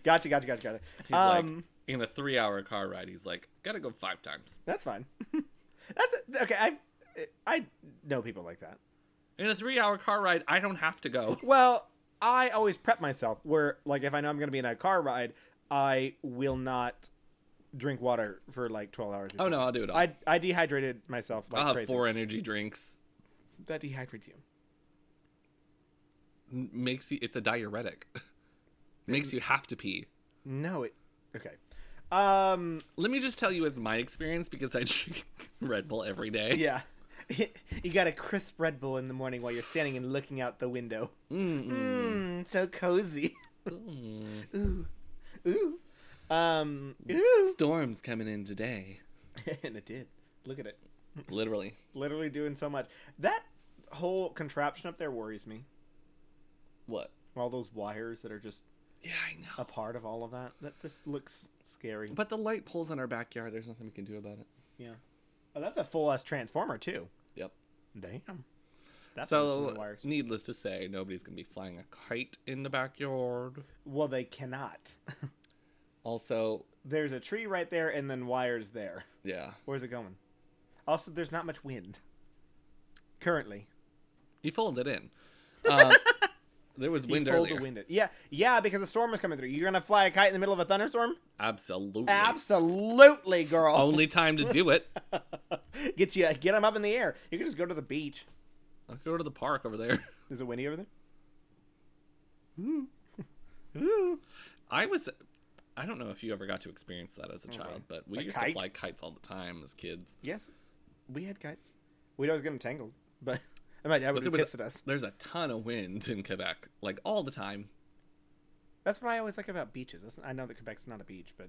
Speaker 2: gotcha, gotcha, gotcha, gotcha.
Speaker 1: He's
Speaker 2: Um,
Speaker 1: like in a three-hour car ride. He's like, gotta go five times.
Speaker 2: that's fine. that's okay. I I know people like that.
Speaker 1: In a three-hour car ride, I don't have to go.
Speaker 2: Well, I always prep myself. Where like if I know I'm going to be in a car ride, I will not drink water for like 12 hours. or
Speaker 1: Oh
Speaker 2: something.
Speaker 1: no, I'll do it all.
Speaker 2: I I dehydrated myself like
Speaker 1: I'll have
Speaker 2: crazy.
Speaker 1: four energy drinks.
Speaker 2: That dehydrates you.
Speaker 1: N- Makes you. It's a diuretic. Makes you have to pee.
Speaker 2: No, it. Okay. Um.
Speaker 1: Let me just tell you with my experience because I drink Red Bull every day.
Speaker 2: Yeah. you got a crisp Red Bull in the morning while you're standing and looking out the window. Mmm, so cozy.
Speaker 1: Mm.
Speaker 2: ooh, ooh. Um, ooh.
Speaker 1: Storm's coming in today.
Speaker 2: and it did. Look at it.
Speaker 1: Literally.
Speaker 2: Literally doing so much. That whole contraption up there worries me.
Speaker 1: What?
Speaker 2: All those wires that are just
Speaker 1: Yeah, I know.
Speaker 2: a part of all of that. That just looks scary.
Speaker 1: But the light poles in our backyard, there's nothing we can do about it.
Speaker 2: Yeah. Oh, that's a full ass transformer too.
Speaker 1: Yep.
Speaker 2: Damn. That's
Speaker 1: so,
Speaker 2: wires.
Speaker 1: needless to say, nobody's going to be flying a kite in the backyard.
Speaker 2: Well, they cannot.
Speaker 1: Also,
Speaker 2: There's a tree right there, and then wires there.
Speaker 1: yeah.
Speaker 2: Where's it going? Also, there's not much wind. Currently,
Speaker 1: He folded it in. Uh, there was
Speaker 2: You
Speaker 1: wind
Speaker 2: fold
Speaker 1: earlier.
Speaker 2: The wind. e-, Yeah, yeah, because a storm is coming through. You're gonna fly a kite in the middle of a thunderstorm?
Speaker 1: Absolutely.
Speaker 2: Absolutely, girl.
Speaker 1: Only time to do it.
Speaker 2: get you, get them up in the air. You can just go to the beach.
Speaker 1: I'll go to the park over there.
Speaker 2: Is it windy over there?
Speaker 1: Hmm.
Speaker 2: Ooh.
Speaker 1: I was. I don't know if you ever got to experience that as a child, but we
Speaker 2: A
Speaker 1: used to
Speaker 2: kite?
Speaker 1: fly kites all the time as kids.
Speaker 2: Yes, we had kites. We'd always get them tangled, but and my dad would
Speaker 1: But there
Speaker 2: be
Speaker 1: was-
Speaker 2: pissed at us.
Speaker 1: There's a ton of wind in Quebec, like all the time.
Speaker 2: That's what I always like about beaches. That's, I know that Quebec's not a beach, but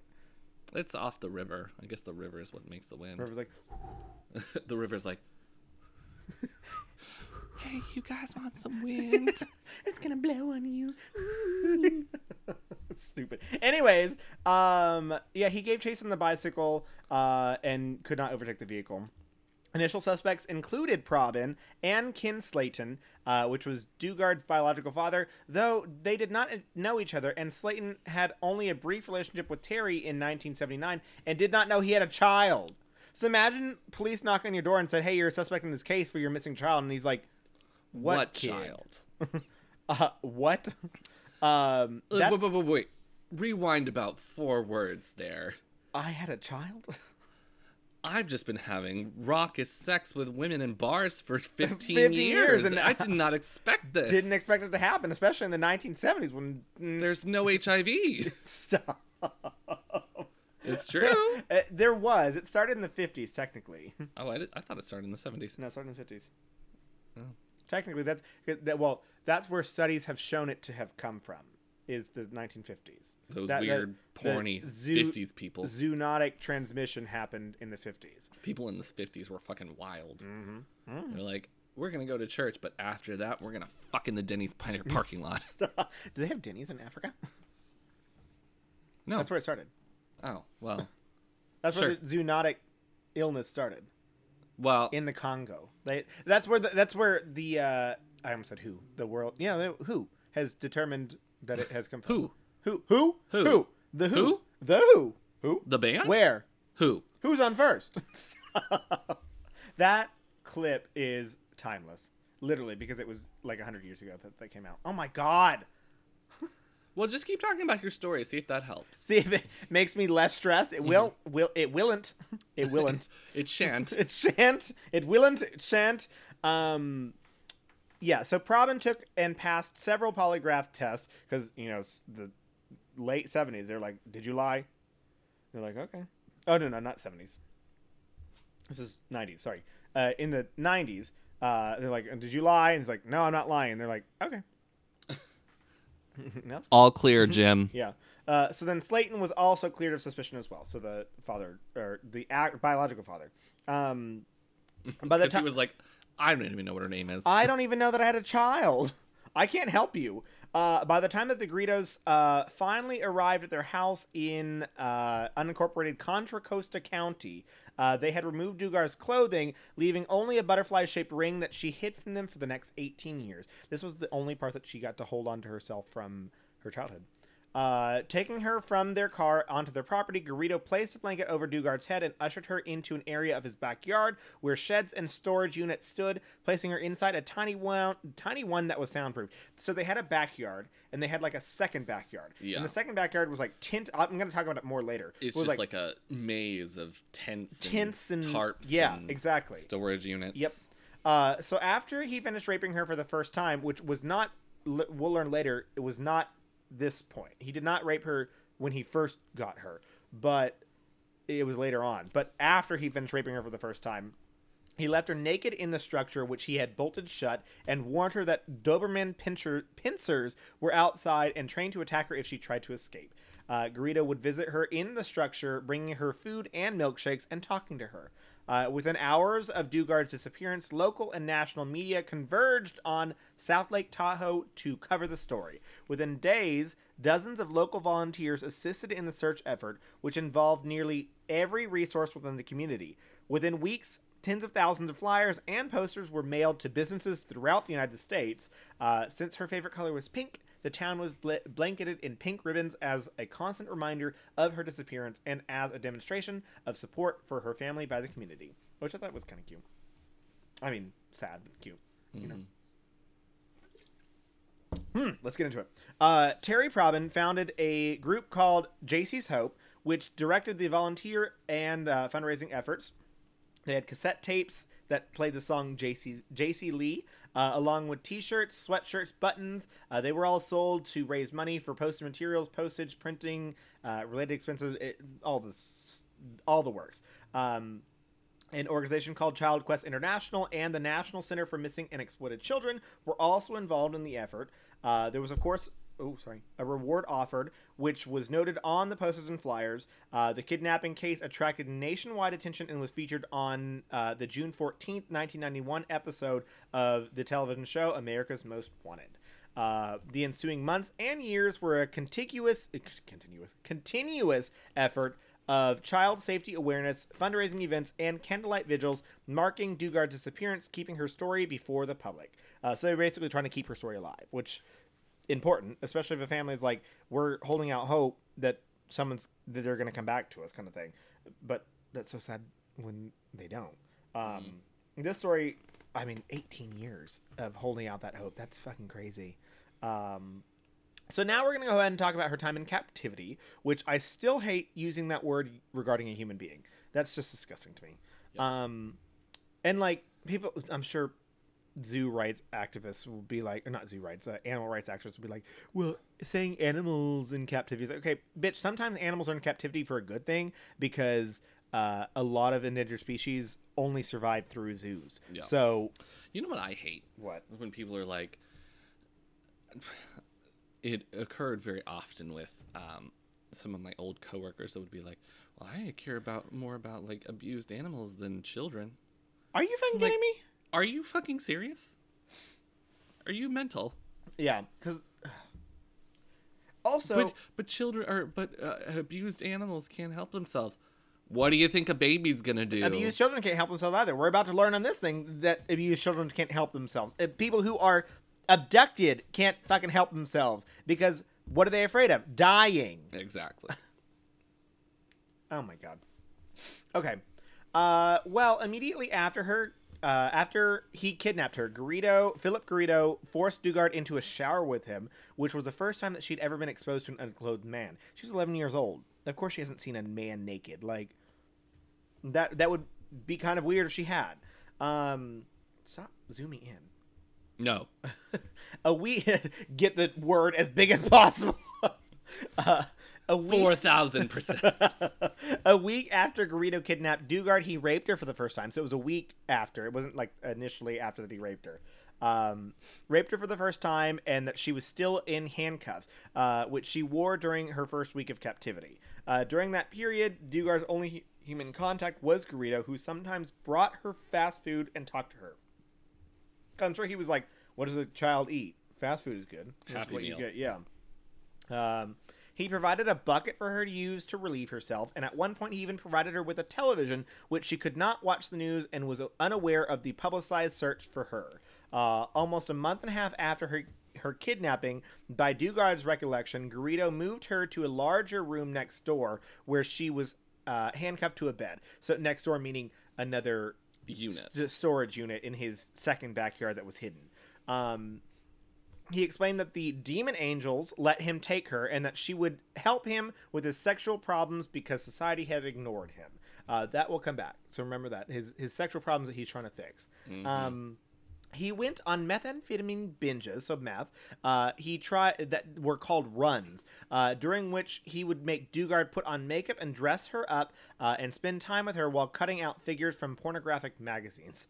Speaker 1: It's off the river. I guess the river is what makes the wind.
Speaker 2: where it was like,
Speaker 1: the river's like, hey, you guys want some wind?
Speaker 2: It's gonna blow on you. Stupid. Anyways, um, yeah, he gave chase on the bicycle uh, and could not overtake the vehicle. Initial suspects included Probin and Kin Slayton, uh, which was Dugard's biological father, though they did not know each other, and Slayton had only a brief relationship with Terry in 1979 and did not know he had a child. So imagine police knock on your door and said, "Hey, you're a suspect in this case for your missing child," and he's like, "What, kid?
Speaker 1: child?
Speaker 2: Uh, what? Um,
Speaker 1: Uh,
Speaker 2: that's-
Speaker 1: Wait, wait, wait, wait. Rewind about four words there.
Speaker 2: I had a child.
Speaker 1: I've just been having raucous sex with women in bars for 15, years,
Speaker 2: 15 years,
Speaker 1: and
Speaker 2: and
Speaker 1: I did not expect this.
Speaker 2: Didn't expect it to happen, especially in the 1970s when mm,
Speaker 1: There's no HIV.
Speaker 2: stop.
Speaker 1: It's true.
Speaker 2: Uh, there was. It started in the 50s, technically.
Speaker 1: Oh, I, did- I thought it started in the 70s.
Speaker 2: No, it started in the 50s.
Speaker 1: Hmm.
Speaker 2: Technically, that's that. Well, that's where studies have shown it to have come from. Is the 1950s.
Speaker 1: Those
Speaker 2: That- that-
Speaker 1: weird,
Speaker 2: the
Speaker 1: porny
Speaker 2: zoo-
Speaker 1: 50s people.
Speaker 2: Zoonotic transmission happened in the 50s.
Speaker 1: People in the 50s were fucking wild.
Speaker 2: Mm-hmm. Mm.
Speaker 1: They're like, we're going to go to church, but after that, we're going to fuck in the Denny's Pioneer parking lot.
Speaker 2: Do they have Denny's in Africa?
Speaker 1: No.
Speaker 2: That's where it started.
Speaker 1: Oh, well.
Speaker 2: That's where
Speaker 1: Sure.
Speaker 2: the zoonotic illness started.
Speaker 1: Well,
Speaker 2: in the Congo. They, that's where the, that's where the uh, I almost said who the world yeah the, who has determined that it has come from
Speaker 1: Who?
Speaker 2: who who
Speaker 1: Who?
Speaker 2: the who,
Speaker 1: Who?
Speaker 2: the who who
Speaker 1: the band?
Speaker 2: where
Speaker 1: Who?
Speaker 2: who's on first that clip is timeless literally because it was like 100 years ago that that came out oh my god
Speaker 1: Well, just keep talking about your story. See if that helps.
Speaker 2: see if it makes me less stressed
Speaker 1: Mm-hmm.
Speaker 2: it will will it willn't it willn't
Speaker 1: It shan't.
Speaker 2: it shan't. It willn't. It shan't. Um, yeah. So Probin took and passed several polygraph tests because you know s- the late seventies. They're like, did you lie? They're like, okay. Oh no, no, not seventies. This is nineties. Sorry. Uh, in the nineties, uh, they're like, did you lie? And he's like, no, I'm not lying. They're like, okay. That's
Speaker 1: All clear, Jim.
Speaker 2: yeah. Uh, so then Slayton was also cleared of suspicion as well. So the father, or the ac biological father. Um, by the
Speaker 1: Because he
Speaker 2: time
Speaker 1: was like, I don't even know what her name is.
Speaker 2: I don't even know that I had a child. I can't help you. Uh, by the time that the Gritos uh, finally arrived at their house in uh, unincorporated Contra Costa County, uh, they had removed Dugar's clothing, leaving only a butterfly shaped ring that she hid from them for the next 18 years. This was the only part that she got to hold on to herself from her childhood. Uh, taking her from their car onto their property, Garrido placed a blanket over Dugard's head and ushered her into an area of his backyard where sheds and storage units stood, placing her inside a tiny one, tiny one that was soundproof. So they had a backyard and they had like a second backyard.
Speaker 1: Yeah.
Speaker 2: And the second backyard was like tint. I'm going to talk about it more later.
Speaker 1: It's
Speaker 2: It was
Speaker 1: just like, a maze of tents,
Speaker 2: tents and
Speaker 1: tarps,
Speaker 2: Yeah,
Speaker 1: and
Speaker 2: exactly.
Speaker 1: storage units.
Speaker 2: Yep. Uh, so after he finished raping her for the first time, which was not, l- we'll learn later, it was not this point. He did not rape her when he first got her, but it was later on. But after he finished raping her for the first time, he left her naked in the structure, which he had bolted shut, and warned her that Doberman pincher, pincers were outside and trained to attack her if she tried to escape. Uh, Garrido would visit her in the structure, bringing her food and milkshakes and talking to her. Uh, within hours of Dugard's disappearance, local and national media converged on South Lake Tahoe to cover the story. Within days, dozens of local volunteers assisted in the search effort, which involved nearly every resource within the community. Within weeks, Tens of thousands of flyers and posters were mailed to businesses throughout the United States. Uh, since her favorite color was pink, the town was bl- blanketed in pink ribbons as a constant reminder of her disappearance and as a demonstration of support for her family by the community, which I thought was kind of cute. I mean, sad but cute. You know. Hmm, let's get into it. Uh, Terry Probin founded a group called JC's Hope, which directed the volunteer and uh, fundraising efforts. They had cassette tapes that played the song JC, JC Lee, uh, along with t shirts, sweatshirts, buttons. Uh, they were all sold to raise money for poster materials, postage, printing, uh, related expenses, it, all, the, s- all the works. Um, an organization called Child Quest International and the National Center for Missing and Exploited Children were also involved in the effort. Uh, there was, of course, oh sorry, a reward offered, which was noted on the posters and flyers. Uh, the kidnapping case attracted nationwide attention and was featured on uh, the June fourteenth, nineteen ninety one episode of the television show America's Most Wanted. Uh, the ensuing months and years were a contiguous, eh, continuous, continuous effort of child safety awareness, fundraising events, and candlelight vigils marking Dugard's disappearance, keeping her story before the public. Uh, so they're basically trying to keep her story alive, which important, especially if a family is like, we're holding out hope that someone's that they're going to come back to us, kind of thing. But that's so sad when they don't. Um, This story, I mean, 18 years of holding out that hope. That's fucking crazy. Um, so now we're going to go ahead and talk about her time in captivity, which I still hate using that word regarding a human being. That's just disgusting to me. Um, and like people, I'm sure zoo rights activists will be like, or not zoo rights, uh, animal rights activists will be like, well, saying animals in captivity is okay, bitch. Sometimes animals are in captivity for a good thing because uh, a lot of endangered species only survive through zoos.
Speaker 1: Yeah.
Speaker 2: So
Speaker 1: You know what I hate?
Speaker 2: What?
Speaker 1: Is When people are like, it occurred very often with um, some of my old coworkers that would be like, "Well, I care about more about like abused animals than children."
Speaker 2: are you fucking kidding me?
Speaker 1: Are you fucking serious? Are you mental?
Speaker 2: Yeah, because also
Speaker 1: But but children are but uh, abused animals can't help themselves. What do you think a baby's gonna do?
Speaker 2: abused children can't help themselves either. We're about to learn on this thing that abused children can't help themselves. Uh, People who are abducted can't fucking help themselves because what are they afraid of? Dying.
Speaker 1: Exactly.
Speaker 2: Oh my god. Okay. Uh, well, immediately after her, uh, after he kidnapped her, Garrido, Philip Garrido forced Dugard into a shower with him, which was the first time that she'd ever been exposed to an unclothed man. She's 11 years old. Of course, she hasn't seen a man naked. Like that. That would be kind of weird if she had. Um, stop zooming in
Speaker 1: No.
Speaker 2: a week get the word as big as possible. uh, a week,
Speaker 1: Four thousand percent.
Speaker 2: a week after Garrido kidnapped Dugard, he raped her for the first time. So it was a week after. It wasn't like initially after that he raped her. Um, raped her for the first time, and that she was still in handcuffs, uh, which she wore during her first week of captivity. Uh, during that period, Dugard's only hu- human contact was Garrido, who sometimes brought her fast food and talked to her. I'm sure he was like, "What does a child eat? Fast food is good. That's
Speaker 1: Happy
Speaker 2: what
Speaker 1: meal.
Speaker 2: you get. Yeah. Um, he provided a bucket for her to use to relieve herself, and at one point he even provided her with a television, which she could not watch the news and was unaware of the publicized search for her. Uh, almost a month and a half after her her kidnapping, by Dugard's recollection, Garrido moved her to a larger room next door where she was uh, handcuffed to a bed. So next door meaning another
Speaker 1: Unit.
Speaker 2: s- storage unit in his second backyard that was hidden. Um, he explained that the demon angels let him take her and that she would help him with his sexual problems because society had ignored him. Uh, that will come back. So remember that his his sexual problems that he's trying to fix. Um, he went on methamphetamine binges, so meth. Uh, he tried that were called runs, uh, during which he would make Dugard put on makeup and dress her up, uh, and spend time with her while cutting out figures from pornographic magazines.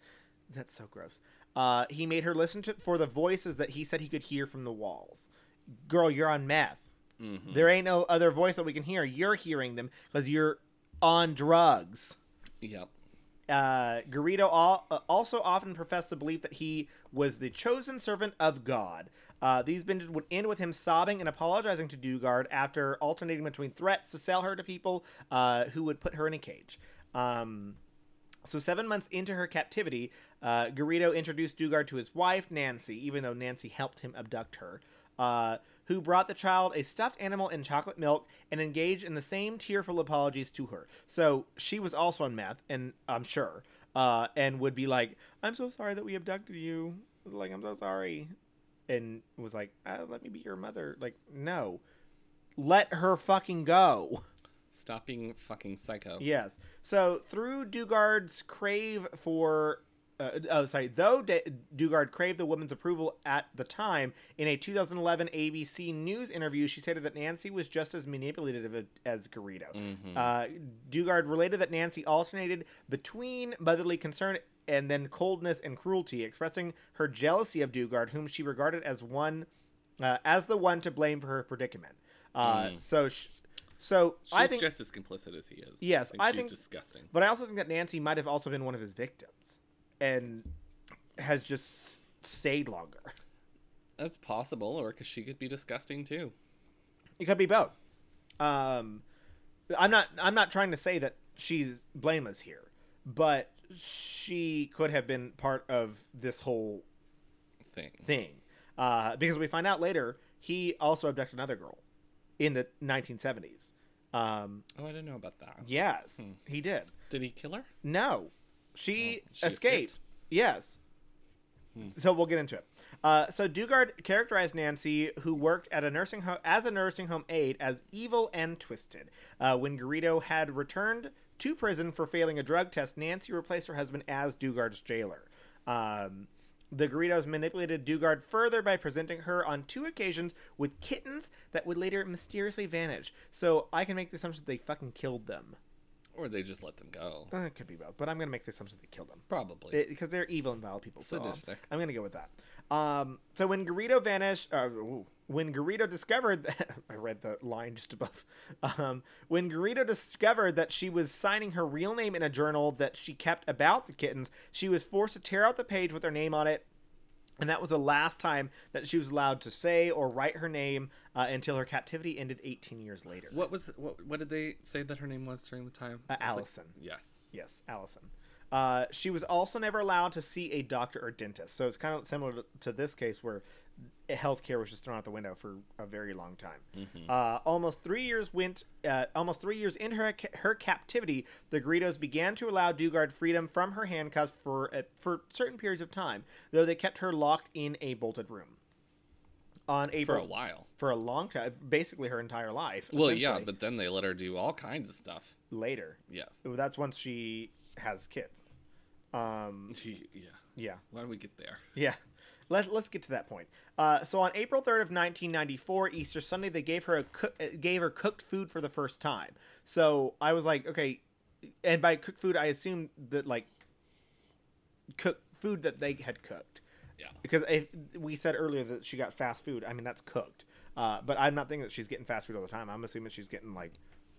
Speaker 2: That's so gross. Uh, he made her listen to for the voices that he said he could hear from the walls. Girl, you're on meth. There ain't no other voice that we can hear. You're hearing them because you're on drugs
Speaker 1: Yep.
Speaker 2: uh, Garrido al- uh, also often professed the belief that he was the chosen servant of God. Uh, these binges would end with him sobbing and apologizing to Dugard after alternating between threats to sell her to people uh, who would put her in a cage. Um, so seven months into her captivity, uh, Garrido introduced Dugard to his wife Nancy, even though Nancy helped him abduct her, uh, who brought the child a stuffed animal and chocolate milk and engaged in the same tearful apologies to her. So she was also on meth, and I'm sure, uh, and would be like, "I'm so sorry that we abducted you. Like, I'm so sorry," and was like, "Uh, "Let me be your mother." Like, no, let her fucking go.
Speaker 1: Stop being fucking psycho.
Speaker 2: Yes. So through Dugard's crave for, uh, oh sorry, though De- Dugard craved the woman's approval at the time, in a 2011 ABC News interview, she stated that Nancy was just as manipulative as Garrido.
Speaker 1: Mm-hmm.
Speaker 2: Uh, Dugard related that Nancy alternated between motherly concern and then coldness and cruelty, expressing her jealousy of Dugard, whom she regarded as one, uh, as the one to blame for her predicament. Uh, So. Sh- so
Speaker 1: She's
Speaker 2: I think
Speaker 1: just as complicit as he is.
Speaker 2: Yes,
Speaker 1: and
Speaker 2: I
Speaker 1: she's
Speaker 2: think-
Speaker 1: disgusting.
Speaker 2: but I also think that Nancy might have also been one of his victims and has just stayed longer.
Speaker 1: That's possible, or because she could be disgusting too.
Speaker 2: It could be both. Um, I'm not. I'm not trying to say that she's blameless here, but she could have been part of this whole
Speaker 1: Thing.
Speaker 2: thing uh, because we find out later he also abducted another girl in the 1970s. Um,
Speaker 1: Oh, I didn't know about that.
Speaker 2: yes, he did.
Speaker 1: Did he kill her?
Speaker 2: No, she,
Speaker 1: she
Speaker 2: escaped.
Speaker 1: escaped.
Speaker 2: Yes. So we'll get into it. Uh, so Dugard characterized Nancy, who worked at a nursing home as a nursing home aide, as evil and twisted. Uh, when Garrido had returned to prison for failing a drug test, Nancy replaced her husband as Dugard's jailer. Um, the Garridos manipulated Dugard further by presenting her on two occasions with kittens that would later mysteriously vanish. So I can make the assumption that they fucking killed them.
Speaker 1: Or they just let them go?
Speaker 2: Uh, it could be both, but I'm gonna make the assumption they killed them
Speaker 1: Probably.
Speaker 2: because they're evil and vile people. So
Speaker 1: Sadistic.
Speaker 2: I'm gonna go with that. Um, so when Garrido vanished, uh, ooh, when Garrido discovered, that, I read the line just above. Um, when Garrido discovered that she was signing her real name in a journal that she kept about the kittens, she was forced to tear out the page with her name on it. And that was the last time that she was allowed to say or write her name uh, until her captivity ended 18 years later.
Speaker 1: what was what? What did they say that her name was during the time?
Speaker 2: Uh,
Speaker 1: It's like-
Speaker 2: Allison.
Speaker 1: yes.
Speaker 2: Yes, Allison. Uh, she was also never allowed to see a doctor or dentist. So it's kind of similar to, to this case where healthcare was just thrown out the window for a very long time.
Speaker 1: Mm-hmm.
Speaker 2: Uh, almost three years went. Uh, almost three years in her ca- her captivity, the Greedos began to allow Dugard freedom from her handcuffs for uh, for certain periods of time, though they kept her locked in a bolted room. On
Speaker 1: For
Speaker 2: April
Speaker 1: a while.
Speaker 2: for a long time, basically her entire life.
Speaker 1: Well, yeah,
Speaker 2: essentially,
Speaker 1: but then they let her do all kinds of stuff.
Speaker 2: later.
Speaker 1: Yes.
Speaker 2: So that's once she has kids. Um,
Speaker 1: yeah.
Speaker 2: yeah.
Speaker 1: Why do we get there?
Speaker 2: Yeah. Let's, let's get to that point. Uh, so on April 3rd of 1994, Easter Sunday, they gave her a cook, uh, gave her cooked food for the first time. So I was like, okay, and by cooked food, I assumed that like cooked food that they had cooked
Speaker 1: Yeah.
Speaker 2: because if we said earlier that she got fast food, I mean that's cooked. Uh, but I'm not thinking that she's getting fast food all the time. I'm assuming she's getting like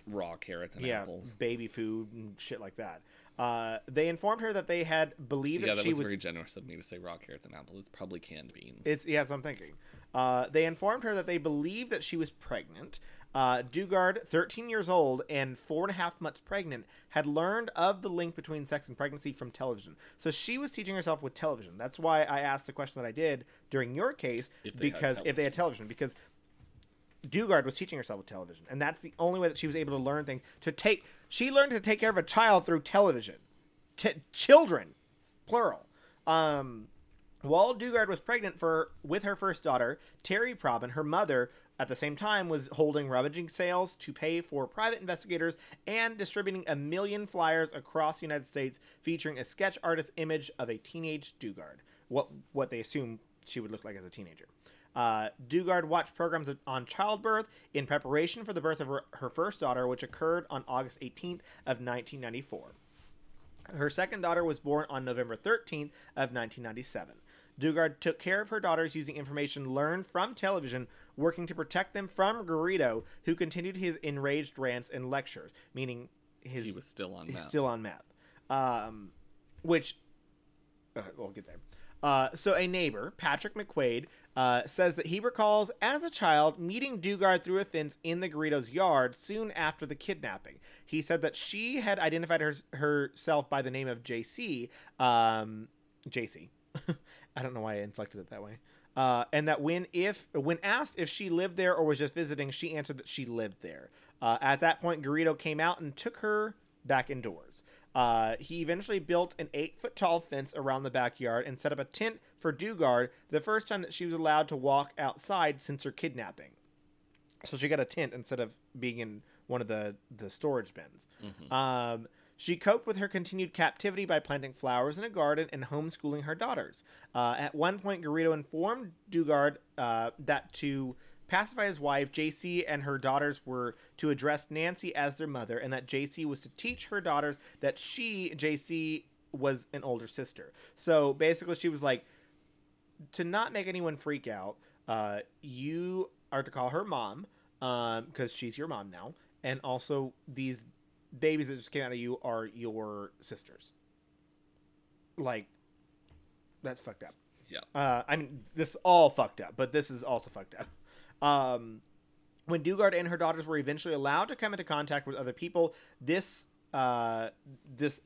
Speaker 1: raw carrots and
Speaker 2: yeah,
Speaker 1: apples.
Speaker 2: baby food and shit like that. Uh, they informed her that they had believed
Speaker 1: Yeah,
Speaker 2: that
Speaker 1: that
Speaker 2: she
Speaker 1: was,
Speaker 2: was.
Speaker 1: very generous of me to say raw carrots and apples. It's probably canned beans.
Speaker 2: It's yeah, that's what I'm thinking. Uh, they informed her that they believed that she was pregnant. Uh, Dugard, 13 years old and four and a half months pregnant, had learned of the link between sex and pregnancy from television. So she was teaching herself with television. That's why I asked the question that I did during your case
Speaker 1: If they had
Speaker 2: because if they had television, because Dugard was teaching herself with television, and that's the only way that she was able to learn things. To take, she learned to take care of a child through television, T- children, plural. Um, while Dugard was pregnant for with her first daughter, Terry Probin, her mother, at the same time was holding rummaging sales to pay for private investigators and distributing a million flyers across the United States featuring a sketch artist image of a teenage Dugard. What what they assume she would look like as a teenager. Uh, Dugard watched programs on childbirth in preparation for the birth of her, her first daughter, which occurred on August 18th of 1994. Her second daughter was born on November 13th of 1997. Dugard took care of her daughters using information learned from television, working to protect them from Garrido, who continued his enraged rants and lectures, meaning his
Speaker 1: he was still on
Speaker 2: he's
Speaker 1: meth.
Speaker 2: still on meth. Um, which uh, we'll get there. Uh, so a neighbor, Patrick McQuaid, uh, says that he recalls as a child meeting Dugard through a fence in the Garrido's yard soon after the kidnapping. He said that she had identified her, herself by the name of JC. Um, JC. I don't know why I inflected it that way. Uh, and that when if when asked if she lived there or was just visiting, she answered that she lived there. Uh, at that point, Garrido came out and took her back indoors. Uh, he eventually built an eight foot tall fence around the backyard and set up a tent for Dugard the first time that she was allowed to walk outside since her kidnapping. So she got a tent instead of being in one of the, the storage bins. Um, she coped with her continued captivity by planting flowers in a garden and homeschooling her daughters. Uh, at one point, Garrido informed Dugard uh, that to pacify his wife, JC and her daughters were to address Nancy as their mother, and that JC was to teach her daughters that she, JC, was an older sister. So basically, she was like, to not make anyone freak out, uh, you are to call her mom because she's your mom now, and also these babies that just came out of you are your sisters. Like, that's fucked up.
Speaker 1: yeah.
Speaker 2: Uh, I mean, this is all fucked up, but this is also fucked up. Um, when Dugard and her daughters were eventually allowed to come into contact with other people, this uh, this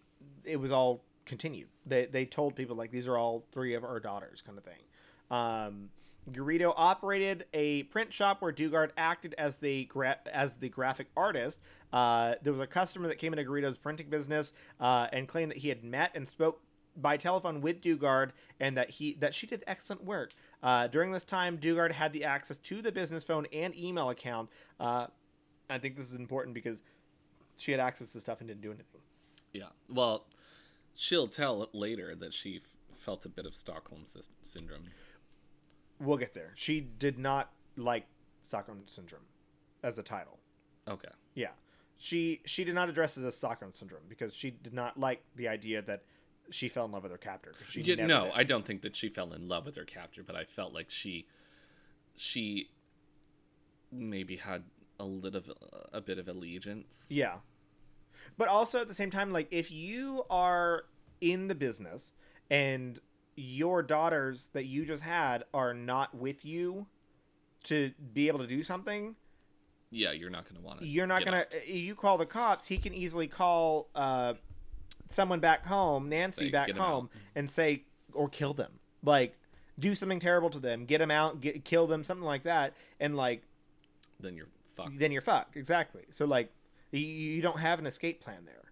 Speaker 2: it was all continued. They they told people like these are all three of our daughters, kind of thing. Um, Garrido operated a print shop where Dugard acted as the gra- as the graphic artist. Uh, there was a customer that came into Garrido's printing business uh, and claimed that he had met and spoke by telephone with Dugard and that he that she did excellent work. Uh, during this time, Dugard had the access to the business phone and email account. Uh, I think this is important because she had access to stuff and didn't do anything.
Speaker 1: Yeah. Well, she'll tell later that she f- felt a bit of Stockholm sys- syndrome.
Speaker 2: We'll get there. She did not like Stockholm syndrome as a title.
Speaker 1: Okay.
Speaker 2: Yeah. She she did not address it as Stockholm syndrome because she did not like the idea that she fell in love with her captor. She
Speaker 1: Yeah,
Speaker 2: never
Speaker 1: no,
Speaker 2: did.
Speaker 1: I don't think that she fell in love with her captor, but I felt like she, she, maybe had a little, of- a bit of allegiance.
Speaker 2: Yeah. But also at the same time, like if you are in the business and your daughters that you just had are not with you to be able to do something,
Speaker 1: Yeah, you're not gonna want to.
Speaker 2: you're not gonna. eh, You call the cops. He can easily call uh, someone back home, Nancy
Speaker 1: Say,
Speaker 2: back
Speaker 1: "Get 'em out."
Speaker 2: home, and say or kill them. Like do something terrible to them, get them out, get kill them, something like that, and like
Speaker 1: Then you're fucked.
Speaker 2: then you're fucked. Exactly. So like you, you don't have an escape plan there.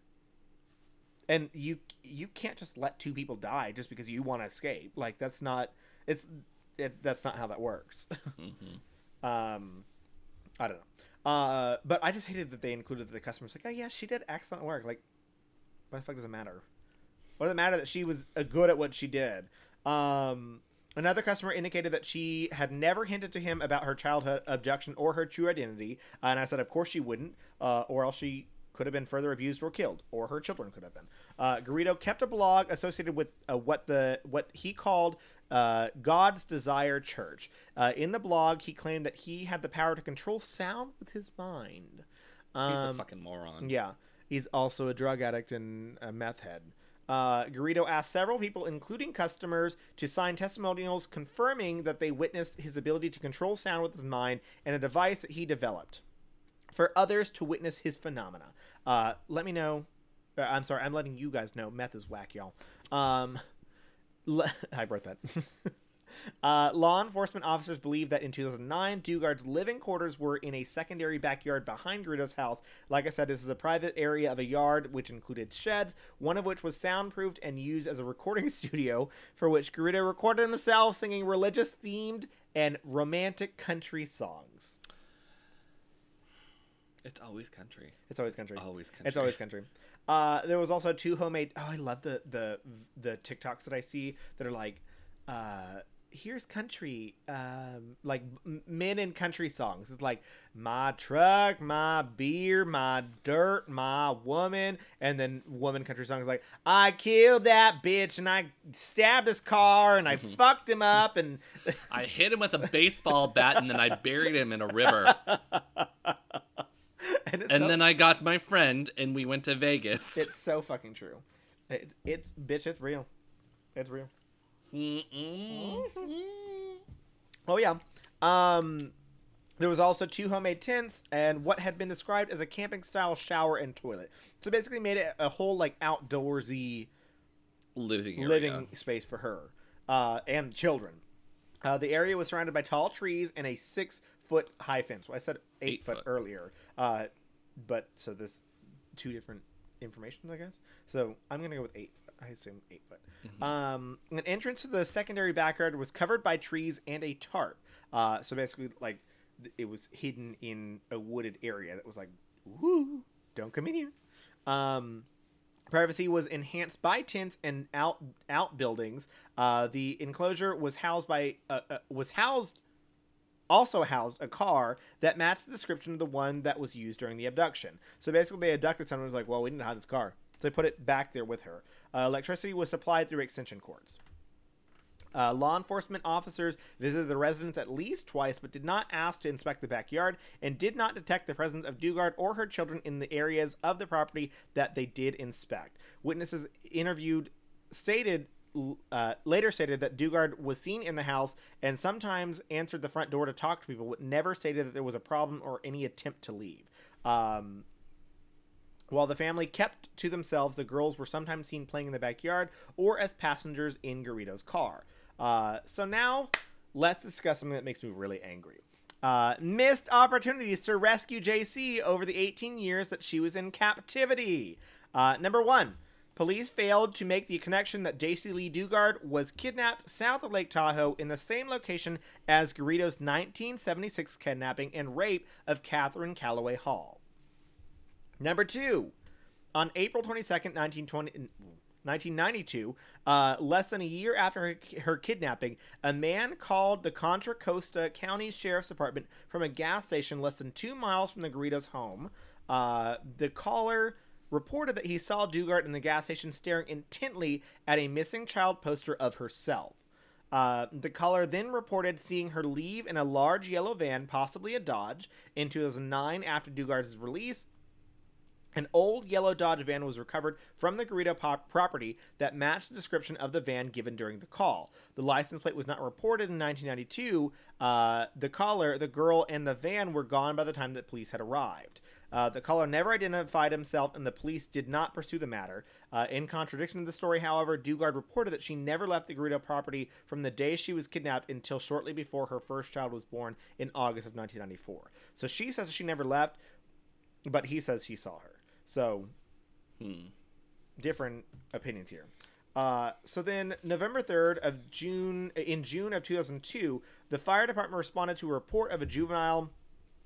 Speaker 2: And you you can't just let two people die just because you want to escape. Like that's not it's it, that's not how that works. um I don't know. Uh but I just hated that they included the customers like, "Oh yeah, she did excellent work." Like what the fuck does it matter? What does it matter that she was uh, good at what she did? Um, another customer indicated that she had never hinted to him about her childhood abduction or her true identity, and I said, of course she wouldn't, uh, or else she could have been further abused or killed, or her children could have been. Uh, Garrido kept a blog associated with uh, what the what he called uh, God's Desire Church. Uh, in the blog, he claimed that he had the power to control sound with his mind.
Speaker 1: He's a
Speaker 2: Um,
Speaker 1: fucking moron.
Speaker 2: Yeah, he's also a drug addict and a meth head. Uh, Garrido asked several people, including customers, to sign testimonials confirming that they witnessed his ability to control sound with his mind and a device that he developed for others to witness his phenomena. Uh, let me know. uh, I'm sorry, I'm letting you guys know. Meth is whack, y'all. Um, le- I wrote that. Uh, law enforcement officers believe that in 2009, Dugard's living quarters were in a secondary backyard behind Garrido's house. Like I said, this is a private area of a yard which included sheds, one of which was soundproofed and used as a recording studio, for which Garrido recorded himself singing religious themed and romantic country songs.
Speaker 1: It's always country.
Speaker 2: It's always country.
Speaker 1: Always country.
Speaker 2: It's always country. Uh, there was also two homemade. Oh, I love the the the TikToks that I see that are like, uh, here's country, um, like m- men in country songs. It's like my truck, my beer, my dirt, my woman, and then woman country songs like I killed that bitch and I stabbed his car and I
Speaker 1: Mm-hmm.
Speaker 2: fucked him up and
Speaker 1: I hit him with a baseball bat and then I buried him in a river.
Speaker 2: and, it's
Speaker 1: And
Speaker 2: so-
Speaker 1: then I got my friend and we went to Vegas.
Speaker 2: it's so fucking true. It, it's bitch. It's real. It's real. Oh yeah. Um there was also two homemade tents and what had been described as a camping style shower and toilet. So basically made it a whole like outdoorsy
Speaker 1: living area.
Speaker 2: living space for her uh, and children. Uh, the area was surrounded by tall trees and a six foot high fence. Well, I said eight,
Speaker 1: Eight
Speaker 2: foot,
Speaker 1: foot.
Speaker 2: earlier, uh, but so this two different informations, I guess. So I'm gonna go with eight. foot. I assume eight foot.
Speaker 1: Mm-hmm.
Speaker 2: Um, an entrance to the secondary backyard was covered by trees and a tarp. Uh, so basically, like th- it was hidden in a wooded area that was like, woo, don't come in here. Um, Privacy was enhanced by tents and out outbuildings. Uh, the enclosure was housed by uh, uh, was housed also housed a car that matched the description of the one that was used during the abduction. So basically, they abducted someone. and Was like, well, we didn't hide this car, so they put it back there with her. Uh, electricity was supplied through extension cords. Uh, law enforcement officers visited the residence at least twice, but did not ask to inspect the backyard and did not detect the presence of Dugard or her children in the areas of the property that they did inspect. Witnesses interviewed stated uh, later stated that Dugard was seen in the house and sometimes answered the front door to talk to people, but never stated that there was a problem or any attempt to leave. Um, while the family kept to themselves, the girls were sometimes seen playing in the backyard or as passengers in Garrido's car. Uh, so now, let's discuss something that makes me really angry. Uh, missed opportunities to rescue JC over the 18 years that she was in captivity. Uh, number one, police failed to make the connection that JC Lee Dugard was kidnapped south of Lake Tahoe in the same location as Garrido's 1976 kidnapping and rape of Catherine Calloway Hall. Number two, on April 22nd, 1920 1992, uh, less than a year after her, her kidnapping, a man called the Contra Costa County Sheriff's Department from a gas station less than two miles from the Garrido's home. Uh, the caller reported that he saw Dugart in the gas station staring intently at a missing child poster of herself. Uh, the caller then reported seeing her leave in a large yellow van, possibly a Dodge, in 2009 after Dugard's release. An old yellow Dodge van was recovered from the Garrido pop- property that matched the description of the van given during the call. The license plate was not reported in 1992. Uh, the caller, the girl, and the van were gone by the time that police had arrived. Uh, the caller never identified himself, and the police did not pursue the matter. Uh, in contradiction to the story, however, Dugard reported that she never left the Garrido property from the day she was kidnapped until shortly before her first child was born in August of 1994. So she says she never left but he says he saw her. So, different opinions here. Uh, so then, November third of June in June of two thousand two, the fire department responded to a report of a juvenile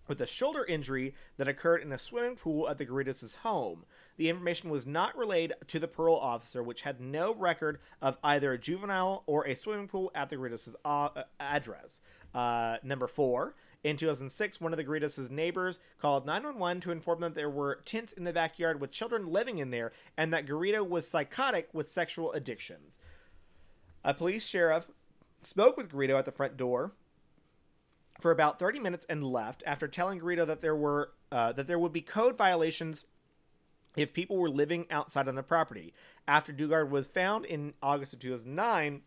Speaker 2: with a shoulder injury that occurred in a swimming pool at the Garitas' home. The information was not relayed to the parole officer, which had no record of either a juvenile or a swimming pool at the Garitas' uh, address. Uh, number four. In 2006, one of the Garitas' neighbors called 911 to inform them there were tents in the backyard with children living in there and that Garrido was psychotic with sexual addictions. A police sheriff spoke with Garrido at the front door for about 30 minutes and left after telling Garrido that there were uh, that there would be code violations if people were living outside on the property. After Dugard was found in August of 2009,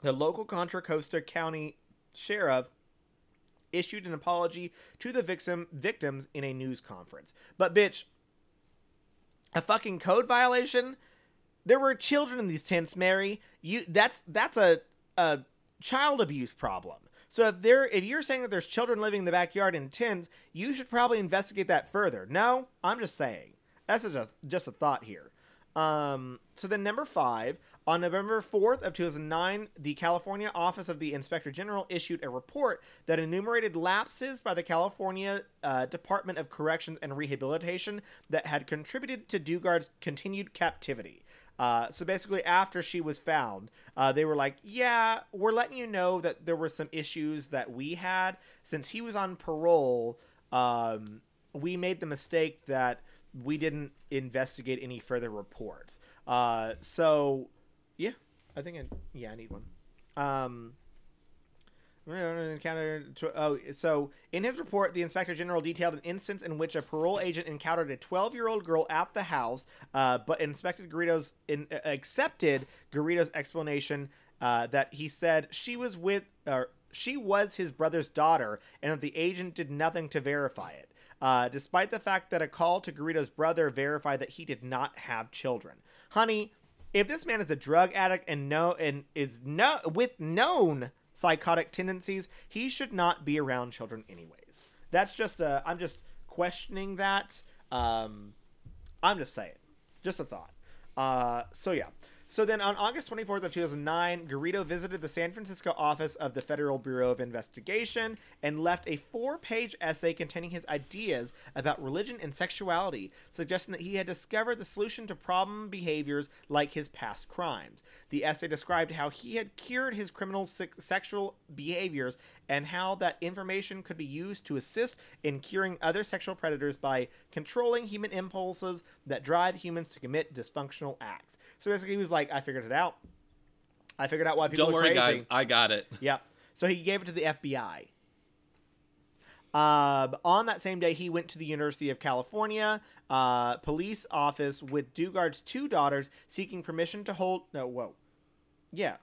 Speaker 2: the local Contra Costa County sheriff issued an apology to the victim victims in a news conference. But bitch, a fucking code violation. There were children in these tents, Mary. You that's that's a a child abuse problem. So if there if you're saying that there's children living in the backyard in tents, you should probably investigate that further. No, I'm just saying. That's just a, just a thought here. Um, so then number five, on November 4th of 2009, the California Office of the Inspector General issued a report that enumerated lapses by the California uh, Department of Corrections and Rehabilitation that had contributed to Dugard's continued captivity. Uh, so basically, after she was found, uh, they were like, "Yeah, we're letting you know that there were some issues that we had since he was on parole. Um, we made the mistake that we didn't investigate any further reports. Uh, so yeah, I think I, yeah, I need one. Um, encounter to, oh, so in his report, the inspector general detailed an instance in which a parole agent encountered a 12-year-old girl at the house, uh, but inspected Garrido's in, uh, accepted Garrido's explanation uh, that he said she was with or she was his brother's daughter, and that the agent did nothing to verify it. Uh, despite the fact that a call to Garrido's brother verified that he did not have children, honey, if this man is a drug addict and no and is no with known psychotic tendencies, he should not be around children anyways. That's just a I'm just questioning that. Um I'm just saying. Just a thought. Uh so yeah. So then on August 24th of 2009, Garrido visited the San Francisco office of the Federal Bureau of Investigation and left a four-page essay containing his ideas about religion and sexuality, suggesting that he had discovered the solution to problem behaviors like his past crimes. The essay described how he had cured his criminal se- sexual behaviors and how that information could be used to assist in curing other sexual predators by controlling human impulses that drive humans to commit dysfunctional acts. So basically, he was like, "I figured it out. I figured out why people
Speaker 1: Don't
Speaker 2: are
Speaker 1: worry,
Speaker 2: crazy."
Speaker 1: guys. I got it.
Speaker 2: Yep. So he gave it to the FBI. Uh, on that same day, he went to the University of California uh, police office with Dugard's two daughters seeking permission to hold. No, whoa. Yeah.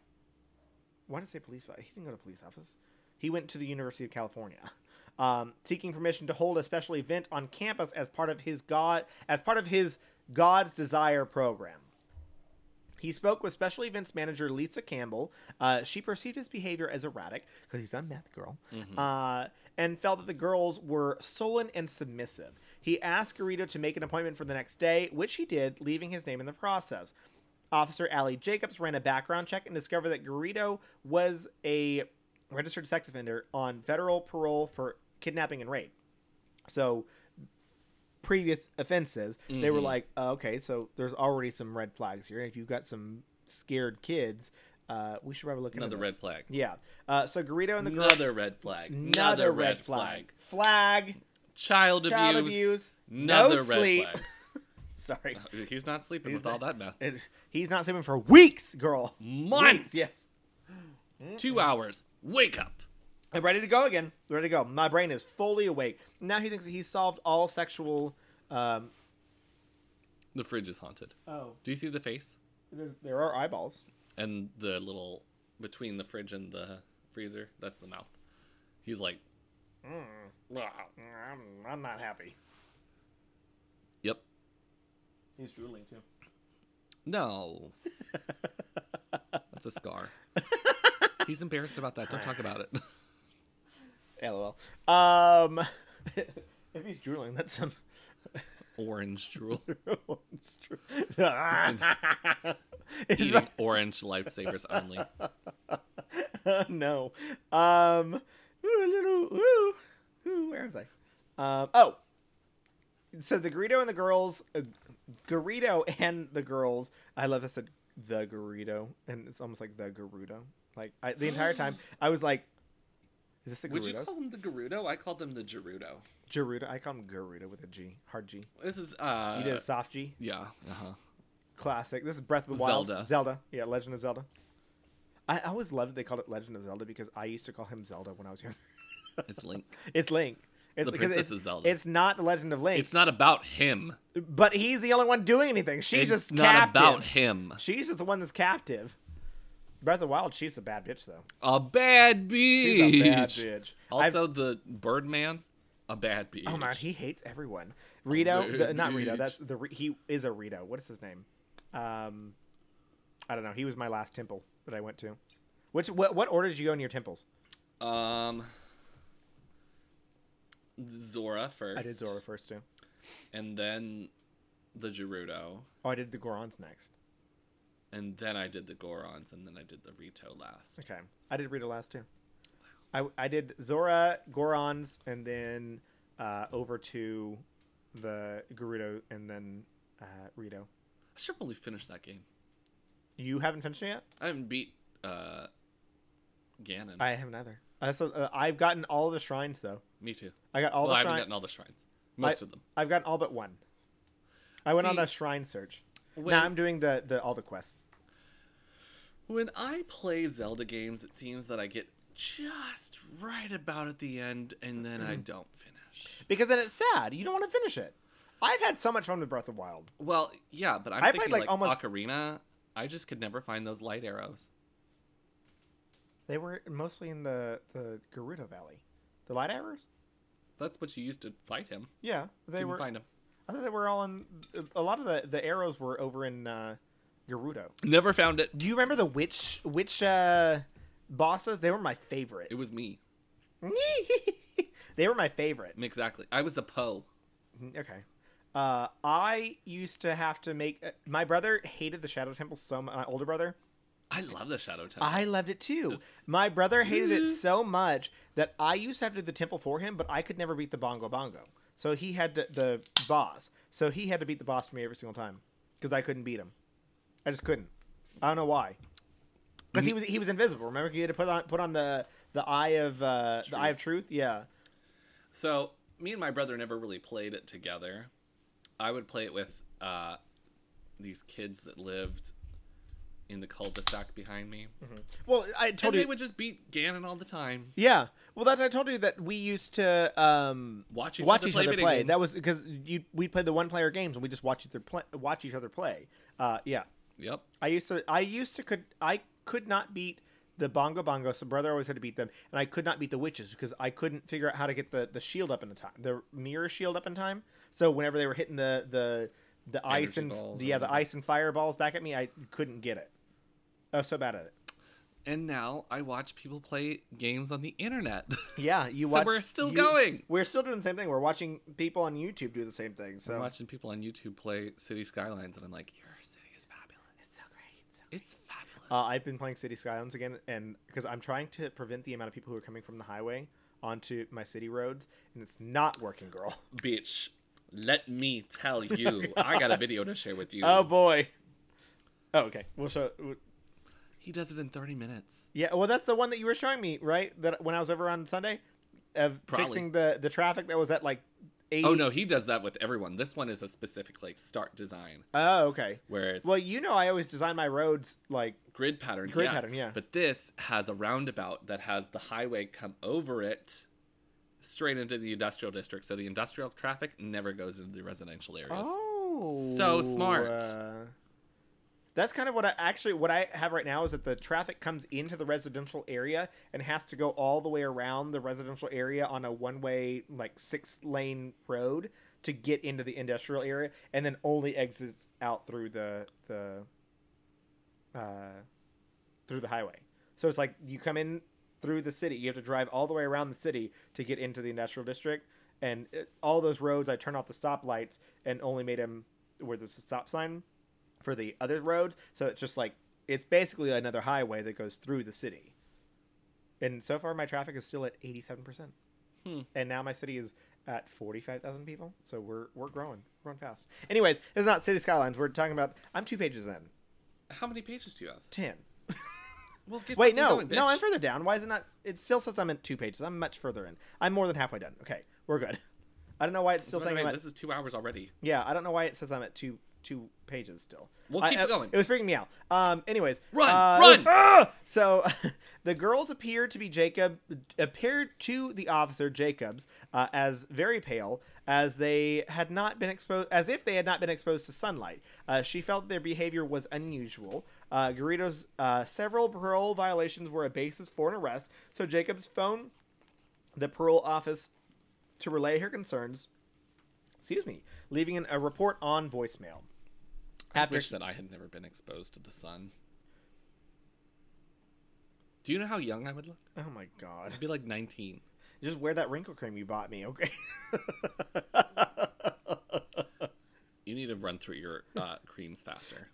Speaker 2: Why did it say police? He didn't go to police office. He went to the University of California, um, seeking permission to hold a special event on campus as part of his God as part of his God's Desire program. He spoke with special events manager Lisa Campbell. Uh, she perceived his behavior as erratic because he's a meth girl, uh, and felt that the girls were sullen and submissive. He asked Garrido to make an appointment for the next day, which he did, leaving his name in the process. Officer Allie Jacobs ran a background check and discovered that Garrido was a registered sex offender on federal parole for kidnapping and rape. So previous offenses, they
Speaker 1: Mm-hmm.
Speaker 2: were like, uh, okay, so there's already some red flags here. And if you've got some scared kids, uh, we should probably look
Speaker 1: Another
Speaker 2: into this.
Speaker 1: red flag.
Speaker 2: Yeah. Uh, so Garrido and the girl.
Speaker 1: Another red flag. Another red flag.
Speaker 2: Flag.
Speaker 1: Child abuse.
Speaker 2: Child abuse. No
Speaker 1: Another red
Speaker 2: sleep.
Speaker 1: flag.
Speaker 2: Sorry.
Speaker 1: He's not sleeping with all that meth.
Speaker 2: It- He's not sleeping for weeks, girl.
Speaker 1: Months.
Speaker 2: Weeks, yes.
Speaker 1: Two hours. Wake up.
Speaker 2: I'm ready to go again. Ready to go. My brain is fully awake. Now he thinks that he's solved all sexual. Um,
Speaker 1: The fridge is haunted.
Speaker 2: oh,
Speaker 1: Do you see the face
Speaker 2: there's, there are eyeballs.
Speaker 1: and the little between the fridge and the freezer? That's the mouth. He's like, "Wow."
Speaker 2: I'm, I'm not happy.
Speaker 1: yep.
Speaker 2: He's drooling too.
Speaker 1: No. That's a scar. He's embarrassed about that. Don't talk about it.
Speaker 2: LOL. Um, if he's drooling, that's some.
Speaker 1: Orange drool.
Speaker 2: it's true. It's
Speaker 1: Eating orange lifesavers only.
Speaker 2: like, no. Um, ooh, a little. Ooh, ooh, where was I? Um, oh. So the Garrido and the girls, uh, Garrido and the girls. I love this. Said the Garrido, and it's almost like the Gerudo. Like I, the entire time, I was like, "Is this the
Speaker 1: Would you
Speaker 2: Gerudos?
Speaker 1: call them the Gerudo? I called them the Gerudo.
Speaker 2: Gerudo? I call him Gerudo with a G, hard G.
Speaker 1: This is uh
Speaker 2: You did a soft G.
Speaker 1: Yeah. Uh-huh.
Speaker 2: classic. This is Breath of the Wild.
Speaker 1: Zelda.
Speaker 2: Zelda. Yeah, Legend of Zelda. I I always loved that they called it Legend of Zelda because I used to call him Zelda when I was younger.
Speaker 1: It's Link.
Speaker 2: It's Link. It's
Speaker 1: The
Speaker 2: 'cause
Speaker 1: Princess
Speaker 2: it's,
Speaker 1: of Zelda.
Speaker 2: It's not the Legend of Link.
Speaker 1: It's not about him.
Speaker 2: but he's the only one doing anything. She's
Speaker 1: it's
Speaker 2: just
Speaker 1: not
Speaker 2: captive.
Speaker 1: about him.
Speaker 2: She's just the one that's captive. Breath of the Wild. She's a bad bitch though.
Speaker 1: A bad beach.
Speaker 2: She's a bad bitch. I've-
Speaker 1: Also, the Birdman, a bad beach.
Speaker 2: Oh man, he hates everyone. Rito,
Speaker 1: Bad
Speaker 2: the, not Rito.
Speaker 1: bitch.
Speaker 2: That's the re- he is a Rito. What is his name? Um, I don't know. He was my last temple that I went to. Which what, what order did you go in your temples?
Speaker 1: Um, Zora first.
Speaker 2: I did Zora first too.
Speaker 1: and then the Gerudo,
Speaker 2: Oh, I did the Gorons next.
Speaker 1: and then I did the Gorons, and then I did the Rito last.
Speaker 2: Okay, I did Rito last too. I I did Zora, Gorons, and then uh, over to the Gerudo, and then uh, Rito.
Speaker 1: I should probably finish that game.
Speaker 2: You haven't finished it yet.
Speaker 1: I haven't beat uh, Ganon.
Speaker 2: I haven't either. Uh, so uh, I've gotten all the shrines though.
Speaker 1: Me too.
Speaker 2: I got all
Speaker 1: well, I
Speaker 2: the
Speaker 1: haven't
Speaker 2: shrines.
Speaker 1: gotten all the shrines. Most
Speaker 2: I-
Speaker 1: of them.
Speaker 2: I've gotten all but one. I went on
Speaker 1: See-
Speaker 2: a shrine search.
Speaker 1: When-
Speaker 2: Now I'm doing the, the all the quests.
Speaker 1: When I play Zelda games, it seems that I get just right about at the end, and then
Speaker 2: Mm-hmm.
Speaker 1: I don't finish.
Speaker 2: Because then it's sad. You don't want to finish it. I've had so much fun with Breath of the Wild.
Speaker 1: Well, yeah, but I'm
Speaker 2: I played,
Speaker 1: thinking
Speaker 2: like,
Speaker 1: like,
Speaker 2: almost-
Speaker 1: Ocarina. I just could never find those light arrows.
Speaker 2: They were mostly in the, the Gerudo Valley. The Light Arrows?
Speaker 1: That's what you used to fight him.
Speaker 2: Yeah. They
Speaker 1: Couldn't
Speaker 2: were
Speaker 1: find him.
Speaker 2: I thought they were all in a lot of the, the arrows were over in uh Gerudo.
Speaker 1: Never found it.
Speaker 2: Do you remember the witch witch uh bosses? They were my favorite.
Speaker 1: It was me.
Speaker 2: they were my favorite. Mm-hmm,
Speaker 1: Exactly. I was a Poe.
Speaker 2: Okay. Uh, I used to have to make. Uh, my brother hated the Shadow Temple so much. My older brother.
Speaker 1: I love the Shadow Temple.
Speaker 2: I loved it too. My brother hated
Speaker 1: Mm.
Speaker 2: it so much that I used to have to do the temple for him, but I could never beat the Bongo Bongo. So he had to, the boss. So he had to beat the boss for me every single time because I couldn't beat him. I just couldn't. I don't know why. Because
Speaker 1: Mm.
Speaker 2: he was he was invisible. Remember, you had to put on put on the the eye of uh, the eye of truth. Yeah.
Speaker 1: So me and my brother never really played it together. I would play it with uh, these kids that lived in the cul-de-sac behind me,
Speaker 2: Well, I
Speaker 1: and
Speaker 2: told
Speaker 1: they
Speaker 2: Mm-hmm. you.
Speaker 1: would just beat Ganon all the time.
Speaker 2: Yeah. Well, that's I told you that we used to um,
Speaker 1: Watch each
Speaker 2: watch
Speaker 1: other
Speaker 2: each
Speaker 1: play
Speaker 2: other
Speaker 1: video
Speaker 2: play.
Speaker 1: games.
Speaker 2: That was because you we played the one player games and we just watch each other play. Watch each other play. Uh, yeah.
Speaker 1: Yep.
Speaker 2: I used to. I used to could. I could not beat the bongo bongo. So brother always had to beat them, and I could not beat the witches because I couldn't figure out how to get the the shield up in time, the mirror shield up in time. So whenever they were hitting the the the ice
Speaker 1: Energy
Speaker 2: and
Speaker 1: balls or
Speaker 2: yeah, the
Speaker 1: whatever.
Speaker 2: ice and fireballs back at me, I couldn't get it. I was so bad at it.
Speaker 1: And now I watch people play games on the internet.
Speaker 2: Yeah, you
Speaker 1: So
Speaker 2: watch.
Speaker 1: we're still
Speaker 2: you-
Speaker 1: going.
Speaker 2: We're still doing the same thing. We're watching people on YouTube do the same thing. So
Speaker 1: I'm watching people on YouTube play City Skylines, and I'm like, your city is fabulous. It's so great. It's fabulous.
Speaker 2: uh, I've been playing City Skylines again, and because I'm trying to prevent the amount of people who are coming from the highway onto my city roads, and it's not working, girl.
Speaker 1: Bitch, let me tell you, I got a video to share with you.
Speaker 2: Oh boy. Oh, okay. Well, so
Speaker 1: He does it in 30 minutes.
Speaker 2: yeah. Well, that's the one that you were showing me, right? That when I was over on Sunday, of
Speaker 1: Probably.
Speaker 2: fixing the the traffic that was at like eighty.
Speaker 1: Oh no, he does that with everyone. This one is a specific like start design
Speaker 2: Oh, okay.
Speaker 1: where it's
Speaker 2: Well, you know, I always design my roads like
Speaker 1: grid pattern.
Speaker 2: Grid
Speaker 1: yes.
Speaker 2: pattern, yeah.
Speaker 1: But this has a roundabout that has the highway come over it straight into the industrial district, so the industrial traffic never goes into the residential areas.
Speaker 2: Oh,
Speaker 1: So smart.
Speaker 2: uh, that's kind of what I actually what I have right now is that the traffic comes into the residential area and has to go all the way around the residential area on a one way like six lane road to get into the industrial area and then only exits out through the the uh, through the highway. So it's like you come in through the city. You have to drive all the way around the city to get into the industrial district. And it, all those roads, I turned off the stoplights and only made them where there's a stop sign for the other roads. So it's just like it's basically another highway that goes through the city. And so far, my traffic is still at eighty-seven percent, and now my city is at forty-five thousand people. So we're we're growing, we're growing fast. Anyways, it's not city skylines. We're talking about. I'm two pages in,
Speaker 1: How many pages do you have?
Speaker 2: ten.
Speaker 1: Well, get fucking
Speaker 2: Wait, no,
Speaker 1: going,
Speaker 2: no,
Speaker 1: bitch.
Speaker 2: I'm further down. Why is it not? It still says I'm at two pages. I'm much further in. I'm more than halfway done. Okay, we're good. I don't know why it's still
Speaker 1: By the
Speaker 2: saying
Speaker 1: way,
Speaker 2: I'm at,
Speaker 1: this is two hours already.
Speaker 2: yeah. I don't know why it says I'm at two two pages still.
Speaker 1: We'll keep
Speaker 2: I, I-
Speaker 1: going.
Speaker 2: It was freaking me out. Um. Anyways,
Speaker 1: Run,
Speaker 2: uh,
Speaker 1: run!
Speaker 2: ah! So, the girls appear to be Jacob appeared to the officer Jacobs uh, as very pale as they had not been exposed as if they had not been exposed to sunlight. Uh, she felt their behavior was unusual. Uh, Garrido's uh, several parole violations were a basis for an arrest, so Jacobs phoned the parole office to relay her concerns. Excuse me, leaving an, a report on voicemail.
Speaker 1: I
Speaker 2: After
Speaker 1: wish that I had never been exposed to the sun. Do you know how young I would look?
Speaker 2: oh my god,
Speaker 1: I'd be like 19.
Speaker 2: just wear that wrinkle cream you bought me, okay?
Speaker 1: You need to run through your uh, creams faster.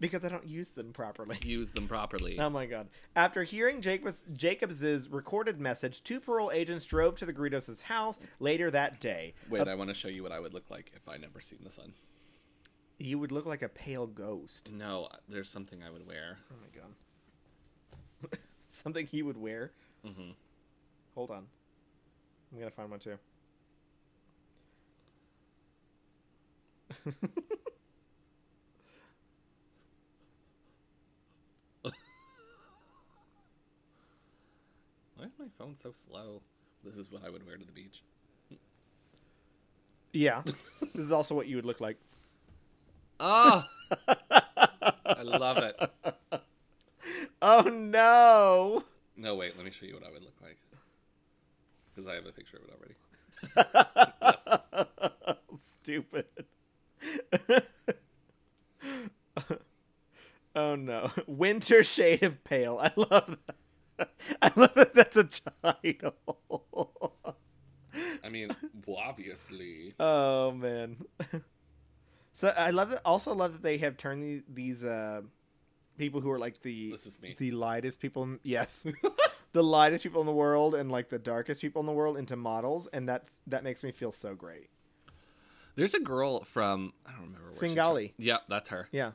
Speaker 2: because I don't use them properly.
Speaker 1: Use them properly.
Speaker 2: Oh my god. After hearing Jacobs, Jacobs's recorded message, two parole agents drove to the Gritos' house later that day.
Speaker 1: Wait, I want to show you what I would look like if I never seen the sun.
Speaker 2: You would look like a pale ghost.
Speaker 1: No, there's something I would wear.
Speaker 2: Oh my god. Something he would wear.
Speaker 1: Mhm.
Speaker 2: Hold on. I'm gonna find one too.
Speaker 1: Why is my phone so slow? This is what I would wear to the beach.
Speaker 2: Yeah. this is also what you would look like.
Speaker 1: Ah! I love it.
Speaker 2: Oh no.
Speaker 1: No, wait, let me show you what I would look like. Because I have a picture of it already.
Speaker 2: Stupid. oh no. Winter Shade of Pale. I love that. I love that that's a title.
Speaker 1: I mean, well, obviously.
Speaker 2: oh man. So I love that also love that they have turned the, these uh people who are like the
Speaker 1: This is me.
Speaker 2: the lightest people in, yes. the lightest people in the world and like the darkest people in the world into models and that's that makes me feel so great.
Speaker 1: There's a girl from, I don't remember where she's from.
Speaker 2: Singali.
Speaker 1: Yep, that's her.
Speaker 2: Yeah.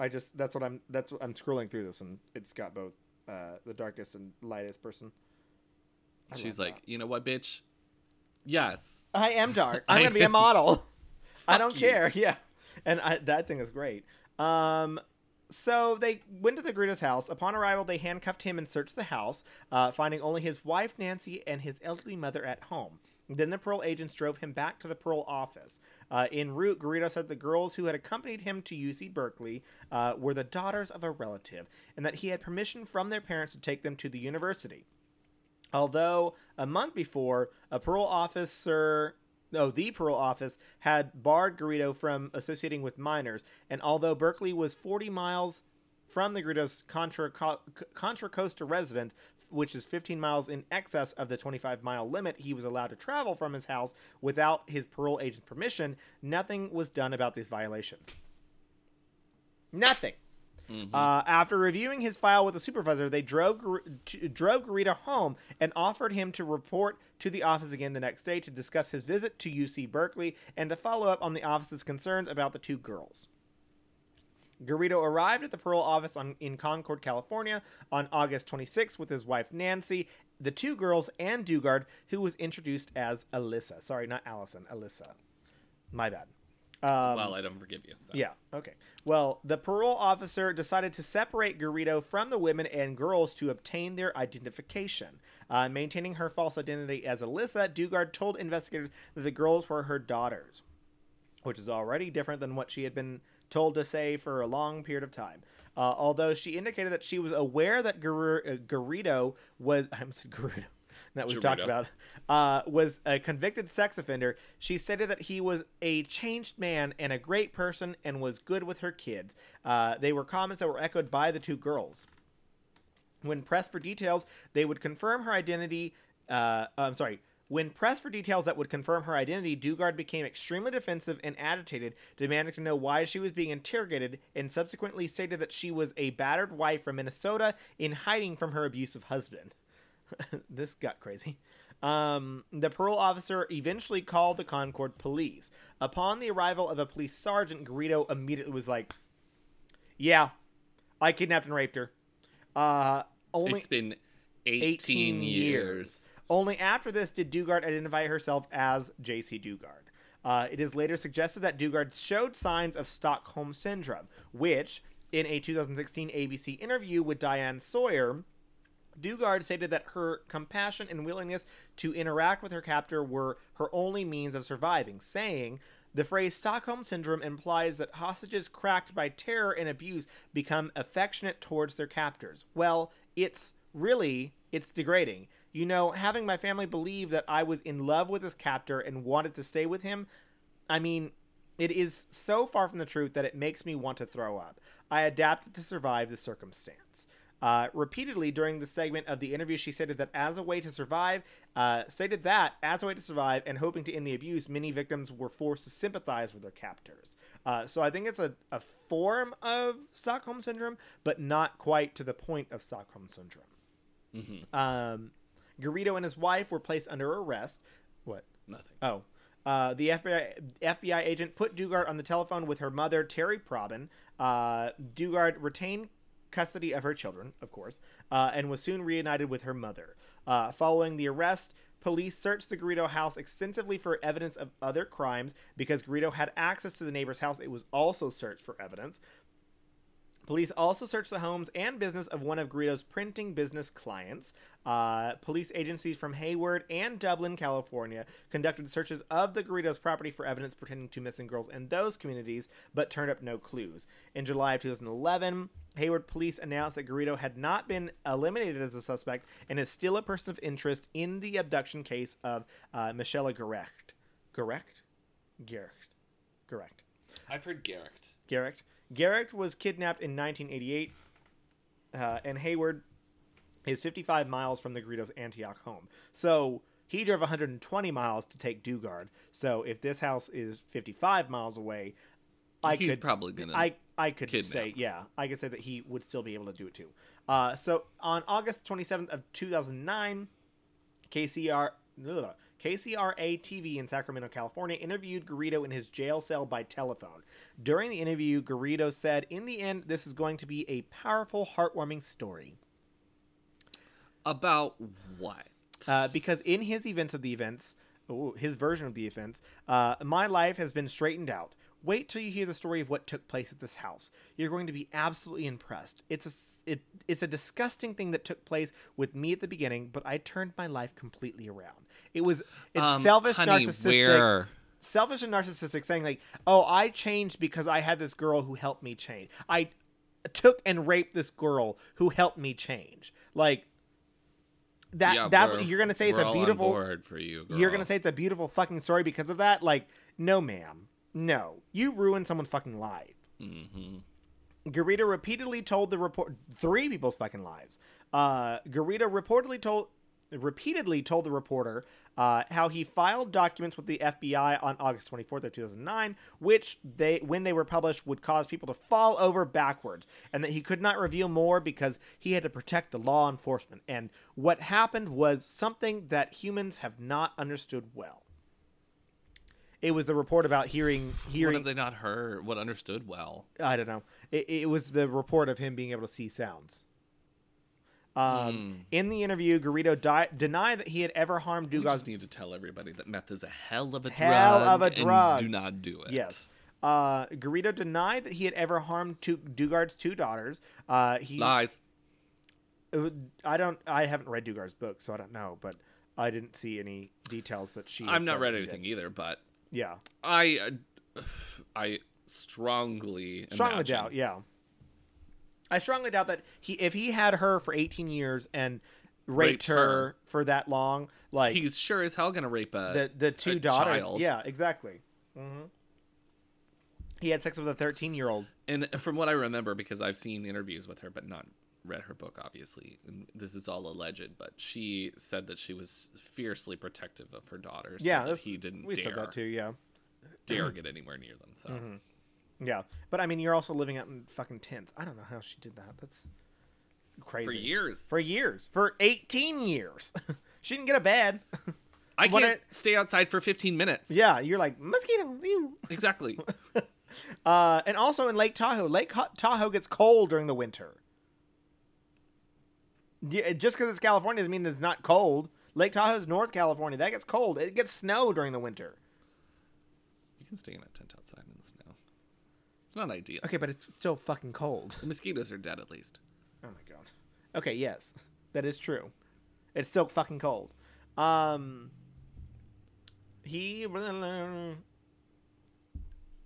Speaker 2: I just that's what I'm that's what I'm scrolling through this and it's got both uh the darkest and lightest person. I
Speaker 1: She's
Speaker 2: love
Speaker 1: like, you know what, bitch? Yes.
Speaker 2: I am dark.
Speaker 1: I
Speaker 2: I'm gonna be a
Speaker 1: am-
Speaker 2: model. I
Speaker 1: Fuck
Speaker 2: don't
Speaker 1: you.
Speaker 2: care. Yeah, and I, that thing is great. Um, so they went to the Gruda's house. Upon arrival, they handcuffed him and searched the house, uh, finding only his wife Nancy and his elderly mother at home. Then the parole agents drove him back to the parole office. Uh, en route, Garrido said the girls who had accompanied him to UC Berkeley uh, were the daughters of a relative, and that he had permission from their parents to take them to the university. Although a month before, a parole officer, no, the parole office had barred Garrido from associating with minors, and although Berkeley was 40 miles from the Garrido's Contra, Co- Contra Costa resident, which is 15 miles in excess of the 25 mile limit he was allowed to travel from his house without his parole agent's permission, nothing was done about these violations. Nothing. Uh, after reviewing his file with a supervisor, they drove Gar- t- drove Garita home and offered him to report to the office again the next day to discuss his visit to UC Berkeley and to follow up on the office's concerns about the two girls. Garrido arrived at the parole office on, in Concord, California on August 26th with his wife Nancy, the two girls, and Dugard, who was introduced as Alyssa. Sorry, not Allison, Alyssa. My bad.
Speaker 1: well, I don't forgive you. So.
Speaker 2: Um, Yeah. Okay. Well, the parole officer decided to separate Garrido from the women and girls to obtain their identification. Uh, maintaining her false identity as Alyssa, Dugard told investigators that the girls were her daughters, which is already different than what she had been told to say for a long period of time. Uh, although she indicated that she was aware that Gar- uh, Garrido was, I almost said Garrido. That we've talked
Speaker 1: Gerudo.
Speaker 2: about uh, was a convicted sex offender. She stated that he was a changed man and a great person and was good with her kids. Uh, they were comments that were echoed by the two girls. When pressed for details, they would confirm her identity. Uh, I'm sorry. When pressed for details that would confirm her identity, Dugard became extremely defensive and agitated, demanding to know why she was being interrogated, and subsequently stated that she was a battered wife from Minnesota in hiding from her abusive husband. this got crazy. Um, the parole officer eventually called the Concord police. Upon the arrival of a police sergeant, Garrido immediately was like, "Yeah, I kidnapped and raped her." Uh, only
Speaker 1: It's been 18,
Speaker 2: 18
Speaker 1: years.
Speaker 2: years. Only after this did Dugard identify herself as J.C. Dugard. Uh, it is later suggested that Dugard showed signs of Stockholm syndrome, which, in a 2016 ABC interview with Diane Sawyer, Dugard stated that her compassion and willingness to interact with her captor were her only means of surviving, saying, the phrase Stockholm Syndrome implies that hostages cracked by terror and abuse become affectionate towards their captors. Well, it's really, it's degrading. You know, having my family believe that I was in love with this captor and wanted to stay with him, I mean, it is so far from the truth that it makes me want to throw up. I adapted to survive the circumstance. Uh, repeatedly during the segment of the interview, she stated that as a way to survive, uh, stated that as a way to survive and hoping to end the abuse, many victims were forced to sympathize with their captors. Uh, so I think it's a, a form of Stockholm syndrome, but not quite to the point of Stockholm syndrome. Um, Garrido and his wife were placed under arrest. What?
Speaker 1: Nothing.
Speaker 2: Oh. Uh, the FBI, FBI agent put Dugard on the telephone with her mother, Terry Probin. Uh, Dugard retained custody of her children, of course, uh, and was soon reunited with her mother. Uh, following the arrest, police searched the Garrido house extensively for evidence of other crimes. Because Garrido had access to the neighbor's house, it was also searched for evidence. Police also searched the homes and business of one of Greedo's printing business clients. Uh, police agencies from Hayward and Dublin, California, conducted searches of the Greedo's property for evidence pertaining to missing girls in those communities, but turned up no clues. In July of 2011, Hayward police announced that Greedo had not been eliminated as a suspect and is still a person of interest in the abduction case of uh, Michelle Gerecht. Gerecht? Gerecht. Gerecht.
Speaker 1: I've heard Garrick.
Speaker 2: Garrick. Garrick was kidnapped in 1988, uh, and Hayward is 55 miles from the Greedo's Antioch home. So he drove 120 miles to take Dugard. So if this house is 55 miles away, I
Speaker 1: He's
Speaker 2: could
Speaker 1: probably gonna.
Speaker 2: I I could
Speaker 1: kidnap.
Speaker 2: say yeah, I could say that he would still be able to do it too. Uh, so on August 27th of 2009. KCR ugh, KCRA TV in Sacramento, California interviewed Garrido in his jail cell by telephone. During the interview, Garrido said, "In the end, this is going to be a powerful, heartwarming story."
Speaker 1: about what?
Speaker 2: Uh, because in his events of the events, ooh, his version of the events, uh, my life has been straightened out. Wait till you hear the story of what took place at this house. You're going to be absolutely impressed. It's a s- it, it's a disgusting thing that took place with me at the beginning, but I turned my life completely around. It was it's
Speaker 1: Um,
Speaker 2: selfish,
Speaker 1: honey,
Speaker 2: narcissistic,
Speaker 1: where-
Speaker 2: selfish and narcissistic, saying like, "Oh, I changed because I had this girl who helped me change. I took and raped this girl who helped me change." Like that.
Speaker 1: Yeah,
Speaker 2: that's
Speaker 1: we're-
Speaker 2: what you're gonna say. It's
Speaker 1: we're
Speaker 2: a
Speaker 1: all on
Speaker 2: beautiful.
Speaker 1: board for you. girl.
Speaker 2: You're gonna say it's a beautiful fucking story because of that? Like, no, ma'am. No. You ruined someone's fucking life. Mm-hmm. Garita repeatedly told the report three people's fucking lives. Uh Garita reportedly told repeatedly told the reporter uh, how he filed documents with the FBI on August 24th of 2009 which they when they were published would cause people to fall over backwards and that he could not reveal more because he had to protect the law enforcement and what happened was something that humans have not understood well it was the report about hearing
Speaker 1: What
Speaker 2: hearing
Speaker 1: have they not heard? What understood well?
Speaker 2: I don't know. It, it was the report of him being able to see sounds.
Speaker 1: Hmm.
Speaker 2: Um, In the interview, Garrido di- denied that he had ever harmed
Speaker 1: You
Speaker 2: Dugard's
Speaker 1: just need to tell everybody that meth is a hell of a
Speaker 2: Hell
Speaker 1: drug.
Speaker 2: of a
Speaker 1: and
Speaker 2: drug.
Speaker 1: do not do it.
Speaker 2: Yes. Uh, Garrido denied that he had ever harmed two, Dugard's two daughters. Uh, he, uh,
Speaker 1: Lies.
Speaker 2: I don't, I haven't read Dugard's book, so I don't know, but I didn't see any details that she. had
Speaker 1: I've
Speaker 2: said
Speaker 1: not read
Speaker 2: that he did.
Speaker 1: anything either, but
Speaker 2: Yeah,
Speaker 1: I, uh, I strongly,
Speaker 2: strongly
Speaker 1: imagine-
Speaker 2: doubt. Yeah, I strongly doubt that he, if he had her for 18 years and raped,
Speaker 1: Raped
Speaker 2: her,
Speaker 1: her.
Speaker 2: for that long, like
Speaker 1: He's sure as hell gonna rape a.
Speaker 2: the the two daughters.
Speaker 1: child.
Speaker 2: Yeah, exactly. hmm He had sex with a thirteen year old.
Speaker 1: and from what I remember, because I've seen interviews with her, but not read her book, obviously. And this is all alleged, but she said that she was fiercely protective of her daughters. so
Speaker 2: Yeah,
Speaker 1: that
Speaker 2: that's-
Speaker 1: he didn't
Speaker 2: We
Speaker 1: dare,
Speaker 2: said that too. Mm-hmm. Yeah,
Speaker 1: dare get anywhere near them. So
Speaker 2: yeah. But I mean, you're also living out in fucking tents. I don't know how she did that. That's crazy.
Speaker 1: for years,
Speaker 2: For years. For eighteen years. she didn't get a bed.
Speaker 1: I
Speaker 2: When
Speaker 1: can't
Speaker 2: I-
Speaker 1: stay outside for 15 minutes.
Speaker 2: yeah, you're like mosquitoes. ew."
Speaker 1: exactly.
Speaker 2: Uh, and also in Lake Tahoe, Lake Ho- Tahoe gets cold during the winter. Yeah, just because it's California doesn't mean it's not cold. Lake Tahoe's North California. That gets cold. It gets snow during the winter.
Speaker 1: can stay in a tent outside in the snow. It's not ideal.
Speaker 3: Okay, but it's still fucking cold.
Speaker 1: The mosquitoes are dead at least.
Speaker 2: Oh my god. Okay, yes, that is true. It's still fucking cold. Um, he,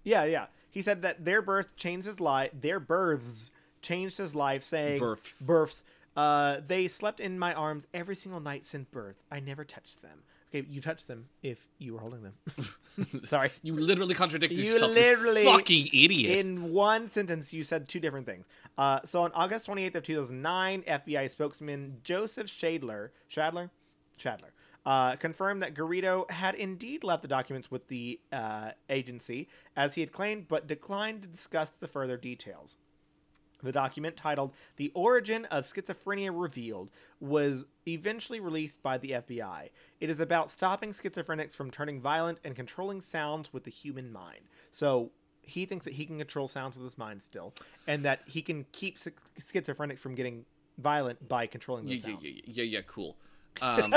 Speaker 2: yeah, yeah. He said that their birth changed his life. Their births changed his life. Saying
Speaker 1: Births.
Speaker 2: Births. Uh, they slept in my arms every single night since birth. I never touched them. Okay, you touched them if you were holding them. Sorry.
Speaker 1: You literally contradicted
Speaker 2: You
Speaker 1: yourself.
Speaker 2: literally-
Speaker 1: you fucking idiot.
Speaker 2: In one sentence, you said two different things. Uh, so on August 28th of 2009, FBI spokesman Joseph Shadler, Shadler, Shadler, uh, confirmed that Garrido had indeed left the documents with the uh, agency, as he had claimed, but declined to discuss the further details. The document titled The Origin of Schizophrenia Revealed was eventually released by the FBI. It is about stopping schizophrenics from turning violent and controlling sounds with the human mind. So he thinks that he can control sounds with his mind still, and that he can keep sch- schizophrenics from getting violent by controlling
Speaker 1: yeah,
Speaker 2: those
Speaker 1: yeah,
Speaker 2: sounds.
Speaker 1: yeah, yeah, yeah, cool. Um,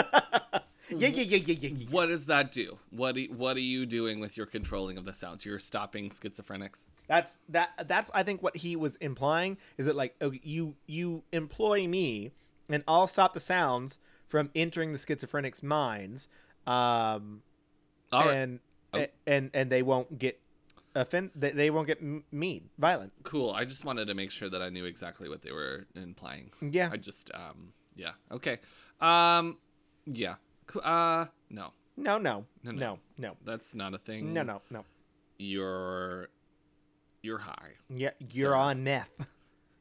Speaker 2: Yeah, yeah, yeah, yeah, yeah, yeah.
Speaker 1: what does that do? What do, what are you doing with your controlling of the sounds? You're stopping schizophrenics.
Speaker 2: That's that. That's I think what he was implying is that like okay, you you employ me, and I'll stop the sounds from entering the schizophrenics' minds, um,
Speaker 1: All right, Oh.
Speaker 2: and a- and and they won't get offend. They, they won't get m- mean, violent.
Speaker 1: cool. I just wanted to make sure that I knew exactly what they were implying.
Speaker 2: Yeah.
Speaker 1: I just um yeah. Okay. Um yeah. Co- Uh no.
Speaker 2: No, no,
Speaker 1: No,
Speaker 2: no, no,
Speaker 1: no.
Speaker 2: no,
Speaker 1: That's not a thing.
Speaker 2: no, no, no.
Speaker 1: You're you're high.
Speaker 2: Yeah, you're
Speaker 1: So-
Speaker 2: on meth.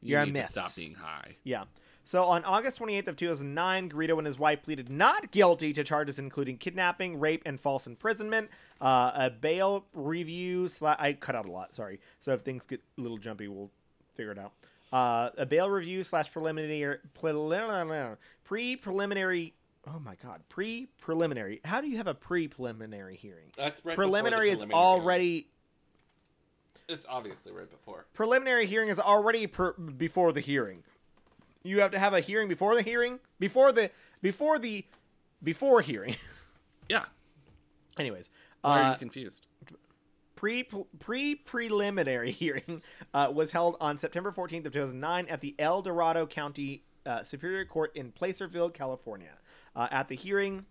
Speaker 1: You
Speaker 2: You're on
Speaker 1: need to
Speaker 2: meths.
Speaker 1: stop being high.
Speaker 2: Yeah. So on August 28th of 2009, Garrido and his wife pleaded not guilty to charges including kidnapping, rape, and false imprisonment. Uh, a bail review. Sla- I cut out a lot. Sorry. So if things get a little jumpy, we'll figure it out. Uh, a bail review slash preliminary pre preliminary. Oh my god, pre preliminary. How do you have a pre preliminary hearing?
Speaker 1: That's right.
Speaker 2: preliminary is already
Speaker 1: It's obviously right before.
Speaker 2: preliminary hearing is already per- before the hearing. You have to have a hearing before the hearing, before the before the before hearing.
Speaker 1: Yeah.
Speaker 2: Anyways,
Speaker 1: Why are
Speaker 2: uh,
Speaker 1: you confused?
Speaker 2: pre pre preliminary hearing uh, was held on September 14th of 2009 at the El Dorado County uh, Superior Court in Placerville, California. Uh, at the hearing,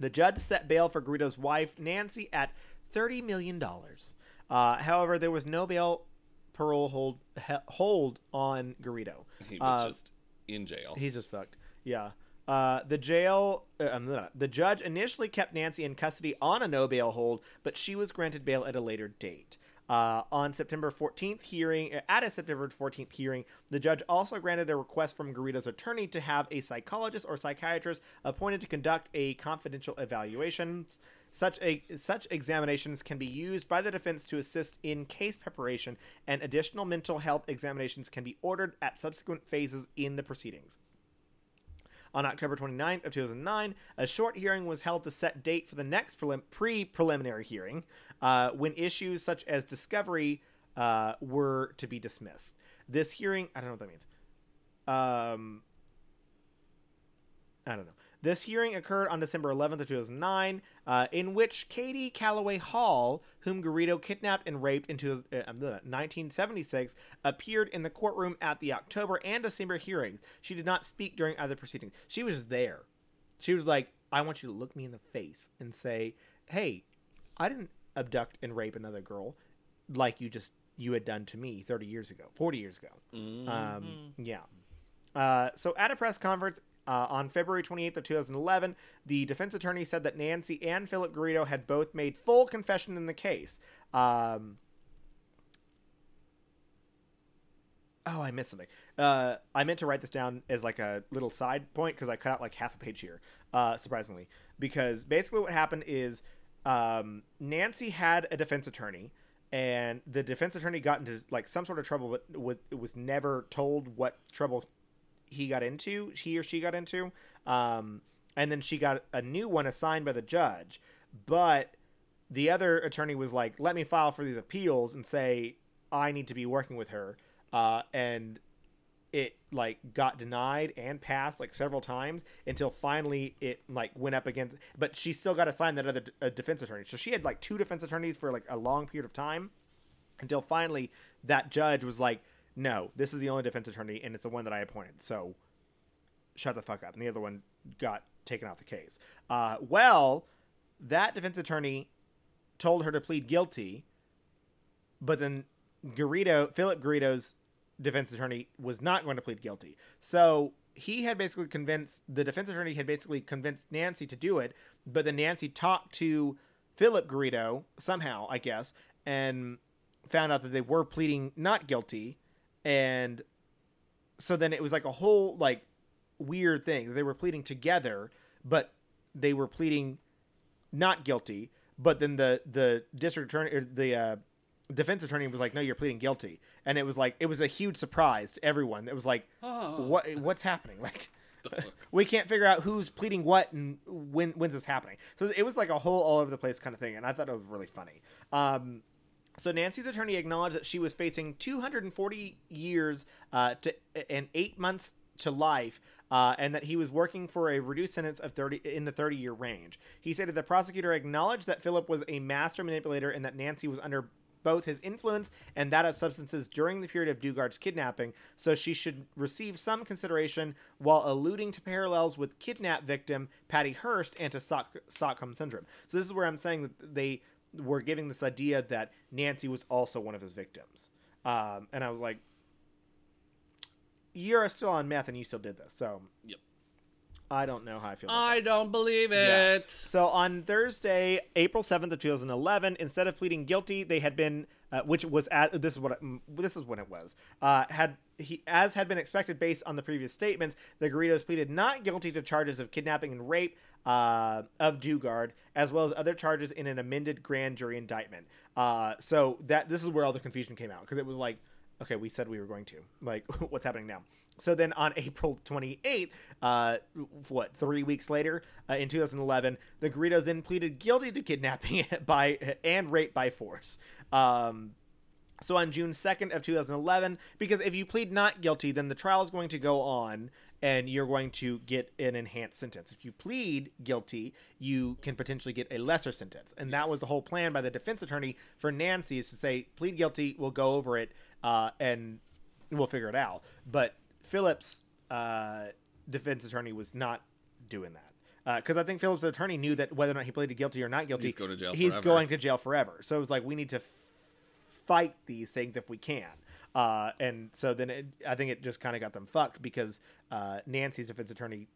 Speaker 2: the judge set bail for Garrido's wife Nancy at 30 million dollars. Uh, however, there was no bail parole hold he- hold on Garrido.
Speaker 1: He was
Speaker 2: Uh,
Speaker 1: just in jail.
Speaker 2: He's just fucked. Yeah. Uh, the jail, uh, um, blah. the judge initially kept Nancy in custody on a no bail hold, but she was granted bail at a later date. Uh, on September 14th hearing, uh, at a September 14th hearing, the judge also granted a request from Garrido's attorney to have a psychologist or psychiatrist appointed to conduct a confidential evaluation. Such a such examinations can be used by the defense to assist in case preparation, and additional mental health examinations can be ordered at subsequent phases in the proceedings. On October 29th of 2009, a short hearing was held to set date for the next prelim- pre-preliminary hearing, uh, when issues such as discovery uh, were to be dismissed. This hearing, I don't know what that means. Um, I don't know. This hearing occurred on December 11th of 2009, uh, in which Katie Calloway Hall, whom Garrido kidnapped and raped in two- uh, uh, 1976, appeared in the courtroom at the October and December hearings. She did not speak during either proceedings. She was there. She was like, I want you to look me in the face and say, hey, I didn't abduct and rape another girl like you just you had done to me 30 years ago, 40 years ago. Um, yeah. Uh, so at a press conference uh, on February 28th of 2011, the defense attorney said that Nancy and Philip Garrido had both made full confession in the case. Um, oh, I missed something. Uh, I meant to write this down as like a little side point because I cut out like half a page here, uh, surprisingly. Because basically what happened is um, Nancy had a defense attorney, and the defense attorney got into like some sort of trouble, but was, was never told what trouble he got into, he or she got into. Um, and then she got a new one assigned by the judge. But the other attorney was like, let me file for these appeals and say I need to be working with her. Uh, and it like got denied and passed like several times until finally it like went up against but she still got assigned that other d- uh, defense attorney so she had like two defense attorneys for like a long period of time until finally that judge was like no this is the only defense attorney and it's the one that i appointed so shut the fuck up and the other one got taken off the case uh, well that defense attorney told her to plead guilty but then Garrido, Philip Garrido's defense attorney was not going to plead guilty. So he had basically convinced the defense attorney had basically convinced Nancy to do it, but then Nancy talked to Philip Garrido somehow, I guess, and found out that they were pleading not guilty, and so then it was like a whole like weird thing. They were pleading together, but they were pleading not guilty. But then the the district attorney or the uh, defense attorney was like, "No, you're pleading guilty," and it was like it was a huge surprise to everyone. It was like,
Speaker 1: Oh.
Speaker 2: "What what's happening?" Like
Speaker 1: The fuck?
Speaker 2: we can't figure out who's pleading what and when when's this happening. So it was like a whole all over the place kind of thing, and I thought it was really funny. Um, so Nancy's attorney acknowledged that she was facing 240 years uh, to and eight months to life, uh, and that he was working for a reduced sentence of 30 in the 30 year range. He said that the prosecutor acknowledged that Philip was a master manipulator and that Nancy was under both his influence and that of substances during the period of Dugard's kidnapping, so she should receive some consideration while alluding to parallels with kidnap victim Patty Hearst and to Sock- Stockholm syndrome. So this is where I'm saying that they were giving this idea that Nancy was also one of his victims. Um, and I was like, you're still on meth and you still did this. So
Speaker 1: Yep. Um,
Speaker 2: I don't know how I feel. About
Speaker 1: I don't believe
Speaker 2: Yeah.
Speaker 1: it.
Speaker 2: so on Thursday, April seventh of two thousand eleven, instead of pleading guilty, they had been, uh, which was at this is what mm, this is when it was uh, had he as had been expected based on the previous statements. The Garridos pleaded not guilty to charges of kidnapping and rape uh, of Dugard, as well as other charges in an amended grand jury indictment. Uh, so that this is where all the confusion came out because it was like okay, we said we were going to. Like, what's happening now? So then on April 28th, uh, what, three weeks later, uh, in 2011, the Garridos then pleaded guilty to kidnapping by and rape by force. Um, so on June 2nd of 2011, because if you plead not guilty, then the trial is going to go on and you're going to get an enhanced sentence. If you plead guilty, you can potentially get a lesser sentence. And that was the whole plan by the defense attorney for Nancy is to say, plead guilty, we'll go over it uh, and we'll figure it out. But Phillips' uh, defense attorney was not doing that. Because I think Phillips' attorney knew that whether or not he pleaded guilty or not guilty,
Speaker 1: He's going to jail
Speaker 2: he's
Speaker 1: forever.
Speaker 2: going to jail forever. So it was like, we need to fight these things if we can. Uh, and so then it, I think it just kind of got them fucked because uh, Nancy's defense attorney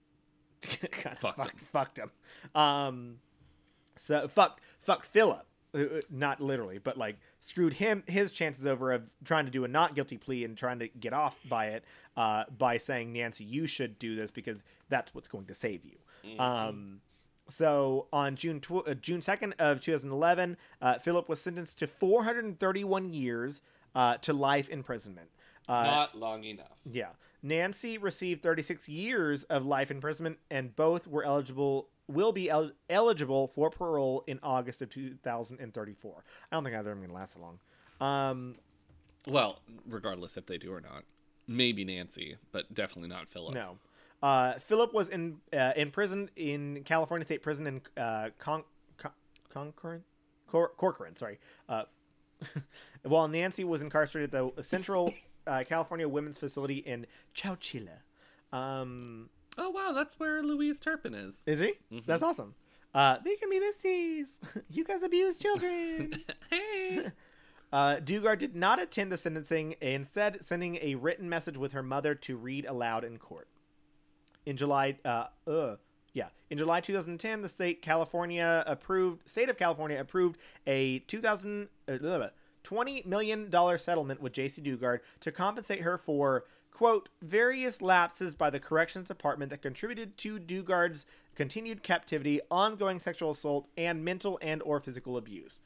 Speaker 2: kinda
Speaker 1: Fucked
Speaker 2: fucked, fucked him. Um, so fucked fucked Philip, Uh, uh, not literally, but like screwed him his chances over of trying to do a not guilty plea and trying to get off by it uh, by saying Nancy, you should do this because that's what's going to save you. Um, so on June tw- uh, June second of 2011, uh, Philip was sentenced to 431 years uh, to life imprisonment. Uh,
Speaker 1: Not long enough.
Speaker 2: yeah. Nancy received 36 years of life imprisonment, and both were eligible will be el- eligible for parole in August of 2034. I don't think either of them are going to last that long. Um,
Speaker 1: Well, regardless if they do or not. Maybe Nancy, but definitely not Philip.
Speaker 2: no. Uh, Philip was in uh, imprisoned in California State Prison in uh, Con- Con- Concord? Cor- Corcoran, sorry. Uh, while Nancy was incarcerated at the Central uh, California Women's Facility in Chowchilla. Um,
Speaker 1: Oh wow, that's where Louise Turpin is.
Speaker 2: Is he? That's awesome. Uh, they can be misties. you guys abuse children.
Speaker 1: hey.
Speaker 2: uh, Dugard did not attend the sentencing, instead sending a written message with her mother to read aloud in court. In July, uh, ugh, yeah, in July 2010, the state California approved, state of California approved a 2000 uh, blah, blah, 20 million dollar settlement with J.C. Dugard to compensate her for quote various lapses by the corrections department that contributed to Dugard's continued captivity, ongoing sexual assault, and mental and or physical abuse.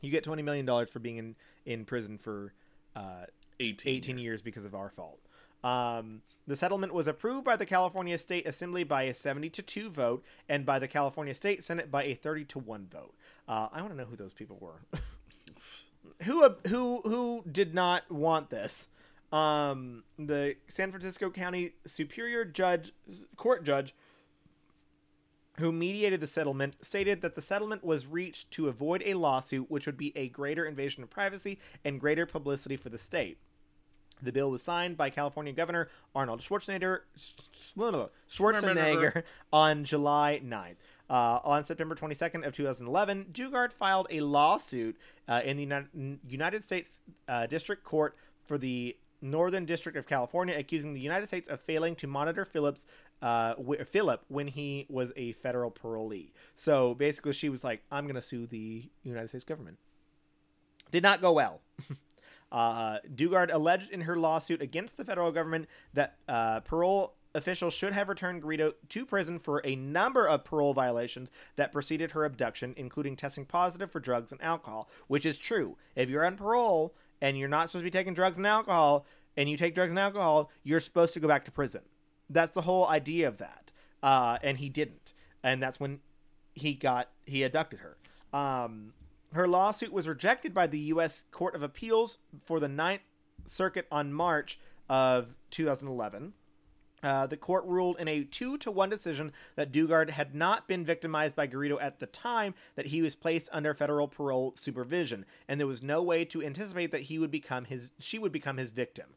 Speaker 2: You get 20 million dollars for being in in prison for uh,
Speaker 1: 18
Speaker 2: years.
Speaker 1: years.
Speaker 2: because of our fault. Um, the settlement was approved by the California State Assembly by a 70 to 2 vote and by the California State Senate by a 30 to 1 vote. Uh, I want to know who those people were. who who who did not want this? Um, the San Francisco County Superior Judge Court Judge who mediated the settlement stated that the settlement was reached to avoid a lawsuit which would be a greater invasion of privacy and greater publicity for the state. The bill was signed by California Governor Arnold Schwarzenegger, Schwarzenegger on July 9th. Uh, on September 22nd of 2011, Dugard filed a lawsuit uh, in the Uni- United States uh, District Court for the Northern District of California, accusing the United States of failing to monitor Phillips, uh, wi- Philip when he was a federal parolee. So basically, she was like, "I'm going to sue the United States government." Did not go well. Uh, Dugard alleged in her lawsuit against the federal government that uh, parole officials should have returned Guido to prison for a number of parole violations that preceded her abduction, including testing positive for drugs and alcohol, which is true. If you're on parole and you're not supposed to be taking drugs and alcohol, and you take drugs and alcohol, you're supposed to go back to prison. That's the whole idea of that. Uh, and he didn't. And that's when he got he abducted her. Um, her lawsuit was rejected by the U.S. Court of Appeals for the Ninth Circuit on March of 2011. Uh, the court ruled in a two to one decision that Dugard had not been victimized by Garrido at the time that he was placed under federal parole supervision, and there was no way to anticipate that he would become his she would become his victim.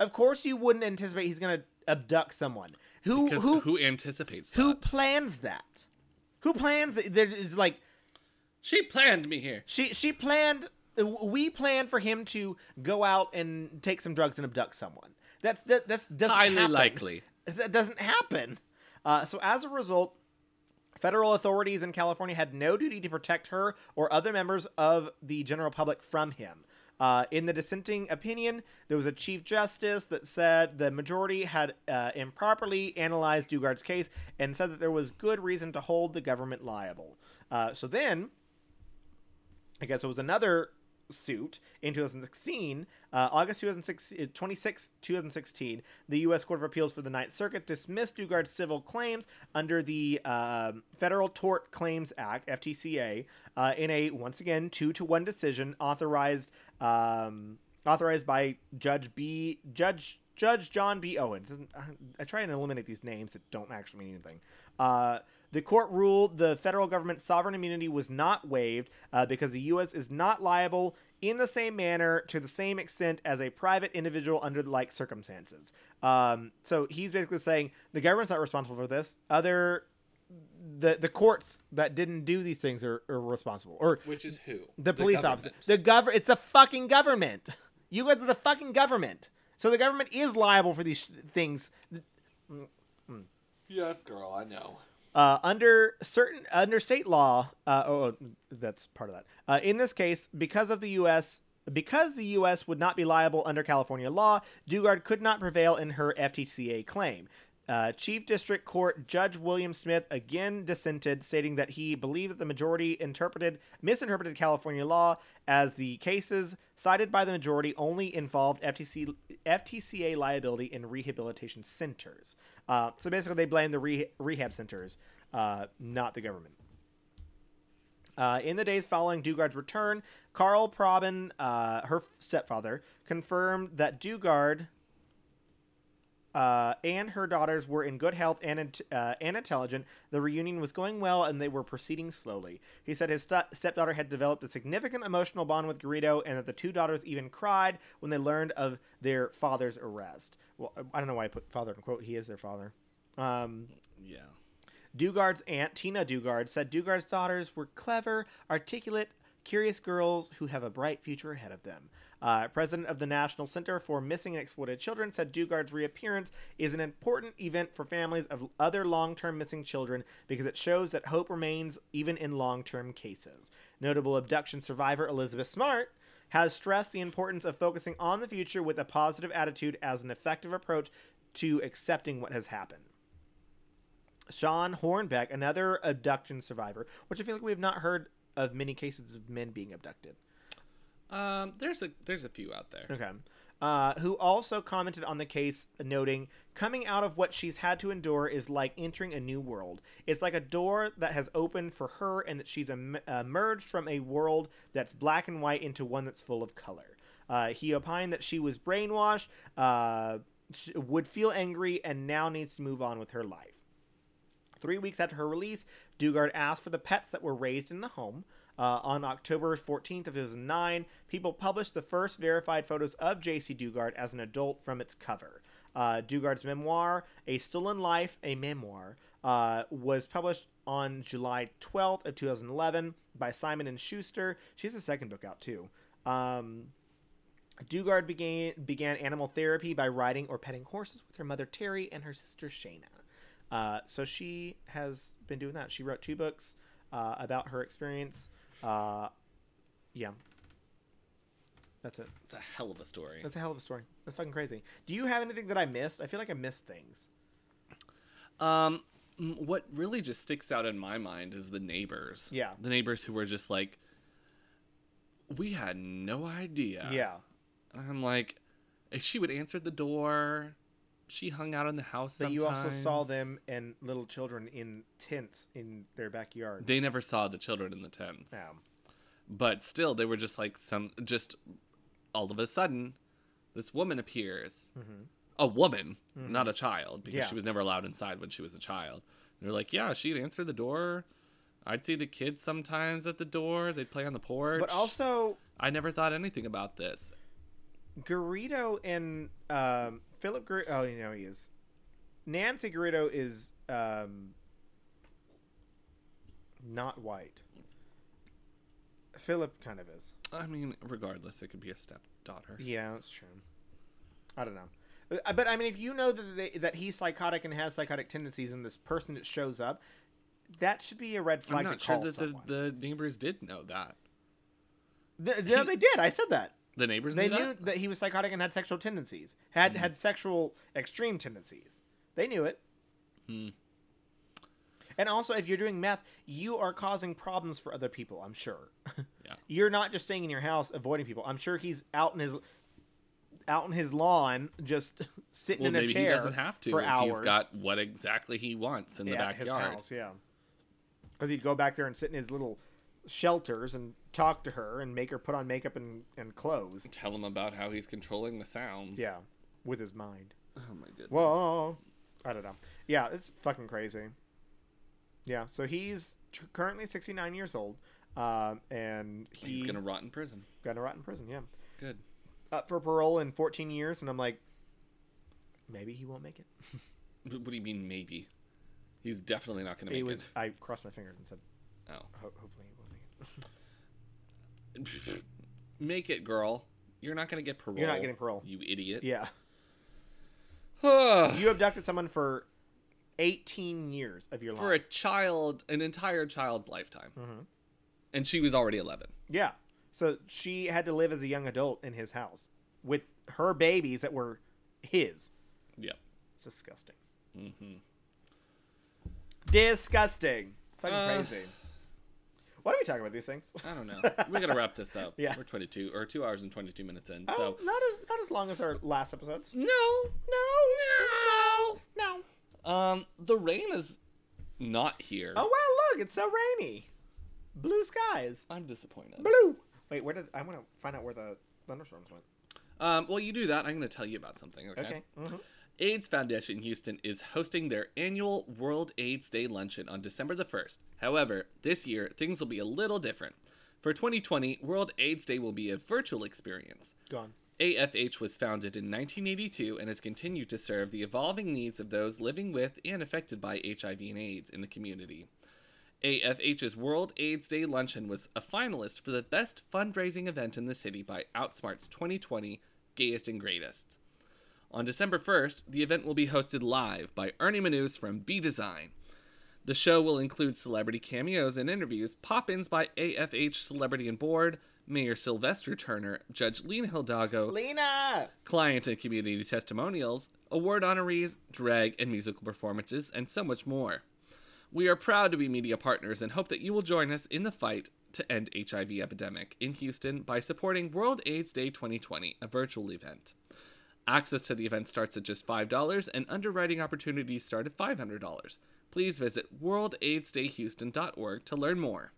Speaker 2: Of course, you wouldn't anticipate he's going to abduct someone who
Speaker 1: Because
Speaker 2: who
Speaker 1: who, anticipates that?
Speaker 2: who plans that? Who plans? There is like
Speaker 1: She planned me here.
Speaker 2: she she planned. We planned for him to go out and take some drugs and abduct someone. That's that that's doesn't
Speaker 1: Highly
Speaker 2: happen.
Speaker 1: likely.
Speaker 2: That doesn't happen. Uh, so as a result, federal authorities in California had no duty to protect her or other members of the general public from him. Uh, in the dissenting opinion, there was a chief justice that said the majority had uh, improperly analyzed Dugard's case and said that there was good reason to hold the government liable. Uh, so then, I guess it was another suit in 2016, uh, August 2016, 26, 2016, the U.S. Court of Appeals for the Ninth Circuit dismissed Dugard's civil claims under the um Federal Tort Claims Act (FTCA) uh, in a once again two to one decision authorized um, authorized by Judge B. Judge Judge John B. Owens. And I- I try and eliminate these names that don't actually mean anything. Uh, the court ruled the federal government's sovereign immunity was not waived uh, because the U.S. is not liable in the same manner to the same extent as a private individual under like circumstances. Um, so he's basically saying the government's not responsible for this. Other the the courts that didn't do these things are, are responsible or
Speaker 1: Which is who?
Speaker 2: the police
Speaker 1: government.
Speaker 2: officer. The government. It's the fucking government. You guys are the fucking government. So the government is liable for these sh- things.
Speaker 1: Yes, girl, I know.
Speaker 2: Uh, under certain under state law, uh, oh, oh, that's part of that. Uh, in this case, because of the U.S. Because the U.S. would not be liable under California law, Dugard could not prevail in her FTCA claim. Uh, Chief District Court Judge William Smith again dissented, stating that he believed that the majority interpreted misinterpreted California law as the cases cited by the majority only involved FTC, FTCA liability in rehabilitation centers. Uh, so basically, they blame the re- rehab centers, uh, not the government. Uh, in the days following Dugard's return, Carl Probin, uh, her stepfather, confirmed that Dugard uh, and her daughters were in good health and, int- uh, and intelligent. The reunion was going well and they were proceeding slowly. He said his st- stepdaughter had developed a significant emotional bond with Garrido and that the two daughters even cried when they learned of their father's arrest. Well, I don't know why I put father in quote. He is their father. Um,
Speaker 1: Yeah.
Speaker 2: Dugard's aunt, Tina Dugard, said Dugard's daughters were clever, articulate, curious girls who have a bright future ahead of them. Uh, president of the National Center for Missing and Exploited Children said Dugard's reappearance is an important event for families of other long term missing children because it shows that hope remains even in long term cases. Notable abduction survivor Elizabeth Smart has stressed the importance of focusing on the future with a positive attitude as an effective approach to accepting what has happened. Sean Hornbeck, another abduction survivor, which I feel like we have not heard of many cases of men being abducted.
Speaker 1: Um, there's a there's a few out there.
Speaker 2: Okay. Uh, who also commented on the case, noting, coming out of what she's had to endure is like entering a new world. It's like a door that has opened for uh, her and that she's em- emerged from a world that's black and white into one that's full of color. Uh, he opined that she was brainwashed, uh, sh- would feel angry, and now needs to move on with her life. Three weeks after her release, Dugard asked for the pets that were raised in the home. Uh, on October 14th of 2009, people published the first verified photos of J.C. Dugard as an adult from its cover. Uh, Dugard's memoir, A Stolen Life, a Memoir, uh, was published on July 12th of 2011 by Simon and Schuster. She has a second book out too. Um, Dugard began began animal therapy by riding or petting horses with her mother Terry and her sister Shayna. Uh, so she has been doing that. She wrote two books uh, about her experience. Uh, yeah, that's it.
Speaker 1: It's a hell of a story.
Speaker 2: That's a hell of a story. That's fucking crazy. Do you have anything that I missed? I feel like I missed things.
Speaker 1: Um, m- what really just sticks out in my mind is the neighbors.
Speaker 2: Yeah.
Speaker 1: the neighbors who were just like, we had no idea.
Speaker 2: Yeah,
Speaker 1: and I'm like, if she would answer the door. She hung out in the house.
Speaker 2: but you also saw
Speaker 1: sometimes.
Speaker 2: them and little children in tents in their backyard. Um,
Speaker 1: They never saw the children in the tents.
Speaker 2: Yeah.
Speaker 1: but still they were just like some just all of a sudden this woman appears a woman not a child because
Speaker 2: Mm-hmm. Yeah.
Speaker 1: she was never allowed inside when she was a child and they're like yeah she'd answer the door i'd see the kids sometimes at the door they'd play on the porch
Speaker 2: But also,
Speaker 1: i never thought anything about this
Speaker 2: Garrido and um, Philip Garrido. Oh, you know he is. Nancy Garrido is um, not white. Philip kind of is.
Speaker 1: i mean regardless it could be a stepdaughter
Speaker 2: Yeah, that's true. I don't know. Uh, But I mean, if you know that they, that he's psychotic and has psychotic tendencies, and this person that shows up, that should be a
Speaker 1: i'm
Speaker 2: red flag
Speaker 1: not
Speaker 2: to
Speaker 1: sure
Speaker 2: call
Speaker 1: that the,
Speaker 2: someone.
Speaker 1: the neighbors did know that
Speaker 2: Th- no, they did. I said that.
Speaker 1: the neighbors
Speaker 2: They
Speaker 1: knew,
Speaker 2: knew
Speaker 1: that?
Speaker 2: that he was psychotic and had sexual tendencies. Had
Speaker 1: Hmm.
Speaker 2: had sexual extreme tendencies. They knew it.
Speaker 1: Hmm.
Speaker 2: And also, if you're doing meth, you are causing problems for other people. I'm sure.
Speaker 1: Yeah.
Speaker 2: You're not just staying in your house avoiding people. I'm sure he's out in his out in his lawn, just sitting
Speaker 1: well
Speaker 2: in a
Speaker 1: maybe
Speaker 2: chair
Speaker 1: he doesn't have to
Speaker 2: for
Speaker 1: if
Speaker 2: hours.
Speaker 1: he's got what exactly he wants in the
Speaker 2: Yeah, at
Speaker 1: backyard
Speaker 2: His house, yeah. Because he'd go back there and sit in his little shelters and talk to her and make her put on makeup and, and clothes.
Speaker 1: tell him about how he's controlling the sounds.
Speaker 2: Yeah, with his mind.
Speaker 1: Oh my goodness.
Speaker 2: Well, uh, I don't know. Yeah, it's fucking crazy. Yeah, so he's t- currently 69 years old, um, and he
Speaker 1: he's gonna rot in prison.
Speaker 2: got a rotten prison. Yeah,
Speaker 1: Good.
Speaker 2: up for parole in 14 years, and I'm like, maybe he won't make it.
Speaker 1: Wh- What do you mean maybe? He's definitely not gonna make
Speaker 2: it
Speaker 1: it.
Speaker 2: was I crossed my fingers and said,
Speaker 1: Oh,
Speaker 2: Ho- hopefully he will make it.
Speaker 1: make it, girl. You're not gonna get parole.
Speaker 2: You're not getting parole.
Speaker 1: You idiot.
Speaker 2: Yeah,
Speaker 1: Yeah.
Speaker 2: you abducted someone for 18 years of your
Speaker 1: For a
Speaker 2: life.
Speaker 1: child, an entire child's lifetime,
Speaker 2: Mm-hmm.
Speaker 1: and she was already 11.
Speaker 2: yeah, so she had to live as a young adult in his house with her babies that were his.
Speaker 1: Yeah.
Speaker 2: It's disgusting. Mm-hmm. Disgusting. Fucking
Speaker 1: Uh.
Speaker 2: crazy. Why do we talk about these things?
Speaker 1: I don't know. we gotta wrap this up.
Speaker 2: Yeah.
Speaker 1: We're 22 or two hours and 22 minutes in.
Speaker 2: Oh,
Speaker 1: So
Speaker 2: not as not as long as our last episodes.
Speaker 1: no, no,
Speaker 2: No.
Speaker 1: no. Um, the rain is not here.
Speaker 2: Oh wow, look, it's so rainy. Blue skies.
Speaker 1: I'm disappointed.
Speaker 2: Blue. Wait, where did I want to find out where the thunderstorms went?
Speaker 1: Um, while you do that, I'm going to tell you about something, okay?
Speaker 2: Okay. hmm
Speaker 1: AIDS Foundation Houston is hosting their annual World AIDS Day luncheon on December the 1st. However, this year, things will be a little different. For 2020, World AIDS Day will be a virtual experience.
Speaker 2: Gone.
Speaker 1: AFH was founded in 1982 and has continued to serve the evolving needs of those living with and affected by HIV and AIDS in the community. AFH's World AIDS Day Luncheon was a finalist for the best fundraising event in the city by Outsmart's 2020 Gayest and Greatest. On December 1st, the event will be hosted live by Ernie Manous from B Design. The show will include celebrity cameos and interviews, pop ins by AFH Celebrity and Board, Mayor Sylvester Turner, Judge Lena Hildago,
Speaker 2: Lena.
Speaker 1: client and community testimonials, award honorees, drag and musical performances, and so much more. We are proud to be media partners and hope that you will join us in the fight to end HIV epidemic in Houston by supporting World AIDS Day 2020, a virtual event. Access to the event starts at just $5 and underwriting opportunities start at $500. Please visit worldaidsdayhouston.org to learn more.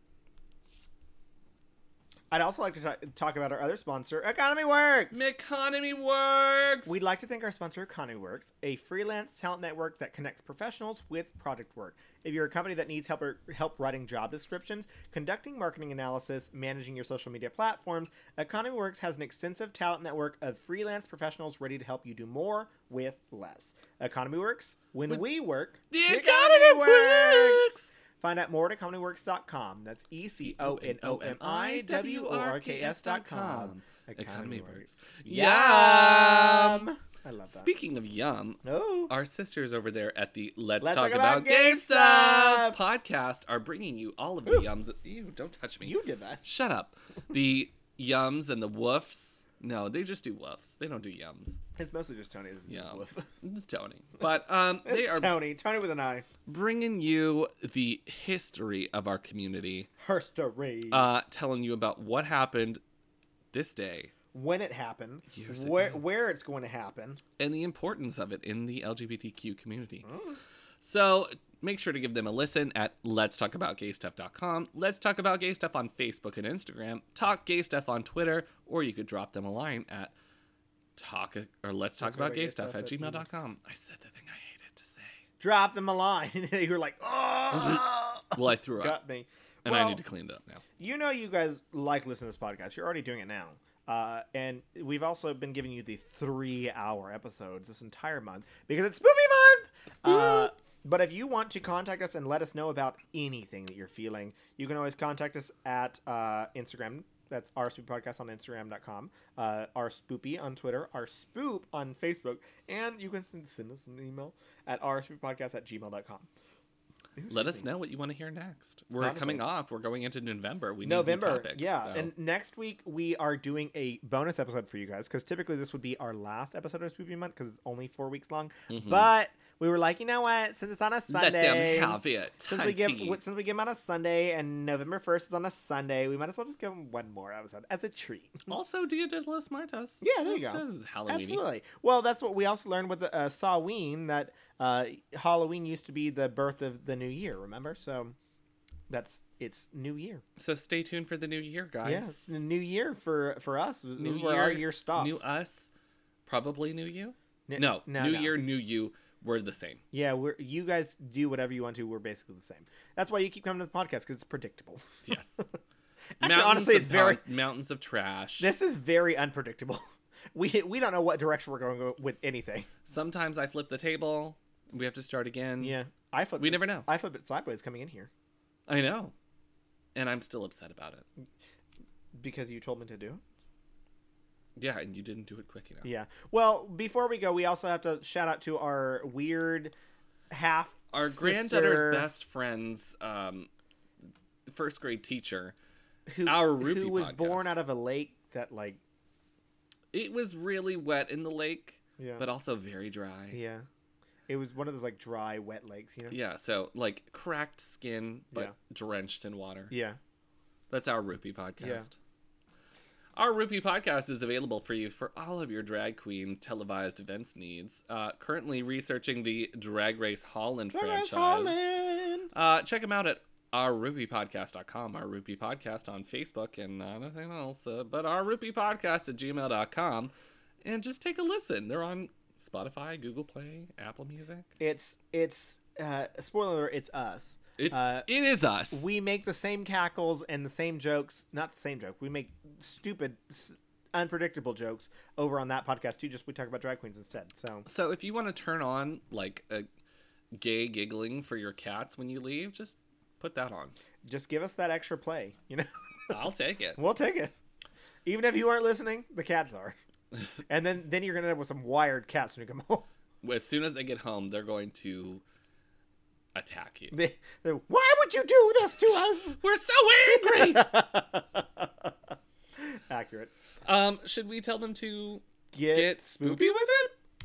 Speaker 2: I'd also like to ta- talk about our other sponsor, Economy Works.
Speaker 1: Economy works.
Speaker 2: We'd like to thank our sponsor, Economy Works, a freelance talent network that connects professionals with project work. If you're a company that needs help help writing job descriptions, conducting marketing analysis, managing your social media platforms, Economy Works has an extensive talent network of freelance professionals ready to help you do more with less. Economy Works, when, we work,
Speaker 1: The economy works!
Speaker 2: Find out more at economyworks.com. That's E C O N O M I W O R K S dot com.
Speaker 1: Economy works.
Speaker 2: Yum! I love that.
Speaker 1: Speaking of yum,
Speaker 2: Oh.
Speaker 1: our sisters over there at the Let's,
Speaker 2: Let's
Speaker 1: Talk,
Speaker 2: Talk
Speaker 1: About,
Speaker 2: About
Speaker 1: Gay
Speaker 2: Gay
Speaker 1: Stuff
Speaker 2: Stuff!
Speaker 1: podcast are bringing you all of the yums. Ew, don't touch me.
Speaker 2: You did that.
Speaker 1: Shut up. The yums and the woofs. No, they just do woofs. They don't do yums.
Speaker 2: It's mostly just Tony. Isn't
Speaker 1: Yeah.
Speaker 2: it? Woof.
Speaker 1: It's Tony. But um, they
Speaker 2: It's
Speaker 1: are
Speaker 2: Tony. Tony with an eye.
Speaker 1: bringing you the history of our community,
Speaker 2: Herstory.
Speaker 1: uh, telling you about what happened this day
Speaker 2: when it happened.
Speaker 1: years
Speaker 2: Where where it's going to happen.
Speaker 1: and the importance of it in the LGBTQ community.
Speaker 2: Oh.
Speaker 1: So make sure to give them a listen at let's talk about gay stuff.com. Let's talk about gay stuff on Facebook and Instagram. Talk gay stuff on Twitter, or you could drop them a line at talk or let's talk about gay stuff at gmail.com. I said the thing I hated to say.
Speaker 2: Drop them a line. And you were like, oh,
Speaker 1: Well, I threw up
Speaker 2: got me.
Speaker 1: Mm-hmm. and I
Speaker 2: Well,
Speaker 1: need to clean it up now.
Speaker 2: you know you guys like listening to this podcast. You're already doing it now. Uh, and we've also been giving you the three hour episodes this entire month because it's Spoopy Month! Uh, but if you want to contact us and let us know about anything that you're feeling, you can always contact us at uh, Instagram. That's our spoopy podcast on Instagram.com, uh, our spoopy on Twitter, our spoop on Facebook, and you can send, send us an email at our spoopy podcast at gmail.com.
Speaker 1: Let us know what you want to hear next. We're
Speaker 2: Honestly.
Speaker 1: coming off. We're going into November. We need new
Speaker 2: November.
Speaker 1: topics,
Speaker 2: yeah.
Speaker 1: so-
Speaker 2: And next week we are doing a bonus episode for you guys because typically this would be our last episode of Spoopy Month because it's only four weeks long. But we were like, you know what? Since it's on a
Speaker 1: Mm-hmm. let
Speaker 2: Sunday,
Speaker 1: them have it.
Speaker 2: since we give
Speaker 1: hunty.
Speaker 2: since we give 'em on a Sunday and November first is on a Sunday, we might as well just give 'em one more episode as a treat.
Speaker 1: Also, Dia de los Muertos.
Speaker 2: Mm. Yeah, there you
Speaker 1: This
Speaker 2: go.
Speaker 1: is Halloween-y.
Speaker 2: Absolutely. Well, that's what we also learned with the uh, Sawween that uh, Halloween used to be the birth of the new year. Remember, so that's it's new year.
Speaker 1: So stay tuned for the new year, guys.
Speaker 2: Yeah, it's the new year for for us. New
Speaker 1: New
Speaker 2: where our year stops.
Speaker 1: New us, probably new you.
Speaker 2: N-
Speaker 1: no,
Speaker 2: no,
Speaker 1: new
Speaker 2: no.
Speaker 1: year, new you. We're the same.
Speaker 2: yeah, we're you guys do whatever you want to. We're basically the same. That's why you keep coming to the podcast because it's predictable.
Speaker 1: Yes.
Speaker 2: Actually, honestly,
Speaker 1: of
Speaker 2: it's very.
Speaker 1: pon- mountains of trash.
Speaker 2: This is very unpredictable. We we don't know what direction we're going with anything.
Speaker 1: Sometimes I flip the table. We have to start again.
Speaker 2: Yeah, I flip.
Speaker 1: We never know.
Speaker 2: I flip it sideways coming in here
Speaker 1: I know, and I'm still upset about it.
Speaker 2: because you told me to do. it.
Speaker 1: Yeah, and you didn't do it quick enough.
Speaker 2: Yeah. Well, before we go, we also have to shout out to our weird half
Speaker 1: Our
Speaker 2: sister
Speaker 1: granddaughter's best friend's um, first grade teacher.
Speaker 2: who,
Speaker 1: our Ruby
Speaker 2: who was born
Speaker 1: podcast.
Speaker 2: out of a lake that like
Speaker 1: It was really wet in the lake,
Speaker 2: Yeah.
Speaker 1: but also very dry.
Speaker 2: Yeah. It was one of those like dry, wet lakes, you know?
Speaker 1: Yeah, so like cracked skin, but
Speaker 2: Yeah.
Speaker 1: drenched in water.
Speaker 2: Yeah.
Speaker 1: That's our Rupee podcast. Our Rupee podcast is available for you for all of your drag queen televised events needs. Uh, currently researching the Drag Race Holland franchise. Uh, check them out at ourrupeepodcast.com, our Rupee podcast on Facebook, and uh, nothing else. Uh, but our Rupee podcast at gmail.com. And just take a listen. They're on Spotify, Google Play, Apple Music.
Speaker 2: It's it's uh spoiler alert, it's us.
Speaker 1: It's,
Speaker 2: Uh,
Speaker 1: it is us.
Speaker 2: We make the same cackles and the same jokes, not the same joke. We make stupid s- unpredictable jokes over on that podcast too, just we talk about drag queens instead. So
Speaker 1: So if you want to turn on like a gay giggling for your cats when you leave, just put that on.
Speaker 2: just give us that extra play, you know.
Speaker 1: I'll take it.
Speaker 2: we'll take it. Even if you aren't listening, the cats are. and then then you're going to end up with some wired cats when you come home.
Speaker 1: As soon as they get home, they're going to attack you.
Speaker 2: They, they're, Why would you do this to us?
Speaker 1: We're so angry.
Speaker 2: Accurate.
Speaker 1: um, should we tell them to
Speaker 2: Get,
Speaker 1: get spoopy with it?